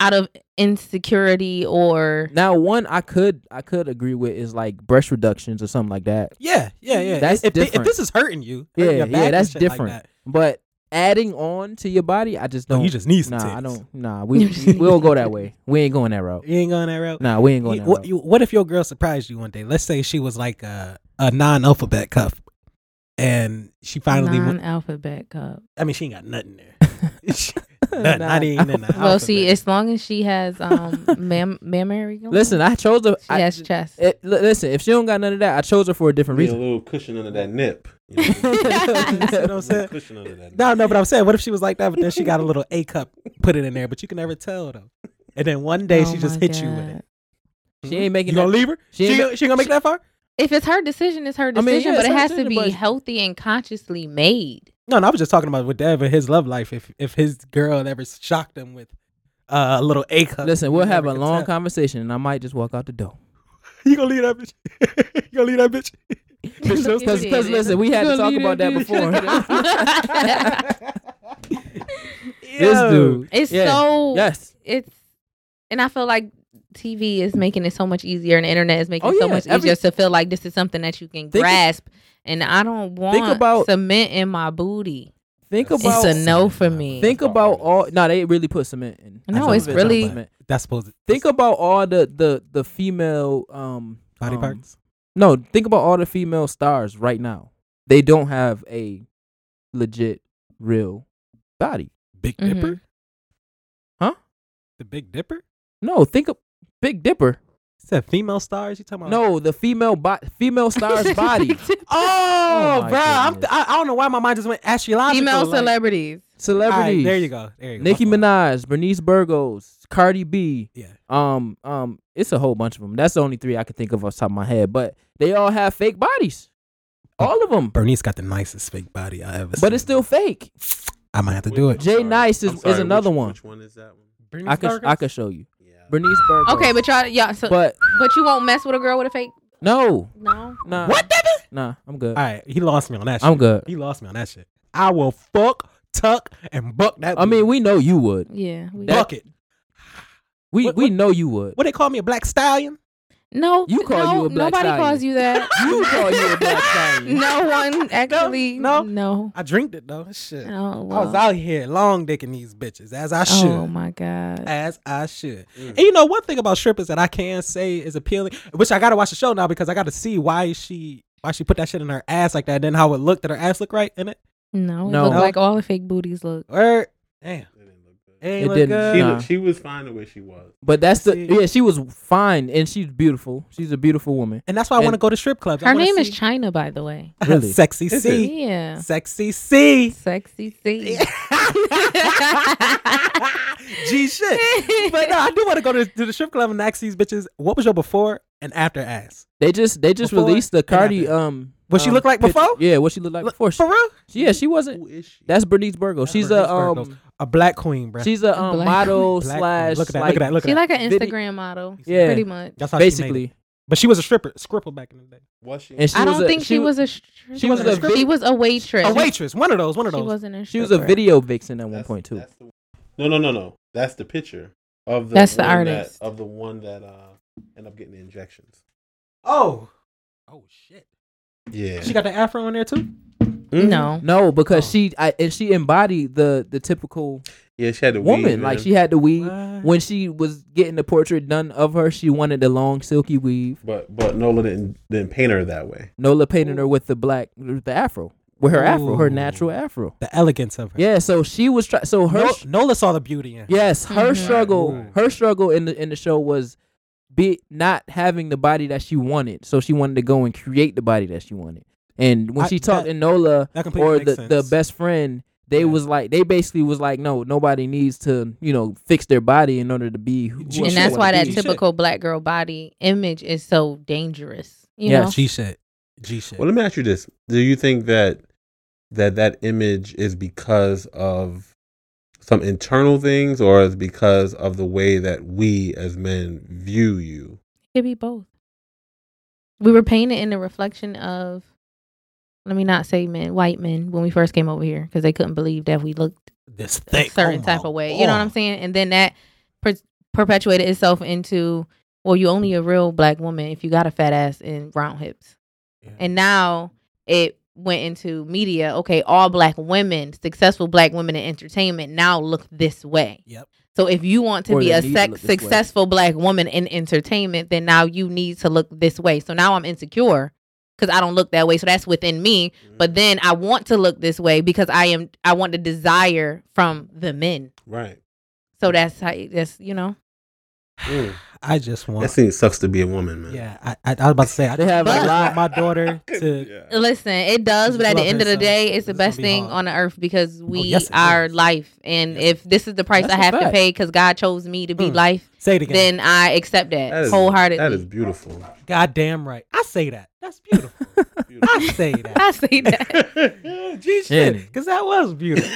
C: out of insecurity or
A: Now, one I could I could agree with is like breast reductions or something like that.
B: yeah, yeah, yeah.
A: That's
B: if, thi- if
A: different.
B: this is hurting you,
A: Yeah,
B: hurting your
A: yeah,
B: back and
A: that's
B: shit like
A: different.
B: that,
A: But adding on to your body, I just
B: no,
A: don't.
B: Oh, you just need some.
A: nah, I
B: titties.
A: don't. Nah, we we don't go that way. We ain't going that route.
B: (laughs) You ain't going that route.
A: Nah, we ain't going
B: You-
A: that
B: what,
A: route.
B: you, what if your girl surprised you one day? Let's say she was like a, a non-alphabet cuff, and she finally. went-
C: non-alphabet cup.
B: I mean, she ain't got nothing there. (laughs)
A: (laughs)
B: Nothing, not even in the
C: Well, see,
B: alphabet.
C: as long as she
A: (laughs)
C: has um mam- mammary, gland,
A: Listen, I chose a.
C: she
A: I,
C: has chest.
A: it- li- listen, if she don't got none of that, I chose her for a different
D: Need a
A: reason.
D: little cushion under that nip. You know what I
A: (laughs)
B: (laughs) You know what
D: mean?
B: I'm
D: A little
B: saying?
D: cushion under that.
B: No,
D: nip.
B: no, but I'm saying, what if she was like that, but then she got a little A cup put it in there, but you can never tell though. And then one day
C: Oh
B: she just
C: my
B: hit you with
C: God.
B: it. Hmm?
A: She ain't making
B: You gonna
A: that-
B: leave her?
A: she
B: She,
A: ain't
B: she, gonna- she gonna make that far?
C: If it's her decision, it's her
A: mean,
C: decision,
A: yeah,
C: but
A: it's
C: it
A: her
C: has to
A: decision,
C: be
A: but-
C: healthy and
A: (laughs)
C: consciously made.
B: No, no, I was just talking about with Dev and his love life. If if his girl ever shocked him with uh, a little A cup,
A: Listen, we'll
B: you
A: have a
B: never could
A: long
B: tell.
A: conversation, and I might just walk out the door.
B: (laughs) You gonna leave that bitch? (laughs) you gonna leave that bitch? Bitch, those
C: Look at
A: Because
C: it.
A: listen, we had to talk about that before.
B: (laughs)
A: (laughs)
B: Yo.
A: this dude.
C: (laughs) it's
A: Yeah.
C: so
A: Yes.
C: it's, and I feel like TV is making it so much easier, and the internet is making
A: Oh,
C: it so
A: yeah,
C: much
A: every-
C: easier to feel like this is something that you can
A: Think-
C: grasp. and I don't want
A: about-
C: cement in my booty.
A: Think
D: It's
A: about.
C: it's a no for me.
A: Think
D: That's all
A: about
D: it
A: all. No, they really put cement in.
C: No,
A: Some
C: it's
A: of it, some
C: really-
A: of it.
B: That's supposed to
A: Think about all the the the female um
B: body
A: um,
B: parts.
A: No, think about all the female stars right now. They don't have a legit, real body.
B: Big
C: Mhm.
B: Dipper,
A: Huh?
B: the Big Dipper.
A: No, think of Big Dipper.
B: Is that female stars? You talking about?
A: No, the female bo- female
C: (laughs)
A: star's body.
B: (laughs) Oh,
A: Oh my
B: bro, I'm
A: goodness.
B: I, I don't know why my mind just went astrological.
C: Female
B: like-
C: celebrities.
B: All right,
A: Celebrities.
B: there you go. There you go.
A: Nicki
B: My fault.
A: Minaj, Bernice Burgos, Cardi B.
B: Yeah.
A: Um, um, it's a whole bunch of them. That's the only three I can think of off the top of my head. But they all have fake bodies. All of them.
B: Bernice got the nicest fake body I ever.
A: But it's still fake.
B: I might have to do it.
A: Jay Nice is-
D: I'm
A: is another
D: which,
A: one.
D: Which one is that one?
A: I could I could show you. Bernice Burgos.
C: Okay, but y'all, y'all. So,
A: but
C: But you won't mess with a girl with a fake
A: No,
C: No.
A: nah.
B: What, Devin?
A: Nah, I'm good.
B: All right, he lost me on that. Shit.
A: I'm good.
B: He lost me on that shit. I will fuck, tuck, and buck that.
A: I mean, we know you would.
C: Yeah. We,
B: buck it.
A: We
B: What-
A: we
B: what-
A: know you would.
B: What they call me a black stallion?
C: no.
A: You call
C: no,
A: you a black
C: Nobody
A: stallion.
C: calls you that.
A: (laughs) You call you a
C: (laughs)
A: black (laughs) stallion.
C: no one actually.
B: no.
C: No. No.
B: I drinked it though. Shit.
C: Oh,
B: I was
C: well.
B: out here long dicking these bitches as I should.
C: Oh my god.
B: as I should.
D: Mm.
B: And you know, one thing about strippers that I can say is appealing, which I gotta watch the show now because I gotta see why she why she put that shit in her ass like that, and then how it looked. Did her ass look right in it?
C: No. It
A: No.
C: looked
B: No.
C: like all the fake booties look.
B: Or damn, it, ain't
A: It
B: look
A: didn't.
B: Good.
D: She,
A: Nah.
D: she was fine the way she was.
A: But that's the
B: See.
A: yeah. She was fine and she's beautiful. She's a beautiful woman.
B: And that's why I
A: And-
B: want to go to strip clubs. I
C: Her
B: wanna
C: name is (laughs)
B: see-
C: China, by the way.
A: Really.
B: Sexy
D: Is
B: C.
C: Yeah.
B: Sexy C.
C: Sexy
A: (laughs)
C: C.
B: G
C: (laughs)
B: shit. But no, I do want to go to, to the strip club and ask these bitches what was your before and after ass.
A: They just they just
B: Before
A: released the
B: and
A: Cardi
B: after.
A: um.
B: What she
A: um,
B: looked like
A: picture-
B: before?
A: Yeah, what she looked like
B: Look-
A: before. She,
B: For real?
A: she- yeah, she wasn't.
D: Who is she?
A: That's Bernice Burgos.
B: That's
A: She's
B: Bernice
A: a um.
B: Burgos. A black queen, bruh.
A: She's a um,
C: Black
A: model
B: Black queen.
A: slash
B: Look at that.
A: like
B: look at that. Look at
C: She
B: that.
C: like an
A: Did it-
C: Instagram model.
A: Yeah.
C: Pretty much.
B: That's how she made it.
A: basically.
B: But she was a stripper, stripper back in the day.
D: Was she?
A: And she
C: I
A: was
C: don't
A: a,
C: think she, was a. stripper.
A: she was
B: a stripper?
C: She was a waitress.
B: A waitress, one of those, one of
C: She
B: those.
C: wasn't a.
A: she was a
C: stripper.
A: video vixen at one
D: That's-
A: point too.
D: that's the- No, no, no, no. That's the picture of the
C: That's the
D: one that-
C: artist.
D: of the one that uh end up getting the injections.
B: Oh, oh shit!
D: Yeah.
B: She got the afro in there too.
C: No.
A: No, because
B: Oh.
A: she I, and she embodied the the typical
D: Yeah, she had the
A: woman.
D: weave,
A: like
D: man.
A: she had the weave.
B: What?
A: When she was getting the portrait done of her, she wanted the long silky weave.
D: But but Nola didn't didn't paint her that way.
A: Nola painted her with the black, with the afro, with her afro, her
B: Ooh.
A: natural afro.
B: The elegance of her.
A: Yeah, so she was try. So her,
B: No-
A: sh-
B: Nola saw the beauty in. her.
A: yes, her
C: Mhm.
A: struggle,
D: Right.
A: her struggle in the in the show was be not having the body that she wanted. So she wanted to go and create the body that she wanted. And when
B: I-
A: she talked
B: that-
A: to Nola
B: that completely
A: or the
B: makes
A: the
B: sense.
A: best friend, they
B: Yeah.
A: was like they basically was like, no, nobody needs to you know fix their body in order to be who.
B: G-
A: what
C: and
A: they
B: she
C: that's
A: wanna
C: why
B: wanted
C: that
A: be.
B: to be.
C: typical black girl body image is so dangerous. You
A: Yeah,
C: know,
B: G shit. G shit.
D: Well, let me ask you this: Do you think that that that image is because of some internal things, or is because of the way that we as men view you?
C: it could be both. We were painted in the reflection of, let me not say men, white men, when we first came over here because they couldn't believe that we looked
B: this
C: a
B: thing.
C: certain
B: Oh
C: type
B: my
C: of way. You know what I'm
B: God.
C: saying? And then that per- perpetuated itself into, well, you only a real black woman if you got a fat ass and round hips.
B: Yeah.
C: And now it went into media. Okay, all black women, successful black women in entertainment, now look this way.
B: Yep.
C: So if you want to
A: Or
C: be
A: they
C: a
A: need to
C: sex,
A: look this way.
C: successful black woman in entertainment, then now you need to look this way. So now I'm insecure because I don't look that way. So that's within me
A: Mm-hmm.
C: but then I want to look this way because I am I want the desire from the men.
D: right,
C: So that's how that's you know.
D: Mm.
B: I just
D: that
B: want.
D: seems sucks to be a woman, man.
B: Yeah, I, I, I was about to say I
A: They
B: just
A: have
C: a
B: want
A: lot-
B: my
D: (laughs)
B: daughter to.
D: Yeah.
C: Listen, it does,
B: Just
C: but at the
B: love
C: end of the
B: yourself.
C: day, it's the
B: It's
C: best
B: gonna be
C: thing
B: hard. Oh,
C: on the earth because we
B: yes, it
C: are
B: is.
C: life. And
B: Yes.
C: if this is the price
A: That's
C: I
A: a
C: have to
A: fact.
C: pay because God chose me to be
B: Mm.
C: life,
B: Say it again.
C: then I accept that,
D: That is-
C: wholeheartedly.
D: That is (laughs) beautiful.
B: God damn right. I say that. That's beautiful. I say
C: (laughs)
B: that.
C: (laughs) I say that.
B: (laughs) G
A: Jenny.
B: shit. Cause that was beautiful.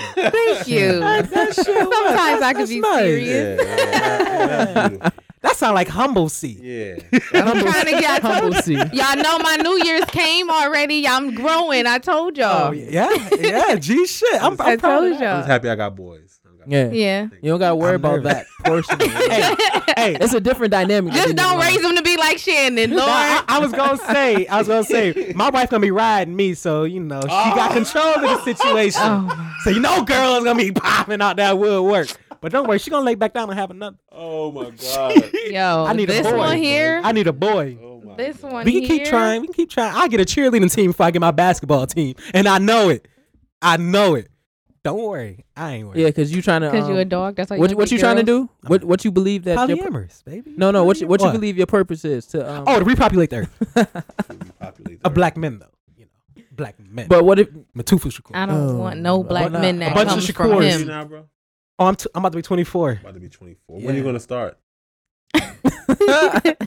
B: (laughs)
C: Thank you.
B: That, that shit was-
C: Sometimes
B: that's-
C: I could
B: that's
C: be
B: nice.
C: serious.
D: Yeah, yeah,
B: That sound like humble C.
D: (laughs) yeah,
A: (laughs) Humble-
C: (laughs) trying to
A: (laughs)
C: get-
A: humble C.
C: Y'all know my New Year's came already. I'm growing. I told y'all.
B: Oh yeah,
C: (laughs)
B: yeah, G shit. I'm,
C: I
B: I'm proud of that.
C: told
D: I'm just
C: y'all.
D: happy I got boys. I got
A: Yeah.
C: Yeah.
A: You don't gotta worry
B: I'm
A: about
B: nervous.
A: that portion.
B: (laughs) Hey,
C: (laughs)
B: hey,
A: it's a different dynamic. uh,
C: Just don't raise them to be
B: (laughs)
C: like Shannon, Lord. (laughs)
B: I, I was gonna say, I was gonna say, my wife gonna be riding me, so you know she got
C: Oh.
B: control of the situation. So you know, girl is gonna be popping out that woodwork. But don't worry, she gonna lay back down and have another.
D: Oh my god.
C: Yo,
B: I need a
C: this
B: boy.
C: one here.
B: I need a boy.
D: Oh my
C: this
D: God.
C: one
B: We can
C: here.
B: keep trying. We can keep trying. I get a cheerleading team before I get my basketball team, and I know it. I know it. Don't worry, I ain't worried.
A: Yeah, because you trying to.
C: Cause you a
A: um,
C: dog. That's why
A: What
C: you
A: what you trying to do? What what you believe that? Your,
B: Polyamorous, baby.
A: no, no. What you, what you
B: What?
A: believe your purpose is to? Um,
B: Oh, to repopulate the earth.
D: Populate the
B: A
D: earth.
B: black men though, you know, black men.
A: but what if?
B: Matufu Shakur.
C: I don't
A: Oh,
C: want no
A: a
C: black
A: bunch-
C: men
A: a
C: that
B: bunch of
C: comes from
B: Shakuras.
D: You
C: him.
D: now, bro?
B: Oh, I'm, t- I'm about to
A: (laughs)
B: be 24.
D: About to be 24. When are you
B: Yeah.
D: gonna start? I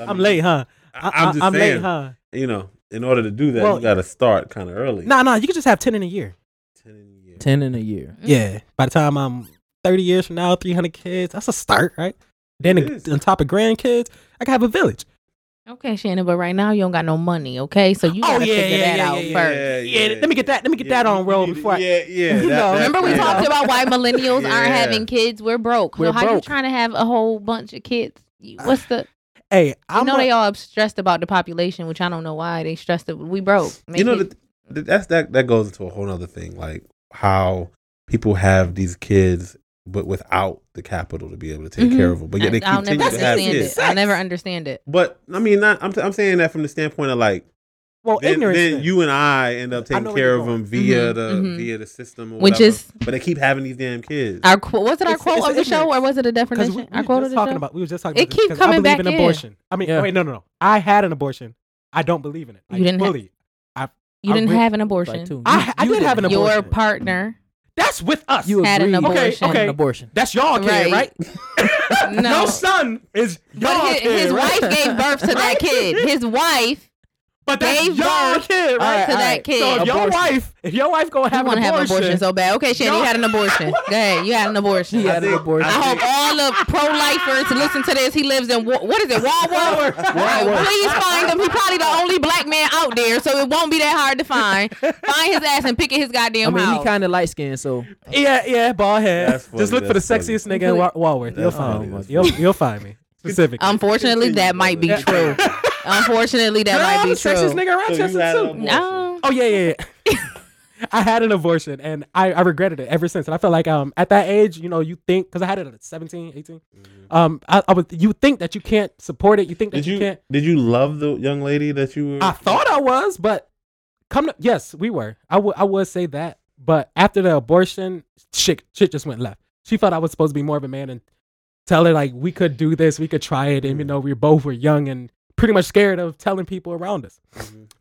B: I'm
D: mean,
B: late, huh?
D: I, am just
B: I'm
D: saying.
B: late, huh?
D: You know, in order to do that,
B: Well-
D: you gotta start kind of early.
B: Nah, nah. You can just have 10 in a year.
D: 10 in a year.
A: Ten in a year.
C: Mm.
B: Yeah. By the time I'm 30 years from now, 300 kids. That's a start, right? Then
D: It is.
B: on top of grandkids, I can have a village.
C: Okay, Shannon, but right now you don't got no money, okay? So you
B: Oh,
C: gotta
B: yeah,
C: figure
B: yeah,
C: that
B: yeah,
C: out
B: yeah,
C: first.
B: Yeah, let me get that- let me get that on roll before I-
D: Yeah, yeah.
B: (laughs) You know,
C: Remember we
B: Yeah.
C: talked about why millennials aren't
D: Yeah.
C: having kids. We're broke.
A: We're
C: so how you
A: broke.
C: trying to have a whole bunch of kids? You- What's the?
B: Hey,
C: I
B: I'm
C: know
B: a-
C: they all stressed about the population, which I don't know why they stressed. It. We broke.
D: you know
C: Make
D: that that- that's that that goes into a whole other thing like how people have these kids but without the capital to be able to take
C: Mhm.
D: care of them but yet they
C: I- I'll
D: continue
C: never
D: to have
C: understand
D: kids
C: it. I'll never understand it.
D: but i mean not, I'm, I'm saying that from the standpoint of like
B: well
D: then,
B: ignorance.
D: then
B: then.
D: you and i end up
B: I know
D: taking
B: where
D: care
B: you're
D: of
B: going.
D: them via
C: Mhm,
D: the
C: mhm.
D: via the system or
C: Which
D: whatever.
C: is-
D: but they keep having these damn kids
C: Our qu- was it our
B: It's-
C: quote
B: it's
C: of the show
B: ignorance.
C: or was it a definition?
B: we, we
C: our
B: were
C: quote of
B: just
C: the
B: talking
C: show.
B: about we were just talking
C: It
B: about this,
C: keep
B: 'cause
C: coming
B: I believe in
C: back in.
B: abortion. I mean,
A: Yeah.
B: wait, no, no, no. I had an abortion. I don't believe in it.
C: You
B: Like,
C: didn't ha-
B: fully.
C: you
B: I
C: didn't
B: re-
C: have an
A: Like,
C: abortion.
A: too.
B: I- I did have an
A: didn't.
B: abortion.
C: Your partner
B: That's with us.
A: You
C: had an
A: agreed.
B: Okay,
C: abortion.
B: okay.
A: An abortion.
B: That's y'all kid, right?
C: Right. (laughs)
B: (laughs)
C: no,
B: Your son is y'all
C: but his,
B: kid, (laughs)
C: his
B: right?
C: wife gave birth to that
B: Right?
C: kid. His wife
B: but that's
C: gave
B: y'all
C: birth
B: kid,
A: All
B: right?
A: right,
C: to
A: all
C: that
A: right.
C: kid.
B: So if your
A: Abortion.
B: wife, if your wife gonna
C: I
B: have,
C: want to
B: an
C: have an abortion so bad. Okay, Shannon, you
B: Y'all-
C: had an abortion. Dang, you had an abortion.
A: He had an
D: think-
A: abortion.
C: I hope all the pro-lifers to listen to this. He lives in Wa- what is it, Walworth?
D: Walworth.
C: Please find him. He's probably the only black man out there, so it won't be that hard to find. Find his ass and pick at his goddamn
A: I mean,
C: house.
A: he kind of light skinned, so
B: yeah, yeah, bald head.
D: That's funny,
B: Just look for the
D: that's funny.
B: sexiest nigga in Wa- Walworth. You'll
D: That's
B: find
D: funny,
B: me.
D: that's
B: You'll,
D: funny.
B: you'll find
C: (laughs)
B: me specifically.
C: Unfortunately, that might be true. Unfortunately, that
B: Girl,
C: might
B: I'm
C: be
B: the sexiest
C: true.
B: nigga in
D: So you
B: Rochester
D: had an
B: too.
D: abortion.
C: No,
B: Oh yeah, yeah. (laughs) yeah. I had an abortion and I, I regretted it ever since. And I feel like um at that age, you know, you think because I had it at 17, 18. Um, I, I would you think that you can't support it. You think that
D: Mm-hmm. did you,
B: you, can't.
D: did you love the young lady that you were
B: I thought I was, but come to, yes, we were. I would I would say that. But after the abortion, shit shit just went left. She felt I was supposed to be more of a man and tell her like we could do this, we could try it, and you know we both were young and pretty much scared of telling people around us.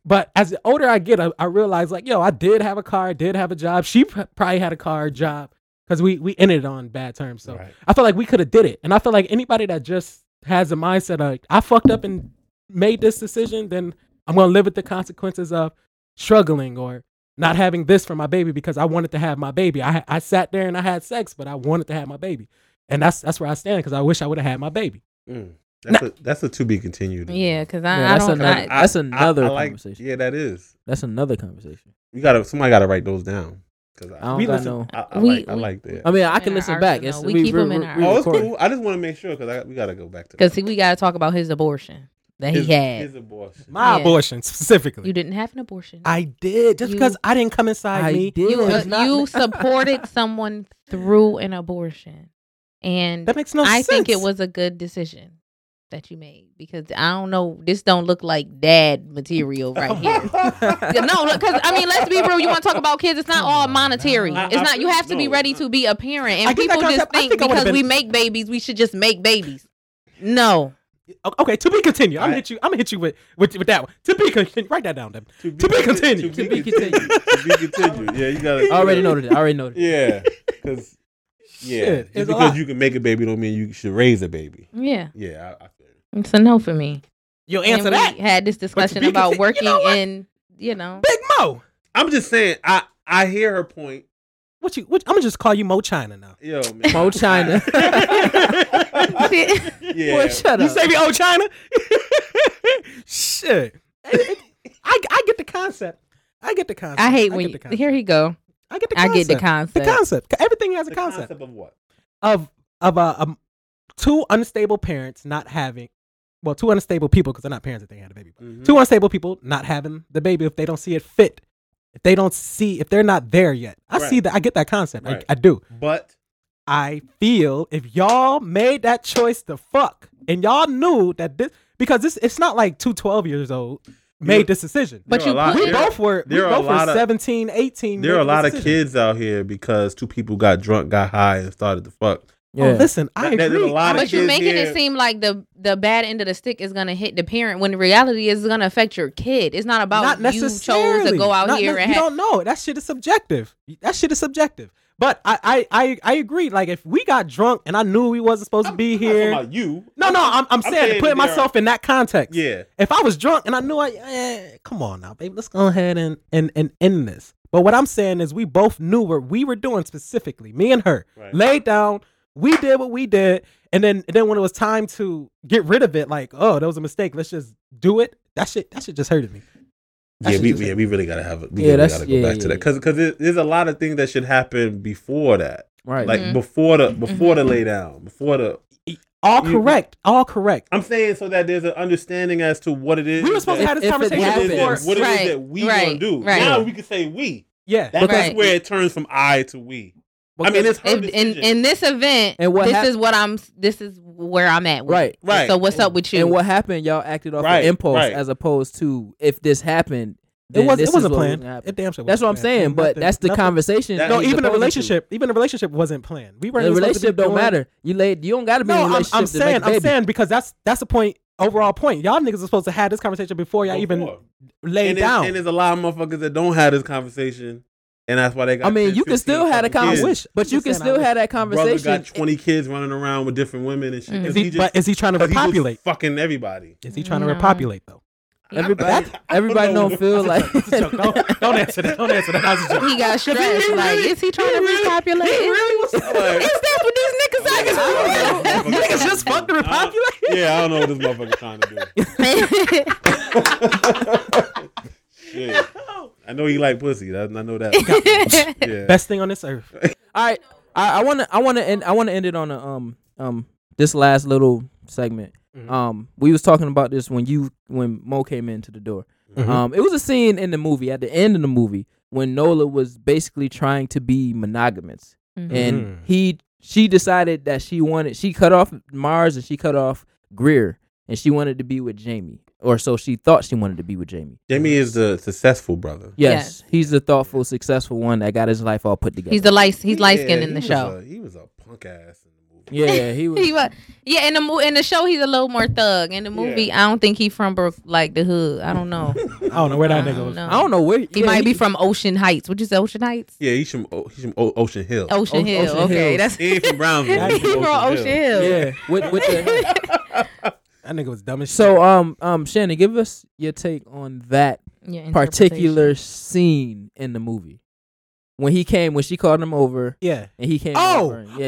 B: But as the older I get, I, I realize like, yo, I did have a car, I did have a job. She pr- probably had a car, job, because we we ended on bad terms. So
D: Right.
B: I felt like we could have did it, and I feel like anybody that just has a mindset like I fucked up and made this decision, then I'm gonna live with the consequences of struggling or not having this for my baby because I wanted to have my baby. I I sat there and I had sex, but I wanted to have my baby, and that's that's where I stand because I wish I would have had my baby.
D: Mm. that's, a, that's a to be continued
C: yeah, because I,
A: Yeah,
C: I
A: that's
C: don't.
A: another-
C: I,
A: That's another conversation.
D: yeah that is
A: that's another conversation.
D: you gotta somebody gotta write those down because
A: I don't
B: We
A: got
B: listen-
A: no.
D: I, I
C: We-
D: like, I
C: we-
D: like that.
A: I mean, I
C: In
A: can
C: our
A: listen back.
C: arsenal.
A: It's,
C: We keep 'em in our
D: oh, it's
A: recording.
D: cool. I just want to make sure because we gotta go back to
C: because we got to talk about his abortion that
D: his,
C: he had.
D: his abortion.
B: My
C: Yeah.
B: abortion specifically.
C: You didn't have an abortion.
B: I did just
C: You-
B: because I didn't come inside
A: I
B: me.
A: did.
C: you uh,
A: It's not-
C: you supported someone through an abortion, and
B: That makes no
C: I
B: sense.
C: think it was a good decision that you made because I don't know. This don't look like dad material right here. Yeah, no, because I mean, let's be real. You want to talk about kids? It's not all monetary.
D: I-
C: It's
D: I-
C: not. You have to be
D: no,
C: ready
D: I-
C: to be a
B: I
C: parent, and
B: get that
C: people just
B: concept. I
C: think,
B: think I
C: because
B: would've
C: we
B: been-
C: make babies, we should just make babies. No,
B: O- okay. To be continued. I'm
D: I-
B: gonna hit you. I'm gonna hit you with with, with that one. To be continued. Write that down, Devin. To be continued.
D: To be continued. to be continued. Yeah, you gotta.
A: I already noted it. I already noted it.
D: (laughs) Yeah, because yeah,
B: Shit,
D: just
B: it's a
D: because
B: lot.
D: you can make a baby don't mean you should raise a baby.
C: yeah,
D: Yeah, I, I feel it.
C: it's a no for me.
B: You'll
C: And
B: answer
C: we
B: that,
C: had this discussion
B: be
C: about
B: consi-
C: working
B: you know what?
C: in, you know,
B: Big Mo.
D: I'm just saying. I I hear her point.
B: What you? What, I'm gonna just call you Mo China now.
D: Yo, man.
A: Mo
D: (laughs)
A: China.
C: shit.
D: yeah.
A: Boy, shut
B: You
A: up.
B: say me old China? (laughs) Shit. I, I get the concept. I get the concept.
C: I hate
B: get
C: when
B: the
C: you,
B: concept.
C: here he go.
B: I get the
C: I
B: concept.
C: get the concept.
B: The concept. Everything has a
D: the
B: concept.
D: concept of what?
B: of of uh, um, two unstable parents not having well two unstable people because they're not parents if they had a baby but
D: Mhm.
B: two unstable people not having the baby if they don't see it fit if they don't see if they're not there yet i see
D: Right.
B: that i get that concept
D: Right.
B: I, I do
D: But
B: i feel if y'all made that choice to fuck and y'all knew that this because this it's not like two 12 years old made
D: You're-
B: this decision
C: But
D: there are
C: you
D: a lot-
C: put-
B: we
D: there-
B: both were we
D: there are a
B: both were
D: lot of-
B: 17 18
D: There are a
B: making
D: lot
B: this
D: of
B: decision.
D: kids out here because two people got drunk, got high, and started to fuck.
B: oh,
A: Yeah.
B: listen i
D: That- that- there's
B: agree
D: a lot of
C: But you're
D: kids
C: making
D: here-
C: it seem like the the bad end of the stick is gonna hit the parent when the reality is gonna affect your kid. It's not about
B: not
C: you chose
B: necessarily.
C: to go out
B: Not
C: here
B: ne-
C: and
B: you
C: have
B: don't know. That shit is subjective. That shit is subjective. But I I I, I agree. Like if we got drunk and I knew we wasn't supposed to be
D: I'm not
B: here.
D: talking about you.
B: no, no, I'm, I'm saying,
D: saying
B: putting
D: there are-
B: myself in that context.
D: Yeah.
B: If I was drunk and I knew I, eh, come on now, babe, let's go ahead and, and, and end this. But what I'm saying is we both knew what we were doing specifically, me and her.
D: Right.
B: Laid down, we did what we did, and then and then when it was time to get rid of it, like, oh, that was a mistake. Let's just do it. That shit, that shit just hurted me. That
D: Yeah,
B: shit
D: we,
B: just-
D: yeah, we really gotta have it. We
A: Yeah,
D: really
A: that's-
D: gotta go
A: yeah,
D: back
A: yeah,
D: to that
A: yeah.
D: because there's a lot of things that should happen before that,
A: Right.
D: like
C: Mhm.
D: before the before the lay down, before the.
B: All
D: You-
B: correct. All correct.
D: I'm saying so that there's an understanding as to what it is.
B: We were supposed to
D: that-
B: have
A: If- if
B: this
A: it
B: conversation
D: what it
A: happens.
D: is,
B: before.
D: what it is
C: Right,
D: that we gonna
C: right,
D: do.
C: right.
D: Now we can say we.
B: Yeah.
D: That's
C: Right.
D: where it turns from I to we. I mean, it's her
C: In, in,
D: decision.
C: in this event,
A: And what
C: this
A: hap-
C: is what I'm. This is where I'm at. With.
A: right.
C: it.
D: right.
C: So what's up with you?
A: And what happened? Y'all acted off
D: Right,
A: of impulse
D: right.
A: as opposed to if this happened.
B: It
A: Then
B: was.
A: This
B: It
A: is
B: wasn't
A: what was
B: planned.
A: gonna happen.
B: It damn sure.
A: That's
B: wasn't
A: what I'm
B: planned.
A: saying.
B: Ain't
A: But
B: nothing-
A: that's the
B: nothing-
A: conversation.
D: That-
A: that
B: No,
A: he's
B: even a
A: opposing to.
B: relationship. Even a relationship wasn't planned. We weren't.
A: The
B: even supposed to
A: relationship
B: be
A: don't
B: doing-
A: matter. You laid. You don't got to be in a
B: No, I'm,
A: relationship.
B: I'm
A: to make
B: saying.
A: a
B: I'm
A: baby.
B: saying because that's that's the point. Overall point. Y'all niggas are supposed to have this conversation before y'all even
D: Before.
B: lay
D: and there's-
B: down.
D: and there's a lot of motherfuckers that don't have this conversation, and that's why they got.
A: I mean,
D: 10,
A: you can
D: 15
A: still have a
D: fucking
B: I
D: kids.
A: conversation.
B: wish,
A: But you
B: I'm
A: can
B: saying I
A: still
B: wish.
A: have that
D: Brother
A: conversation.
D: got 20 kids running around with different women and shit.
C: Mm.
B: Is
D: 'cause
B: he,
D: he just-
B: but is he trying to
D: 'cause he just
B: repopulate?
D: fucking everybody.
B: Is he trying to
C: No.
B: repopulate though?
A: Everybody,
D: (laughs) I don't
A: everybody
D: know.
A: don't
D: (laughs)
A: feel like.
B: It's a joke.
A: (laughs)
B: Don't, don't answer that. Don't answer that. That was a joke.
C: he got stressed.
B: really-
C: like, is he trying to repopulate? (laughs)
D: (laughs) Like,
C: Is that what these niggas
D: I don't
B: (laughs)
D: know.
C: are?
B: You niggas just fucked to
D: I
B: repopulate.
D: don't- yeah, I don't know what this motherfucker's trying to do. Shit. I know he like pussy. I, I
C: (laughs)
D: know that. yeah.
B: Best thing on this earth.
A: (laughs) All right, I, I wanna, I wanna end, I wanna end it on a um, um, this last little segment.
D: Mm-hmm.
B: Mhm.
A: Um, we was talking about this when you, when Mo came into the door.
D: Mm-hmm.
A: Um, it was a scene in the movie at the end of the movie when Nola was basically trying to be monogamous,
C: Mm-hmm.
A: and
B: Mhm.
A: he, she decided that she wanted, she cut off Mars and she cut off Greer, and she wanted to be with Jamie, or so she thought she wanted to be with Jamie.
D: Jamie is the successful brother.
A: Yes, he's the thoughtful, successful one that got his life all put together.
C: He's the light. He's light skinned in
D: Yeah, he
C: the
D: was
C: show.
D: a- he was a punk ass in the movie.
A: yeah, he was.
C: (laughs) He was, yeah, in the mo- in the show he's a little more thug. In the movie, I don't think he from Brook, like the hood. I don't know.
B: I don't know where that
C: I
B: nigga
C: don't
B: was.
C: know.
A: I don't know where
C: He
A: yeah,
C: might be from Ocean Heights. Would you say Ocean Heights?
D: Yeah, he's from O- he's from o- Ocean Hill.
C: Ocean
A: O-
C: Hill.
A: Ocean
C: okay,
A: Hills.
C: that's
D: He ain't from
C: (laughs)
D: Brownsville.
C: he from Ocean Hill.
A: Yeah, with with the
C: (laughs)
B: That nigga was dumb as shit.
A: so um um Shannon, give us your take on that
C: Yeah,
A: particular scene in the movie when he came when she called him over
B: yeah.
A: and he came.
B: Oh!
A: over. and- yeah, yeah.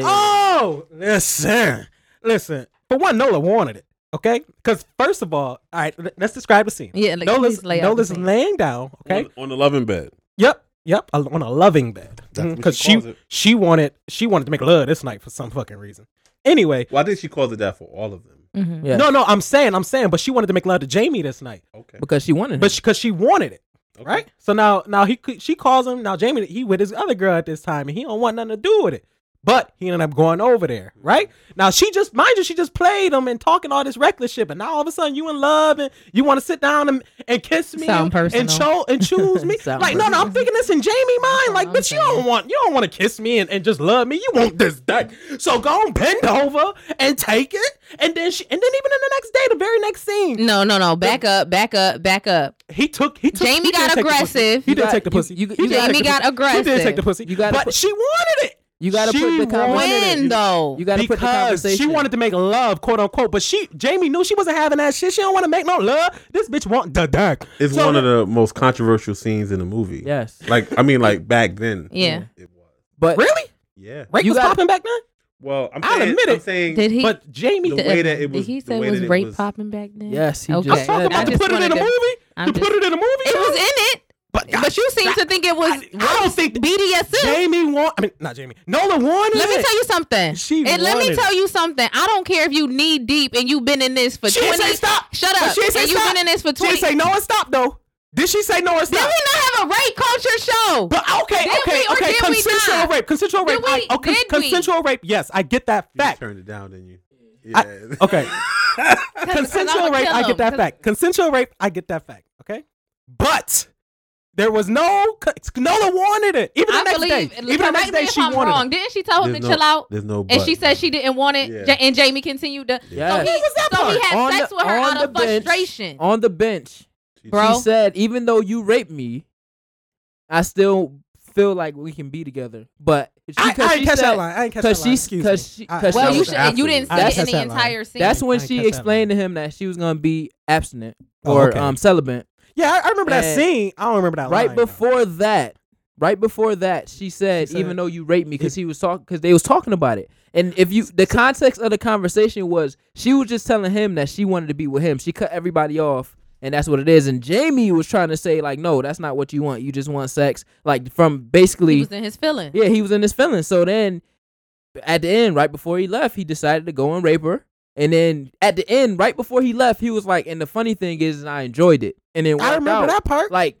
B: Oh, listen, listen. For one, Nola wanted it. Okay, because first of all, all right, l- let's describe the scene.
C: Yeah, like,
B: Nola's,
C: please lay out the
B: Nola's
C: scene.
B: laying down. Okay.
D: On, on the loving bed.
B: Yep. Yep. a- On a loving bed.
D: That's what
B: Because
D: she
B: she
D: calls it.
B: she wanted she wanted to make love this night for some fucking reason. Anyway,
D: Well, I think she calls it that for all of them.
C: Mm-hmm.
A: Yeah.
B: no, no, I'm saying, I'm saying, but she wanted to make love to Jamie this night,
D: Okay.
A: because she wanted him.
B: but because she wanted it.
D: okay.
B: right? So now, now he could- she calls him. Now Jamie, he with his other girl at this time, and he don't want nothing to do with it. But he ended up going over there, right? Now she just, mind you, she just played him and talking all this reckless shit. But now all of a sudden, you in love and you want to sit down and, and kiss me and,
C: Sound
B: and,
C: personal.
B: cho- and choose
C: (laughs)
B: me.
A: Sound
B: like no, no, I'm thinking this in Jamie mind. Like,
C: I'm
B: but you
C: saying.
B: don't want, you don't want to kiss me and, and just love me. You want this dick. So go and bend over and take it. And then she, and then even in the next day, the very next scene,
C: No, no, no. Back up, back up, back up.
B: he took, he took.
C: Jamie
B: he did
C: got
B: take the pussy.
C: aggressive.
B: He
A: You
B: did
A: got-
B: take the
A: you-
B: pussy.
A: you-
B: He
A: you got-
B: did take
C: Jamie
B: the pussy.
C: got aggressive.
B: He did take the pussy.
A: You gotta
B: but
A: put-
B: she wanted it.
A: you got to
B: She
A: put the conversation.
C: When though?
A: You got to put the
B: because
A: conversation.
B: she wanted to make love, quote unquote. But she, Jamie knew she wasn't having that shit. She don't want to make no love. This bitch want the dick.
D: It's
B: So
D: one of the most controversial scenes in the movie.
A: Yes,
D: Like I mean, like back then.
C: Yeah.
D: It was.
A: but
B: Really?
D: Yeah.
B: Rape
A: You
B: was
A: gotta-
B: popping back then?
D: Well, I'm
B: I'll
D: saying,
B: admit
D: I'm
B: it.
D: saying
C: Did he?
B: but Jamie.
D: the way that it was.
C: Did he
D: the
C: say
D: way
C: it was
D: that
C: rape
D: was-
C: popping back then?
A: Yes, he
C: Okay.
A: just
B: I'm talking
A: said
B: about
A: that.
B: you
C: just
B: put it in
C: wanted
B: a
C: to-
B: movie.
C: I'm
B: You
C: just-
B: put it in a movie.
C: It
B: bro?
C: was in it,
B: But,
C: but you seem to think it was.
B: I, I don't think
C: BDSM.
B: Jamie want. I mean, not Jamie. Nola wanted.
C: Let me
B: it.
C: tell you something.
B: She
C: and let me
B: wanted
C: tell you something. I don't care if you knee deep and you've been in this for
B: She didn't
C: twenty.
B: say stop.
C: Shut
B: But
C: up.
B: She didn't say
C: and you've
B: stop.
C: been in this for
B: She
C: twenty.
B: didn't say no and stop though. Did she say no and
C: Did
B: stop?
C: we not have a rape culture show?
B: But ah, okay, okay,
C: Did we or
B: okay.
C: did we
B: Consensual
C: not?
B: rape, consensual
C: Did
B: rape. I-
C: we-
B: oh, con-
C: did we?
B: consensual rape. Yes, I get that
D: You
B: fact.
D: turned it down, didn't you?
B: I-
D: Yeah.
B: Okay,
C: (laughs) 'Cause- 'cause I'ma
B: consensual rape.
C: kill
B: I get
C: him.
B: that
C: 'Cause-
B: fact. Consensual rape. I get that fact. Okay, but there was no. co- Nola wanted it. Even the
C: I
B: next
C: believe.
B: day. Even the
C: correct
B: next
C: me
B: day,
C: if
B: she
C: I'm
B: wanted
C: wrong.
B: it.
C: Didn't she tell him
D: There's
C: to
D: no-
C: chill out?
D: (laughs) There's no. But,
C: And she said she didn't want it,
D: Yeah.
C: Ja- and Jamie continued to.
A: Yes.
C: So he,
A: What
B: was that
C: so he
B: part?
C: had
A: On
C: sex
A: the-
C: with her
A: on
C: out
A: the
C: of
A: bench.
C: frustration.
A: on the bench.
C: Bro.
A: She said, even though you raped me, I still feel like we can be together. But she,
B: I,
A: cause
B: I
A: she
B: didn't catch
A: said-
B: that line. I didn't catch that
A: cause
B: line.
A: she-
B: Excuse
A: cause
B: me.
A: she-
B: I-
A: cause
B: that
C: well,
A: she-
C: you
B: was
C: should.
D: after
C: You
D: the-
C: didn't see
B: That's-
C: it in
B: that's
C: the
B: that line.
C: entire scene.
A: That's when
B: I
A: she
B: catch that
A: explained to him that she was gonna be abstinent
B: Oh,
A: or
B: okay.
A: um celibate.
B: Yeah, I, I remember that
A: And
B: scene. I don't remember that
A: right
B: line, though.
A: before that, right before that, she said,
B: She said-
A: even though you raped me, because he was talking, because they was talking about it. And if you, the context of the conversation was, she was just telling him that she wanted to be with him. She cut everybody off, and that's what it is. And Jamie was trying to say like, no, that's not what you want. You just want sex. Like from
C: He
A: basically,
C: was in his feelings.
A: yeah, he was in his feelings. So then, at the end, right before he left, he decided to go and rape her. And then at the end, right before he left, he was like, and the funny thing is, and I enjoyed it. And then
B: I remember that part,
A: Like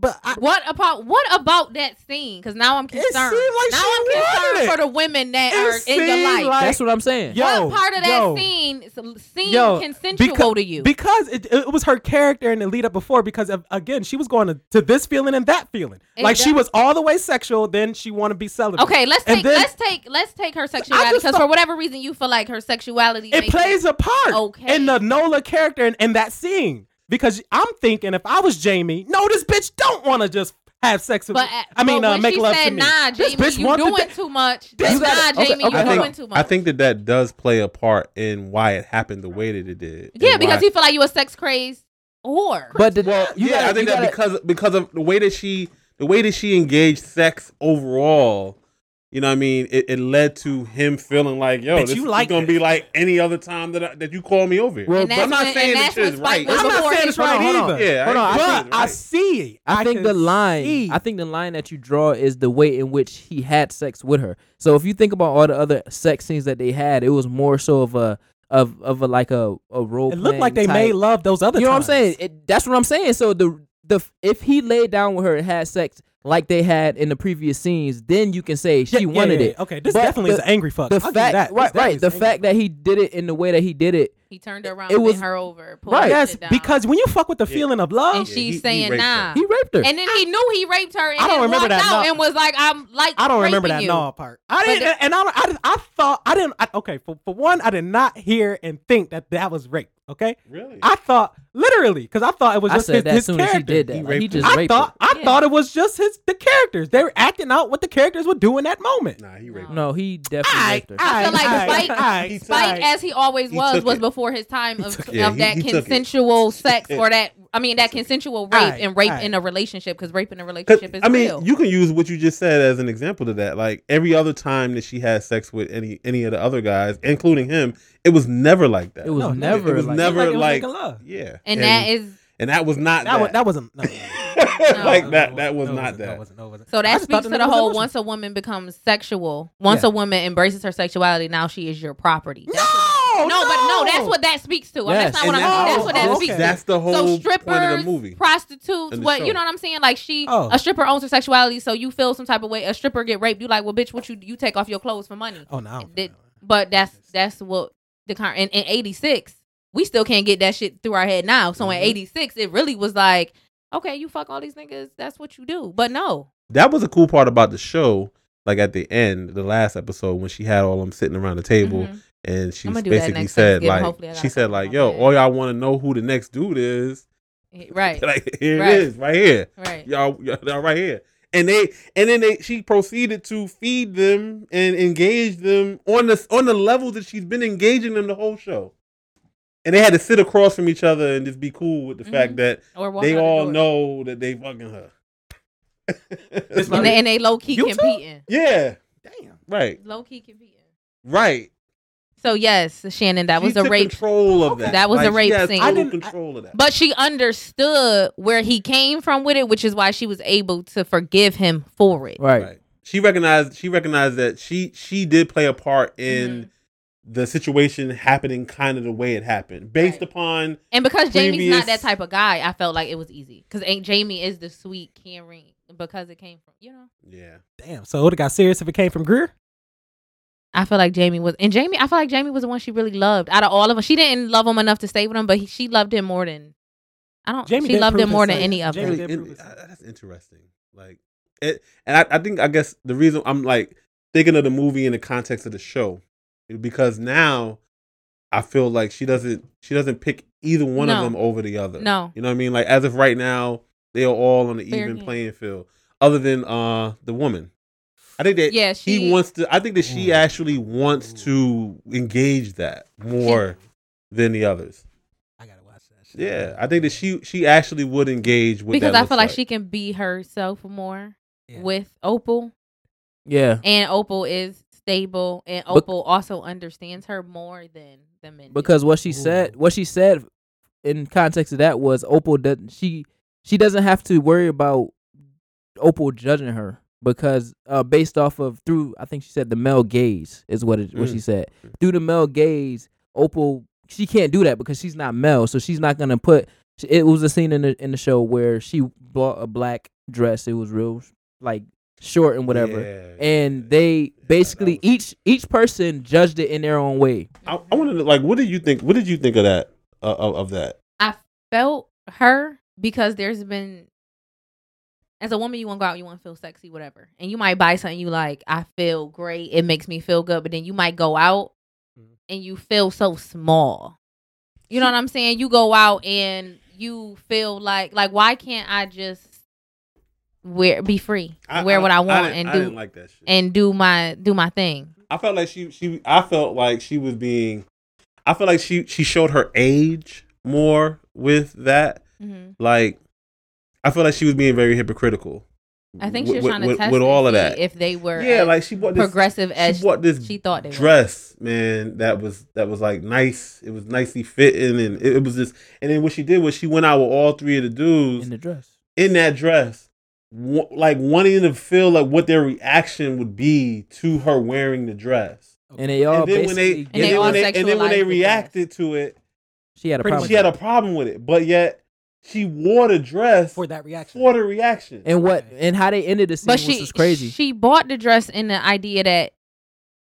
B: but I,
C: What about what about that scene? Because now I'm concerned.
B: seemed like
C: now
B: she
C: I'm
B: wanted
C: concerned
B: it.
C: for the women that
B: It
C: are in your life.
B: seemed like-
A: that's what I'm saying.
B: yo,
C: what part of that
B: yo,
C: scene s- seemed
B: Yo,
C: consensual
B: becau-
C: to you?
B: Because it, it was her character in the lead up before. Because of, again, she was going to, to this feeling and that feeling.
C: It
B: like she was
C: does-
B: all the way sexual. Then she want to be celibate.
C: okay, let's
B: And
C: take
B: then-
C: let's take let's take her sexuality
B: just
C: because
B: thought-
C: for whatever reason you feel like her sexuality
B: it
C: makes
B: plays a part
C: Okay.
B: in the Nola character in, in that scene. Because I'm thinking, if I was Jamie, no, this bitch don't want to just have sex with.
C: But
B: me. I mean,
C: but
B: uh,
C: when
B: make
C: she
B: love
C: said,
B: to me.
C: Nah, Jamie,
B: this bitch
C: you
B: want to
C: doing
B: da-
C: too much.
B: This
C: This nah,
A: gotta- okay,
C: Jamie,
A: okay,
C: you
A: hold
C: doing
A: on.
C: too much.
D: I think that that does play a part in why it happened the way that it did.
C: yeah,
D: And
C: because
D: why-
C: he feel like you a sex crazed whore.
A: But the,
C: (laughs)
D: Well,
A: you
D: yeah,
A: gotta-
D: I think
A: you
D: that
A: gotta-
D: because because of the way that she the way that she engaged sex overall, you know, what I mean, it, it led to him feeling like, yo,
B: Bitch,
D: this
B: you
D: is
B: like
D: gonna
B: this.
D: be like any other time that I, that you call me over. Here.
A: Well,
C: and that's
D: I'm not
C: when-
D: saying
C: and
D: this
C: that's when
D: shit's
C: Spike
D: right.
C: was
B: I'm not
C: before
B: saying
C: his
B: it's
A: hold
B: right
A: on,
B: either.
A: hold on.
D: yeah,
A: Hold on,
D: agree
B: But
D: with you,
B: I
D: right.
B: see it.
A: I, think
B: can
A: the line,
B: see.
A: I think the line that you draw is the way in which he had sex with her. So if you think about all the other sex scenes that they had, it was more so of a of of a like a a role.
B: it looked like they
A: type.
B: made love those other.
A: You know what I'm
B: times.
A: saying? It, that's what I'm saying. So the the if he laid down with her and had sex like they had in the previous scenes, then you can say she
B: Yeah, yeah,
A: wanted
B: yeah.
A: it.
B: Okay, this
A: But
B: definitely is
A: the-
B: an angry fuck.
A: The
B: I'll give you
A: fact,
B: that. This
A: right,
B: definitely
A: right.
B: is
A: The
B: angry
A: fact that he did it in the way that he did it,
C: He turned her around,
A: It
C: it
A: was-
C: her over, pulled
A: Right.
C: her
B: Yes,
C: shit down.
B: because when you fuck with the feeling of
C: and
B: love,
D: Yeah,
C: she's
D: he- he
C: saying
D: raped
C: nah.
A: he raped her.
C: And then he knew he raped her, and
B: I don't
C: then
B: remember
C: walked
B: that,
C: out
B: no.
C: and was like, "I'm like,
B: I don't remember
C: raping
B: that
C: you.
B: no part. I
C: But
B: didn't,
C: the-
B: and I, don't- I, just- I thought I didn't. I, okay, for, for one, I did not hear and think that that was rape. Okay,
D: Really?
B: I thought literally because I thought it was
A: I
B: just
A: said
B: his,
A: that
B: his
A: soon
B: character.
A: as he did that.
D: He
A: Like, He,
D: raped her.
A: just
B: I
A: raped
B: thought I
C: Yeah.
B: thought it was just his the characters. They were acting out what the characters were doing that moment.
D: nah, he
C: Oh,
D: raped.
A: her. No, he definitely
B: I,
A: raped her.
C: I feel like Spike-
D: He took
C: Spike, as he always
D: He
C: was,
D: took
C: was
D: it.
C: before his time of,
D: it. Yeah,
C: of
D: he-
C: that
D: he took it. (laughs)
C: consensual sex
D: it.
C: or that, I mean, that consensual rape
B: Aight,
C: and rape
B: aight.
C: in a relationship because rape in a
D: 'Cause,
C: relationship is
D: I mean,
C: real.
D: you can use what you just said as an example to that. Like every other time that she had sex with any any of the other guys, including him, it was never like that.
A: It was
B: No, no, it
A: never.
D: it was
A: like,
D: never
B: It was like
D: like,
B: it was making love.
D: yeah.
C: and that is
D: and that was not
B: that was
D: that.
B: that wasn't no,
C: No.
D: (laughs) like
B: no,
D: that.
B: no,
D: That was
B: no, it wasn't, no,
D: not
B: it
D: that.
B: wasn't, no, it wasn't.
C: so
B: I
C: that
B: just thought
C: speaks to
B: that
C: the
B: was
C: whole
B: emotion.
C: once a woman becomes sexual, once
B: Yeah.
C: a woman embraces her sexuality, now she is your property.
B: No,
C: That's
B: no,
C: what- no, but no, that's what that speaks to. I mean,
A: Yes.
C: that's not
A: And
C: what I'm.
B: that's-
C: That's what that
B: oh,
C: speaks
B: okay.
C: to.
D: That's the whole
C: so
D: point of the
C: strippers,
D: movie.
C: prostitutes,
D: And the
C: what
D: show.
C: you know what I'm saying? Like she,
B: Oh.
C: a stripper owns her sexuality, so you feel some type of way. A stripper get raped, you like, well, bitch, what you you take off your clothes for money?
B: Oh no, I don't
C: Did-
B: know.
C: But that's that's what the car in, in '86 we still can't get that shit through our head now. So in
D: Mhm.
C: '86 it really was like, okay, you fuck all these niggas, that's what you do. But no,
D: That was a cool part about the show. Like at the end, the last episode, when she had all them sitting around the table,
C: Mhm.
D: and she
C: I'ma do that
D: basically
C: next
D: said,
C: Thanksgiving.
D: like,
C: Hopefully I got
D: she
C: a
D: said,
C: couple
D: like,
C: on
D: yo,
C: my head.
D: all y'all want to know who the next dude is? (laughs)
C: right,
D: Like, here
C: Right.
D: it is, right here.
C: right.
D: y'all, y'all, y'all right here. And they and then they she proceeded to feed them and engage them on the on the level that she's been engaging them the whole show. And they had to sit across from each other and just be cool with the fact
C: Mhm.
D: that
C: Or walk out
D: they
C: the
D: all
C: door.
D: know that they fucking her. It's
B: my-
C: and
D: (laughs) like-
C: they, and they low key
B: You too?
C: competing,
D: yeah,
B: Damn.
D: right,
C: low key competing.
D: right.
C: So yes, Shannon, that was
D: She
C: a
D: took
C: rape.
D: Control of that.
C: That was a
D: Like, she
C: rape
D: had
C: scene.
D: total
B: I didn't-
D: control of that.
C: But she understood where he came from with it, which is why she was able to forgive him for it.
A: Right.
D: Right. She recognized she recognized that she she did play a part in the situation happening kind of the way it happened, based
C: Mm-hmm. Right.
D: upon
C: And because Jamie's not that
D: Previous-
C: type of guy, I felt like it was easy. Because Jamie is the sweet, caring, because it came from, you know?
D: yeah.
B: Damn. So it would have got serious if it came from Greer.
C: I feel like Jamie was, and Jamie, I feel like Jamie was the one she really loved out of all of them. She didn't love him enough to stay with him, but he, she loved him more than, I don't,
B: Jamie
C: she
B: did
C: loved
B: prove
C: him more than
B: herself.
C: any of
B: Jamie
C: them.
B: did-
D: Really
B: prove
D: in-
B: it.
D: I- I- that's interesting. Like it, and I, I think I guess the reason I'm like thinking of the movie in the context of the show is because now I feel like she doesn't she doesn't pick either one
C: No.
D: of them over the other.
C: No.
D: you know what I mean. Like as of right now, they are all on the
C: Fair
D: even
C: game.
D: playing field, other than uh the woman. I think that
C: Yeah,
D: he
C: she-
D: wants to. I think that she
C: Mm.
B: Ooh.
D: actually wants to engage that more than the others.
B: I gotta watch that shit.
D: Yeah, I think that she she actually would engage with
C: Because
D: that
C: I
D: looks
C: feel like she can be herself more.
B: Yeah.
C: with Opal,
A: Yeah,
C: and Opal is stable, and Opal also understands her more than the men. do.
A: because what she said,
B: Ooh.
A: what she said, in context of that was Opal doesn't she she doesn't have to worry about Opal judging her because uh based off of through I think she said the male gaze is what it, what she said through the male gaze Opal she can't do that because she's not male so she's not gonna put it was a scene in the in the show where she bought a black dress it was real like short and whatever
D: Yeah, yeah.
A: and they basically
D: was-
A: each each person judged it in their own way.
D: I, I want to like, what did you think? What did you think of that? Uh, of, of that?
C: I felt her because there's been as a woman you want to go out you want to feel sexy whatever and you might buy something you like I feel great it makes me feel good but then you might go out
B: Mhm.
C: and you feel so small you know what I'm saying you go out and you feel like like why can't I just wear be free wear what I want
D: didn't-
C: and
D: I
C: do
D: didn't like that shit.
C: and do my do my thing
D: I felt like she she I felt like she was being I felt like she she showed her age more with that.
C: mm-hmm.
D: Like I felt like she was being very hypocritical.
C: I think she was
D: with- with-
C: trying to
D: with,
C: test
D: with
C: to
D: all of
C: see
D: that.
C: if they were
D: yeah,
C: as
D: like she bought this
C: progressive as
D: she bought this
C: she thought they were.
D: dress, man, that was that was like nice. It was nicely fitting and it, it was just and then what she did was she went out with all three of the dudes
A: in the dress.
D: in that dress, wa- like wanting to feel like what their reaction would be to her wearing the dress.
A: And they all
D: and then when they,
A: basically gave
D: and
C: they
D: then
A: her-
C: all
D: when they, and then when they
C: sexualized the dress.
D: reacted to it,
A: she had a
B: pretty
A: problem.
D: she had a problem with it. But yet she wore the dress
B: for that reaction.
D: for the reaction.
A: and what and how they ended the scene
C: but
A: was
C: she
A: just crazy.
C: She bought the dress in the idea that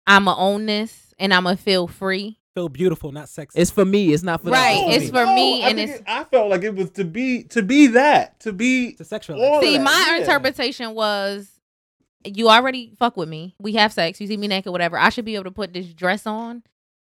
C: I'ma own this and I'ma feel free.
B: feel beautiful, not sexy.
A: it's for me. It's not for
C: Right,
A: The
C: it's for me
D: I
C: and
D: think
C: it's-
D: it- I felt like it was to be to be that to be
B: it's a sexual.
D: All
B: act.
C: See,
D: that,
C: my
D: yeah.
C: interpretation was you already fuck with me. We have sex. You see me naked, whatever. I should be able to put this dress on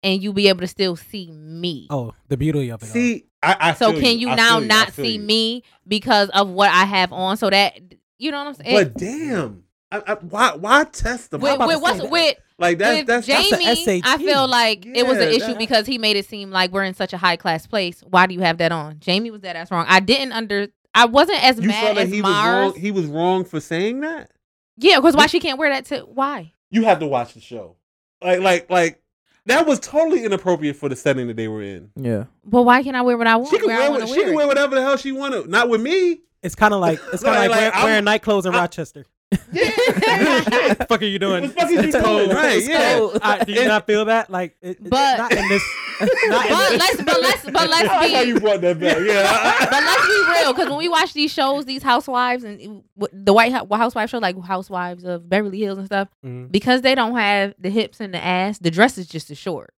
C: and you be able to still see me.
B: Oh, the beauty of it. all.
D: see. I, I
C: so
D: feel
C: can you
D: I
C: now
D: feel I
C: not
D: feel
C: see
D: you.
C: me because of what I have on? So that you know what I'm saying?
D: But damn, I, I, why why test them?
B: I'm
C: with,
B: about
C: with
B: to
C: what's
B: say that.
C: with
D: like that,
C: with
D: that's that's
B: the
C: Jamie, I
B: SAT.
C: feel like it was
D: Yeah,
C: an issue
D: that-
C: because he made it seem like we're in such a high class place. Why do you have that on? Jamie was that ass wrong. I didn't under. I wasn't as
D: you
C: mad
D: felt like
C: as
D: he
C: Mars.
D: was wrong. He was wrong for saying that.
C: yeah, because why she can't wear that to? Why?
D: you have to watch the show. Like, like, like that was totally inappropriate for the setting that they were in.
A: scene. Yeah,
C: But why can't I wear what I want?
D: She can
C: where I
D: wear,
C: wanna
D: what, she can
C: it?
D: wear whatever the hell she wanted. Not with me.
B: It's kind of like
D: (laughs)
B: it's kind of
D: Like-
B: like,
D: like,
B: wear- wearing
D: I'm-
B: night clothes in
D: I-
C: (laughs)
B: Rochester.
D: Yeah. (laughs)
B: what the fuck are you doing?
D: What the fuck is you
B: It's
D: doing?
B: cold.
D: Right,
B: It's
D: yeah.
B: cold. I- do you
D: It-
B: not feel that? Like, it, it-
C: But-
B: not in
C: (laughs)
B: this. Not in
C: But
B: this.
C: let's but let's but
D: (laughs) I
C: let's
D: like how
C: be
D: you brought that back. Yeah.
C: (laughs) but let's be real because when we watch these shows, these housewives and uh, the White Hou- Housewives show, like Housewives of Beverly Hills and stuff,
D: Mm-hmm.
B: Mhm.
C: because they don't have the hips and the ass, the dress is just as short.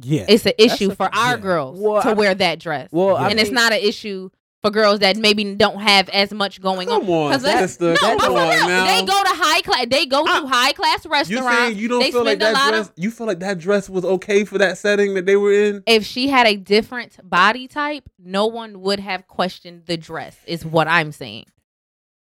B: Yeah.
C: It's an issue
A: a-
C: for our
B: yeah.
C: girls
A: Well,
C: to
A: I-
C: wear that dress.
A: well, I
C: and it's
A: mean-
C: not an issue for girls that maybe don't have as much going on.
D: (laughs) Come on,
C: 'Cause let's-
D: sister.
C: no,
D: Come
C: but for
D: on
C: real,
D: now.
C: they go to high class. They go to
D: I-
C: high class
D: You
C: restaurants.
D: saying you don't
C: they
D: feel like
C: spend a
D: that
C: lot
D: dress?
C: of.
D: You feel like that dress was okay for that setting that they were in?
C: If she had a different body type, no one would have questioned the dress. Is what I'm saying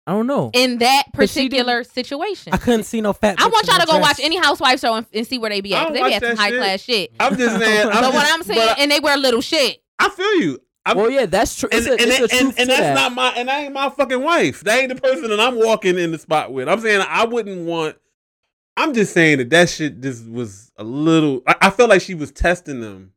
A: I don't know.
C: in that
A: But she
C: particular situation.
B: I couldn't see no fat.
C: I
B: bitch
C: want
B: in no
C: y'all to go
B: dress.
C: watch any housewife show and, and see where they be
D: I
C: at. 'cause
D: don't
C: They be
D: watch
C: at some
D: that
C: high
D: shit.
C: class shit. (laughs)
D: I'm just saying. I'm
C: so
D: just,
C: what I'm saying,
D: but I,
C: and they wear little shit.
D: I feel you. I'm,
A: well, yeah, that's true.
D: and,
A: It's a,
D: and,
A: it's a
D: and,
A: truth
D: and
A: to
D: that's
A: that.
D: not my and I ain't my fucking wife. That ain't the person that I'm walking in the spot with. I'm saying I wouldn't want. I'm just saying that that shit just was a little. I, I felt like she was testing them,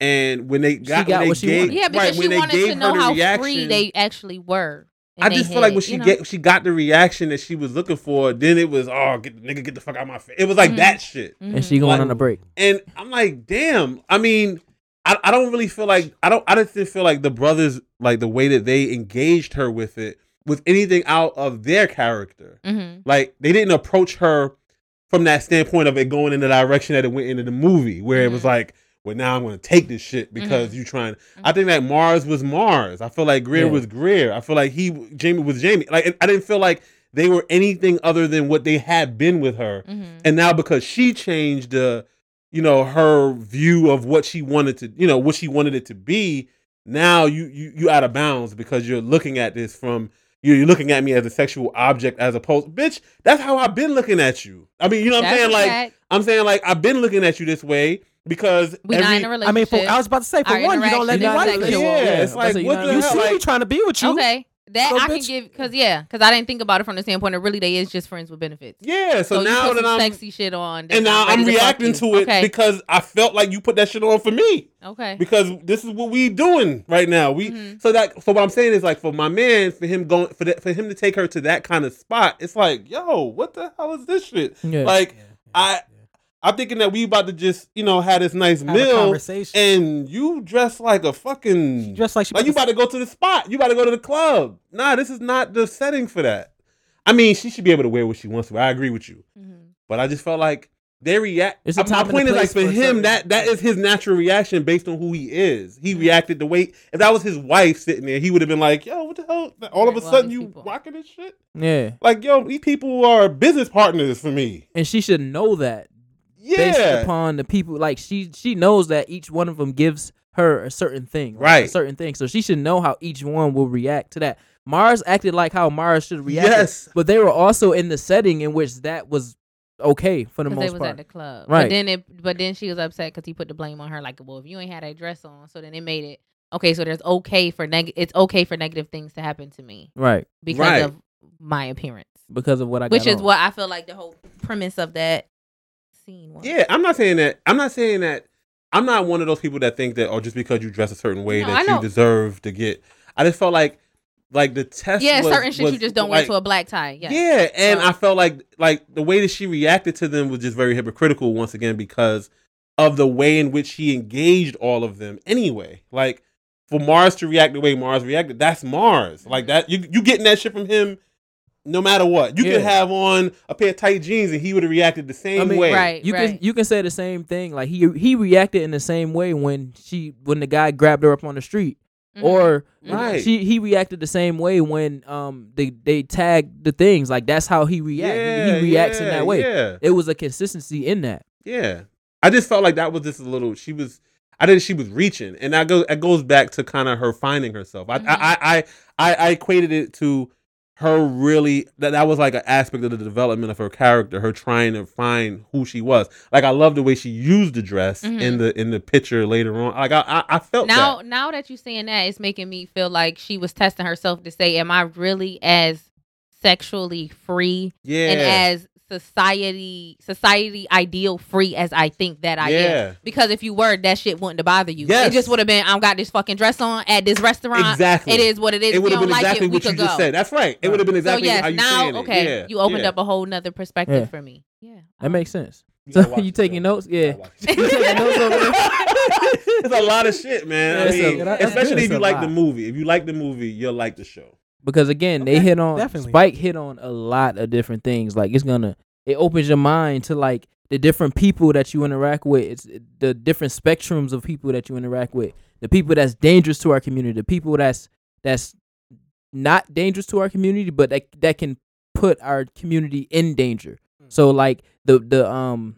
D: and when they got,
A: got
D: when
A: what
D: they
A: she
D: gave,
A: wanted.
C: Yeah,
D: right,
C: because
D: when
C: she
D: they
C: wanted
D: gave
C: to
D: her
C: know
D: the
C: how
D: reaction,
C: free they actually were. in
D: I
C: they
D: just feel like
C: head,
D: when she
C: you know?
D: get she got the reaction that she was looking for, then it was oh get, nigga get the fuck out my face. It was like
C: Mhm.
D: that shit.
A: And
C: Mhm.
A: she going
D: Like-
A: on a break.
D: And I'm like, damn. I mean, I, I don't really feel like I don't I just didn't feel like the brothers like the way that they engaged her with it was anything out of their character.
C: Mhm.
D: Like they didn't approach her from that standpoint of it going in the direction that it went into the movie, where it was
C: Mhm.
D: like, well, now I'm gonna take this shit because you trying. I think that Mars was Mars. I feel like Greer
A: Yeah.
D: was Greer. I feel like he Jamie was Jamie. Like I didn't feel like they were anything other than what they had been with her
C: Mhm.
D: and now because she changed the you know her view of what she wanted to you know what she wanted it to be now you you you out of bounds because you're looking at this from you're you're looking at me as a sexual object as opposed bitch that's how i've been looking at you i mean you know what i'm
C: That's
D: saying
C: a
D: like
C: fact.
D: i'm saying like i've been looking at you this way because
C: we
D: every,
C: not in
B: I
C: a
B: mean,
C: relationship.
B: for, I was about to say for
C: Our
B: one, you don't let
A: You're
B: your
C: interaction
A: not letting
B: wife
C: is
B: feel.
A: your-
D: yeah, it's
A: Yeah,
D: like
A: that's a-
D: what
A: you're
D: the
A: not-
B: You
D: hell
B: see me
D: like,
B: trying to be with you.
C: okay, That
B: So,
C: I
B: bitch-
C: can give because yeah, because I didn't think about it from the standpoint of really they is just friends with benefits.
D: Yeah. So,
C: you
D: now
C: put
D: that
C: some
D: I'm
C: sexy shit on, then
D: and now I'm
C: ready fuck
D: reacting
C: you.
D: to it
C: Okay,
D: because I felt like you put that shit on for me
C: okay,
D: because this is what we doing right now. We
C: Mhm.
D: so that so what I'm saying is like for my man for him going for that, for him to take her to that kind of spot. It's like yo, what the hell is this shit?
A: Yeah.
D: Like I- I'm thinking that we about to just you know have this nice meal
B: conversation.
D: and you dress like a fucking
B: just like she
D: like you about to go to the spot. You about to go to the club. Nah, this is not the setting for that. I mean, she should be able to wear what she wants to. wear. I agree with you.
C: Mhm.
D: But I just felt like they react.
A: It's a
D: I-
A: time
D: my
A: and a
D: point is like
A: place
D: for
A: for certain-
D: him that that is his natural reaction based on who he is. He reacted the way if that was his wife sitting there, he would have been like, "Yo, what the hell? All of a
C: Right, well,
D: sudden
C: these
D: you
C: people.
D: rocking this shit?
A: yeah,
D: Like, yo, these people are business partners for me.
A: and she should know that based
D: Yeah,
A: upon the people. Like she she knows that each one of them gives her a certain thing, like,
D: Right.
A: A certain thing, so she should know how each one will react to that. Mars acted like how Mars should react,
D: Yes.
A: but they were also in the setting in which that was okay for the
C: 'Cause they
A: most
C: was
A: part.
C: at the club,
A: Right.
C: But then it, but then she was upset because he put the blame on her. Like, well, if you ain't had that dress on, so then it made it okay. So there's okay for negative. It's okay for negative things to happen to me
A: right,
C: because
D: Right.
C: of my appearance,
A: because of what I
C: which
A: got
C: is
A: on.
C: what I feel like the whole premise of that scene was.
D: yeah. I'm not saying that. I'm not saying that. I'm not one of those people that think that oh, just because you dress a certain way
C: No, I
D: that
C: know.
D: you deserve to get. I just felt like like the test.
C: yeah,
D: was-
C: certain shit
D: was,
C: you just don't wear
D: like,
C: to a black tie. Yeah,
D: Yeah, and
C: So-
D: I felt like like the way that she reacted to them was just very hypocritical once again because of the way in which she engaged all of them anyway. Like for Mars to react the way Mars reacted, that's Mars. Like that you you getting that shit from him no matter what. You could
A: Yeah.
D: have on a pair of tight jeans and he would have reacted the same
A: I mean,
D: way.
C: right,
A: you
C: right.
A: can you can say the same thing. Like he he reacted in the same way when she when the guy grabbed her up on the street,
C: Mhm.
A: or
D: Right.
A: she he reacted the same way when um they they tagged the things. Like that's how he reacts.
D: Yeah,
A: he reacts in
D: yeah,
A: that way.
D: Yeah.
A: It was a consistency in that.
D: Yeah, I just felt like that was just a little. She was. I didn't. She was reaching, and that goes. That goes back to kind of her finding herself. I,
C: Mhm.
D: I, I, I, I equated it to her really. That that was like an aspect of the development of her character. Her trying to find who she was. Like I love the way she used the dress in
C: Mhm.
D: the in the picture later on. Like I, I, I felt
C: now
D: that.
C: now that you're saying that it's making me feel like she was testing herself to say am i really as sexually free
D: Yeah.
C: and as society society ideal free as i think that i am
D: yeah.
C: because if you were that shit wouldn't have bothered you
D: Yes.
C: it just would have been i've got this fucking dress on at this restaurant
D: Exactly.
C: it is what it is
D: It
C: if you
D: would have
C: don't
D: been
C: like
D: exactly
C: it we
D: what you
C: could
D: just
C: go
D: said. That's right. It would have been exactly
C: so yes
D: how you
C: now
D: saying it.
C: okay
D: Yeah.
C: you opened
D: yeah.
C: up a whole nother perspective
A: Yeah.
C: for me (laughs) yeah
A: That makes sense.
D: You
A: So
C: (laughs)
D: gotta watch
A: you
D: it,
A: taking
D: yo.
A: notes? Yeah.
D: gotta watch it.
A: You taking notes over there?
D: (laughs) it's a lot of shit, man. I
A: It's a-
D: mean,
A: it's
D: especially if
B: a
D: you like
B: lot.
D: the movie. If you like the movie, you'll like the show.
A: Because again, they
B: Okay,
A: hit on
B: definitely.
A: Spike hit on a lot of different things. Like it's gonna it opens your mind to like the different people that you interact with. It's the different spectrums of people that you interact with. The people that's dangerous to our community. The people that's that's not dangerous to our community, but that that can put our community in danger.
B: Mm.
A: So like the the um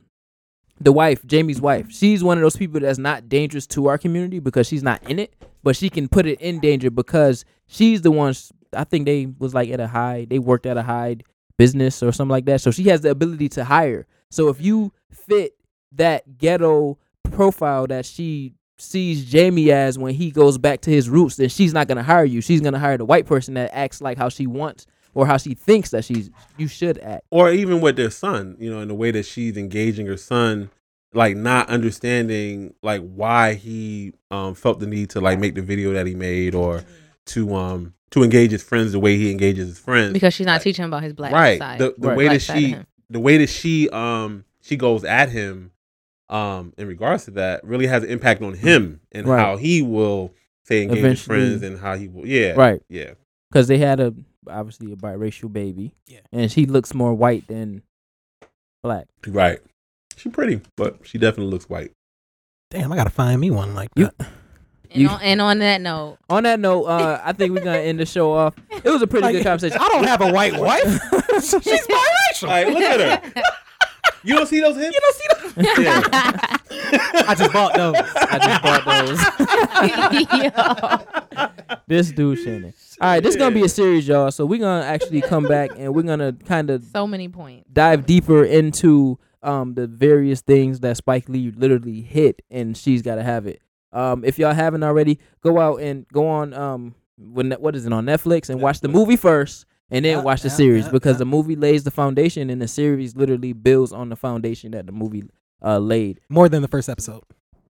A: the wife, Jamie's wife, she's one of those people that's not dangerous to our community because she's not in it, but she can put it in danger because she's the one. I think they was like at a high, they worked at a high business or something like that. So she has the ability to hire. So if you fit that ghetto profile that she sees Jamie as when he goes back to his roots, then she's not gonna hire you. She's gonna hire the white person that acts like how she wants or how she thinks that she's you should act.
D: Or even with their son, you know, in the way that she's engaging her son, like not understanding like why he um felt the need to like make the video that he made or to um to engage his friends the way he engages his friends.
C: because she's not
D: Like-
C: teaching about his black
D: right.
C: side
D: The the
A: Right.
D: way
C: Black
D: that
C: side of
D: she
C: him.
D: the way that she um she goes at him um in regards to that really has an impact on him and
A: Right.
D: how he will say engage his
A: Eventually.
D: friends and how he will yeah
A: Right.
D: yeah
A: because they had a obviously a biracial baby.
B: Yeah.
A: and she looks more white than black.
D: right she pretty but she definitely looks white
B: Damn, I gotta find me one like
A: You-
B: that.
C: and,
A: You-
C: on, and on that
A: (laughs)
C: note
A: On that note, uh, I think we're gonna end the show off. It was a pretty
B: Like,
A: good conversation.
B: I don't have a white wife. (laughs) She's biracial.
D: like look at her (laughs) you don't see those hips
B: you don't see that?
D: yeah.
C: (laughs)
B: I just bought those.
A: I just bought those. this dude Shannon. All right, this is gonna be a series, y'all. So we're gonna actually come back and we're gonna kind of
C: so many points
A: dive deeper into um the various things that Spike Lee literally hit and she's gotta have it. Um if y'all haven't already, go out and go on um when what is it on Netflix and watch the movie first and then
B: Yeah,
A: watch the
B: yeah,
A: series
B: yeah,
A: because
B: yeah.
A: the movie lays the foundation and the series literally builds on the foundation that the movie uh, laid
B: (laughs) More than the first episode.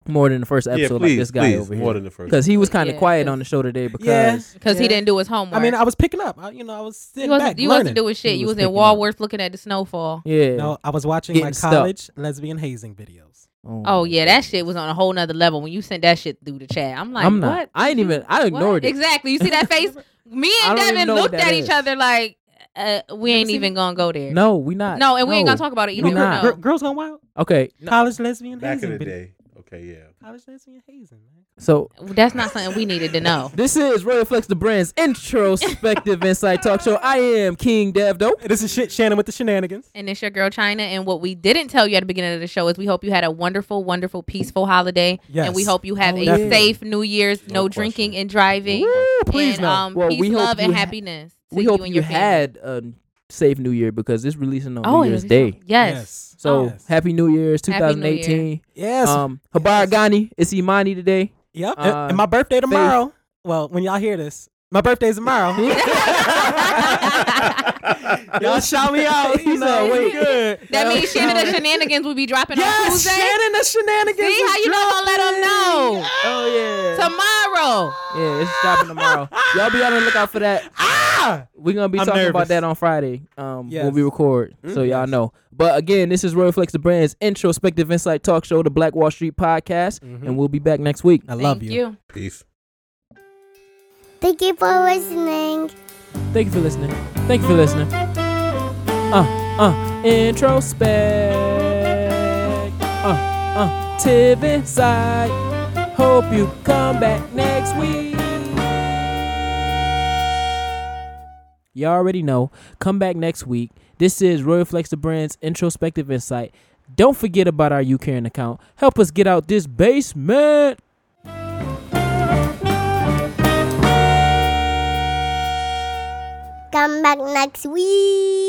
A: more than the first episode
D: yeah, please,
A: like this guy
D: please,
A: over
D: more
A: here
D: than the first.
A: because he was kind of
C: Yeah,
A: quiet on
C: 'cause-
A: the show today because
C: because he
B: yeah.
C: didn't do his homework.
B: I mean, I was picking up. I, you know, I was sitting
C: you wasn't,
B: back
C: you
B: learning.
C: wasn't doing shit.
A: He
C: you
A: was
C: was in
A: picking up.
C: Walworth looking at the snowfall.
A: yeah
B: No, I was watching my
A: Getting stuck.
B: college lesbian hazing videos.
C: Oh yeah, that shit was on a whole nother level when you sent that shit through the chat. I'm like,
A: I'm
C: what?
A: not I ain't
C: You-
A: even I
C: what?
A: ignored it
C: Exactly. You see that
B: (laughs)
C: face? Me
A: I
C: and
A: don't even
C: Devin
A: know what
C: looked
A: that
C: at
A: is.
C: each other like, uh, we ain't
B: seen
C: even gonna go there.
A: no we not
C: No, and we ain't gonna talk about it
A: We
C: either.
A: not.
B: Gir-
C: No.
B: girls gone wild.
A: okay
B: College lesbian
D: Back
B: hazing
D: in the
B: video.
D: day. Okay, yeah.
B: College lesbian hazing, man.
A: so
C: That's not something we needed to know.
A: this is Royal Flex the Brand's
C: (laughs)
A: introspective insight talk show I am King Devdo
B: This is shit Shannon with the shenanigans.
C: And it's your girl China. And what we didn't tell you at the beginning of the show is we hope you had a wonderful, wonderful, peaceful holiday.
B: Yes.
C: And we hope you have
A: Oh,
C: a
A: definitely.
C: safe New Year's, no,
D: No question.
C: drinking and driving.
A: please
C: and,
A: no.
C: um,
A: Well,
C: peace,
A: we hope
C: love,
A: you
C: and
A: ha-
C: happiness. to
A: we hope
C: and
A: you
C: your family.
A: had a safe New Year because it's releasing on
C: Oh,
A: New
C: it
A: Year's
C: was-
A: Day.
C: Yes.
A: So
B: Yes. Oh.
A: happy New Year's
C: Happy New Year.
A: 2018.
B: Yes.
A: Um, Habar
B: Yes.
A: Ghani, it's Imani today.
B: yep.
A: uh,
B: and, and my birthday tomorrow. Well, when y'all hear this, my
A: (laughs)
B: birthday's tomorrow. y'all shout me out. You
A: He's
B: know,
A: like,
B: we
A: wait.
B: good.
C: (laughs) That
A: (laughs)
C: means Shannon the Shenanigans will be dropping on
B: Um, Yes,
C: Tuesday.
B: Shannon the shenanigans.
C: See how
B: is
C: you not gonna let 'em know?
B: dropping.
A: Oh yeah,
C: Tomorrow.
A: yeah, it's dropping tomorrow.
C: (laughs)
A: Y'all be on the lookout for that.
B: Ah!
A: We're gonna be
B: I'm
A: talking about
B: nervous.
A: that on Friday um, when
B: Yes. Mm-hmm.
A: we record, so y'all know. But again, this is Royal Flex the Brand's introspective insight talk show, the Black Wall Street podcast,
B: Mm-hmm.
A: and we'll be back next week.
B: I love
C: Thank
B: you.
C: you.
D: Peace.
E: Thank you for listening.
A: Thank you for listening. Thank you for listening. Uh, uh, introspect. Uh, uh, Tiv inside. Hope you come back next week. You already know. Come back next week. This is Royal Flex the Brand's introspective insight. Don't forget about our UCARN account. Help us get out this basement.
E: Come back next week.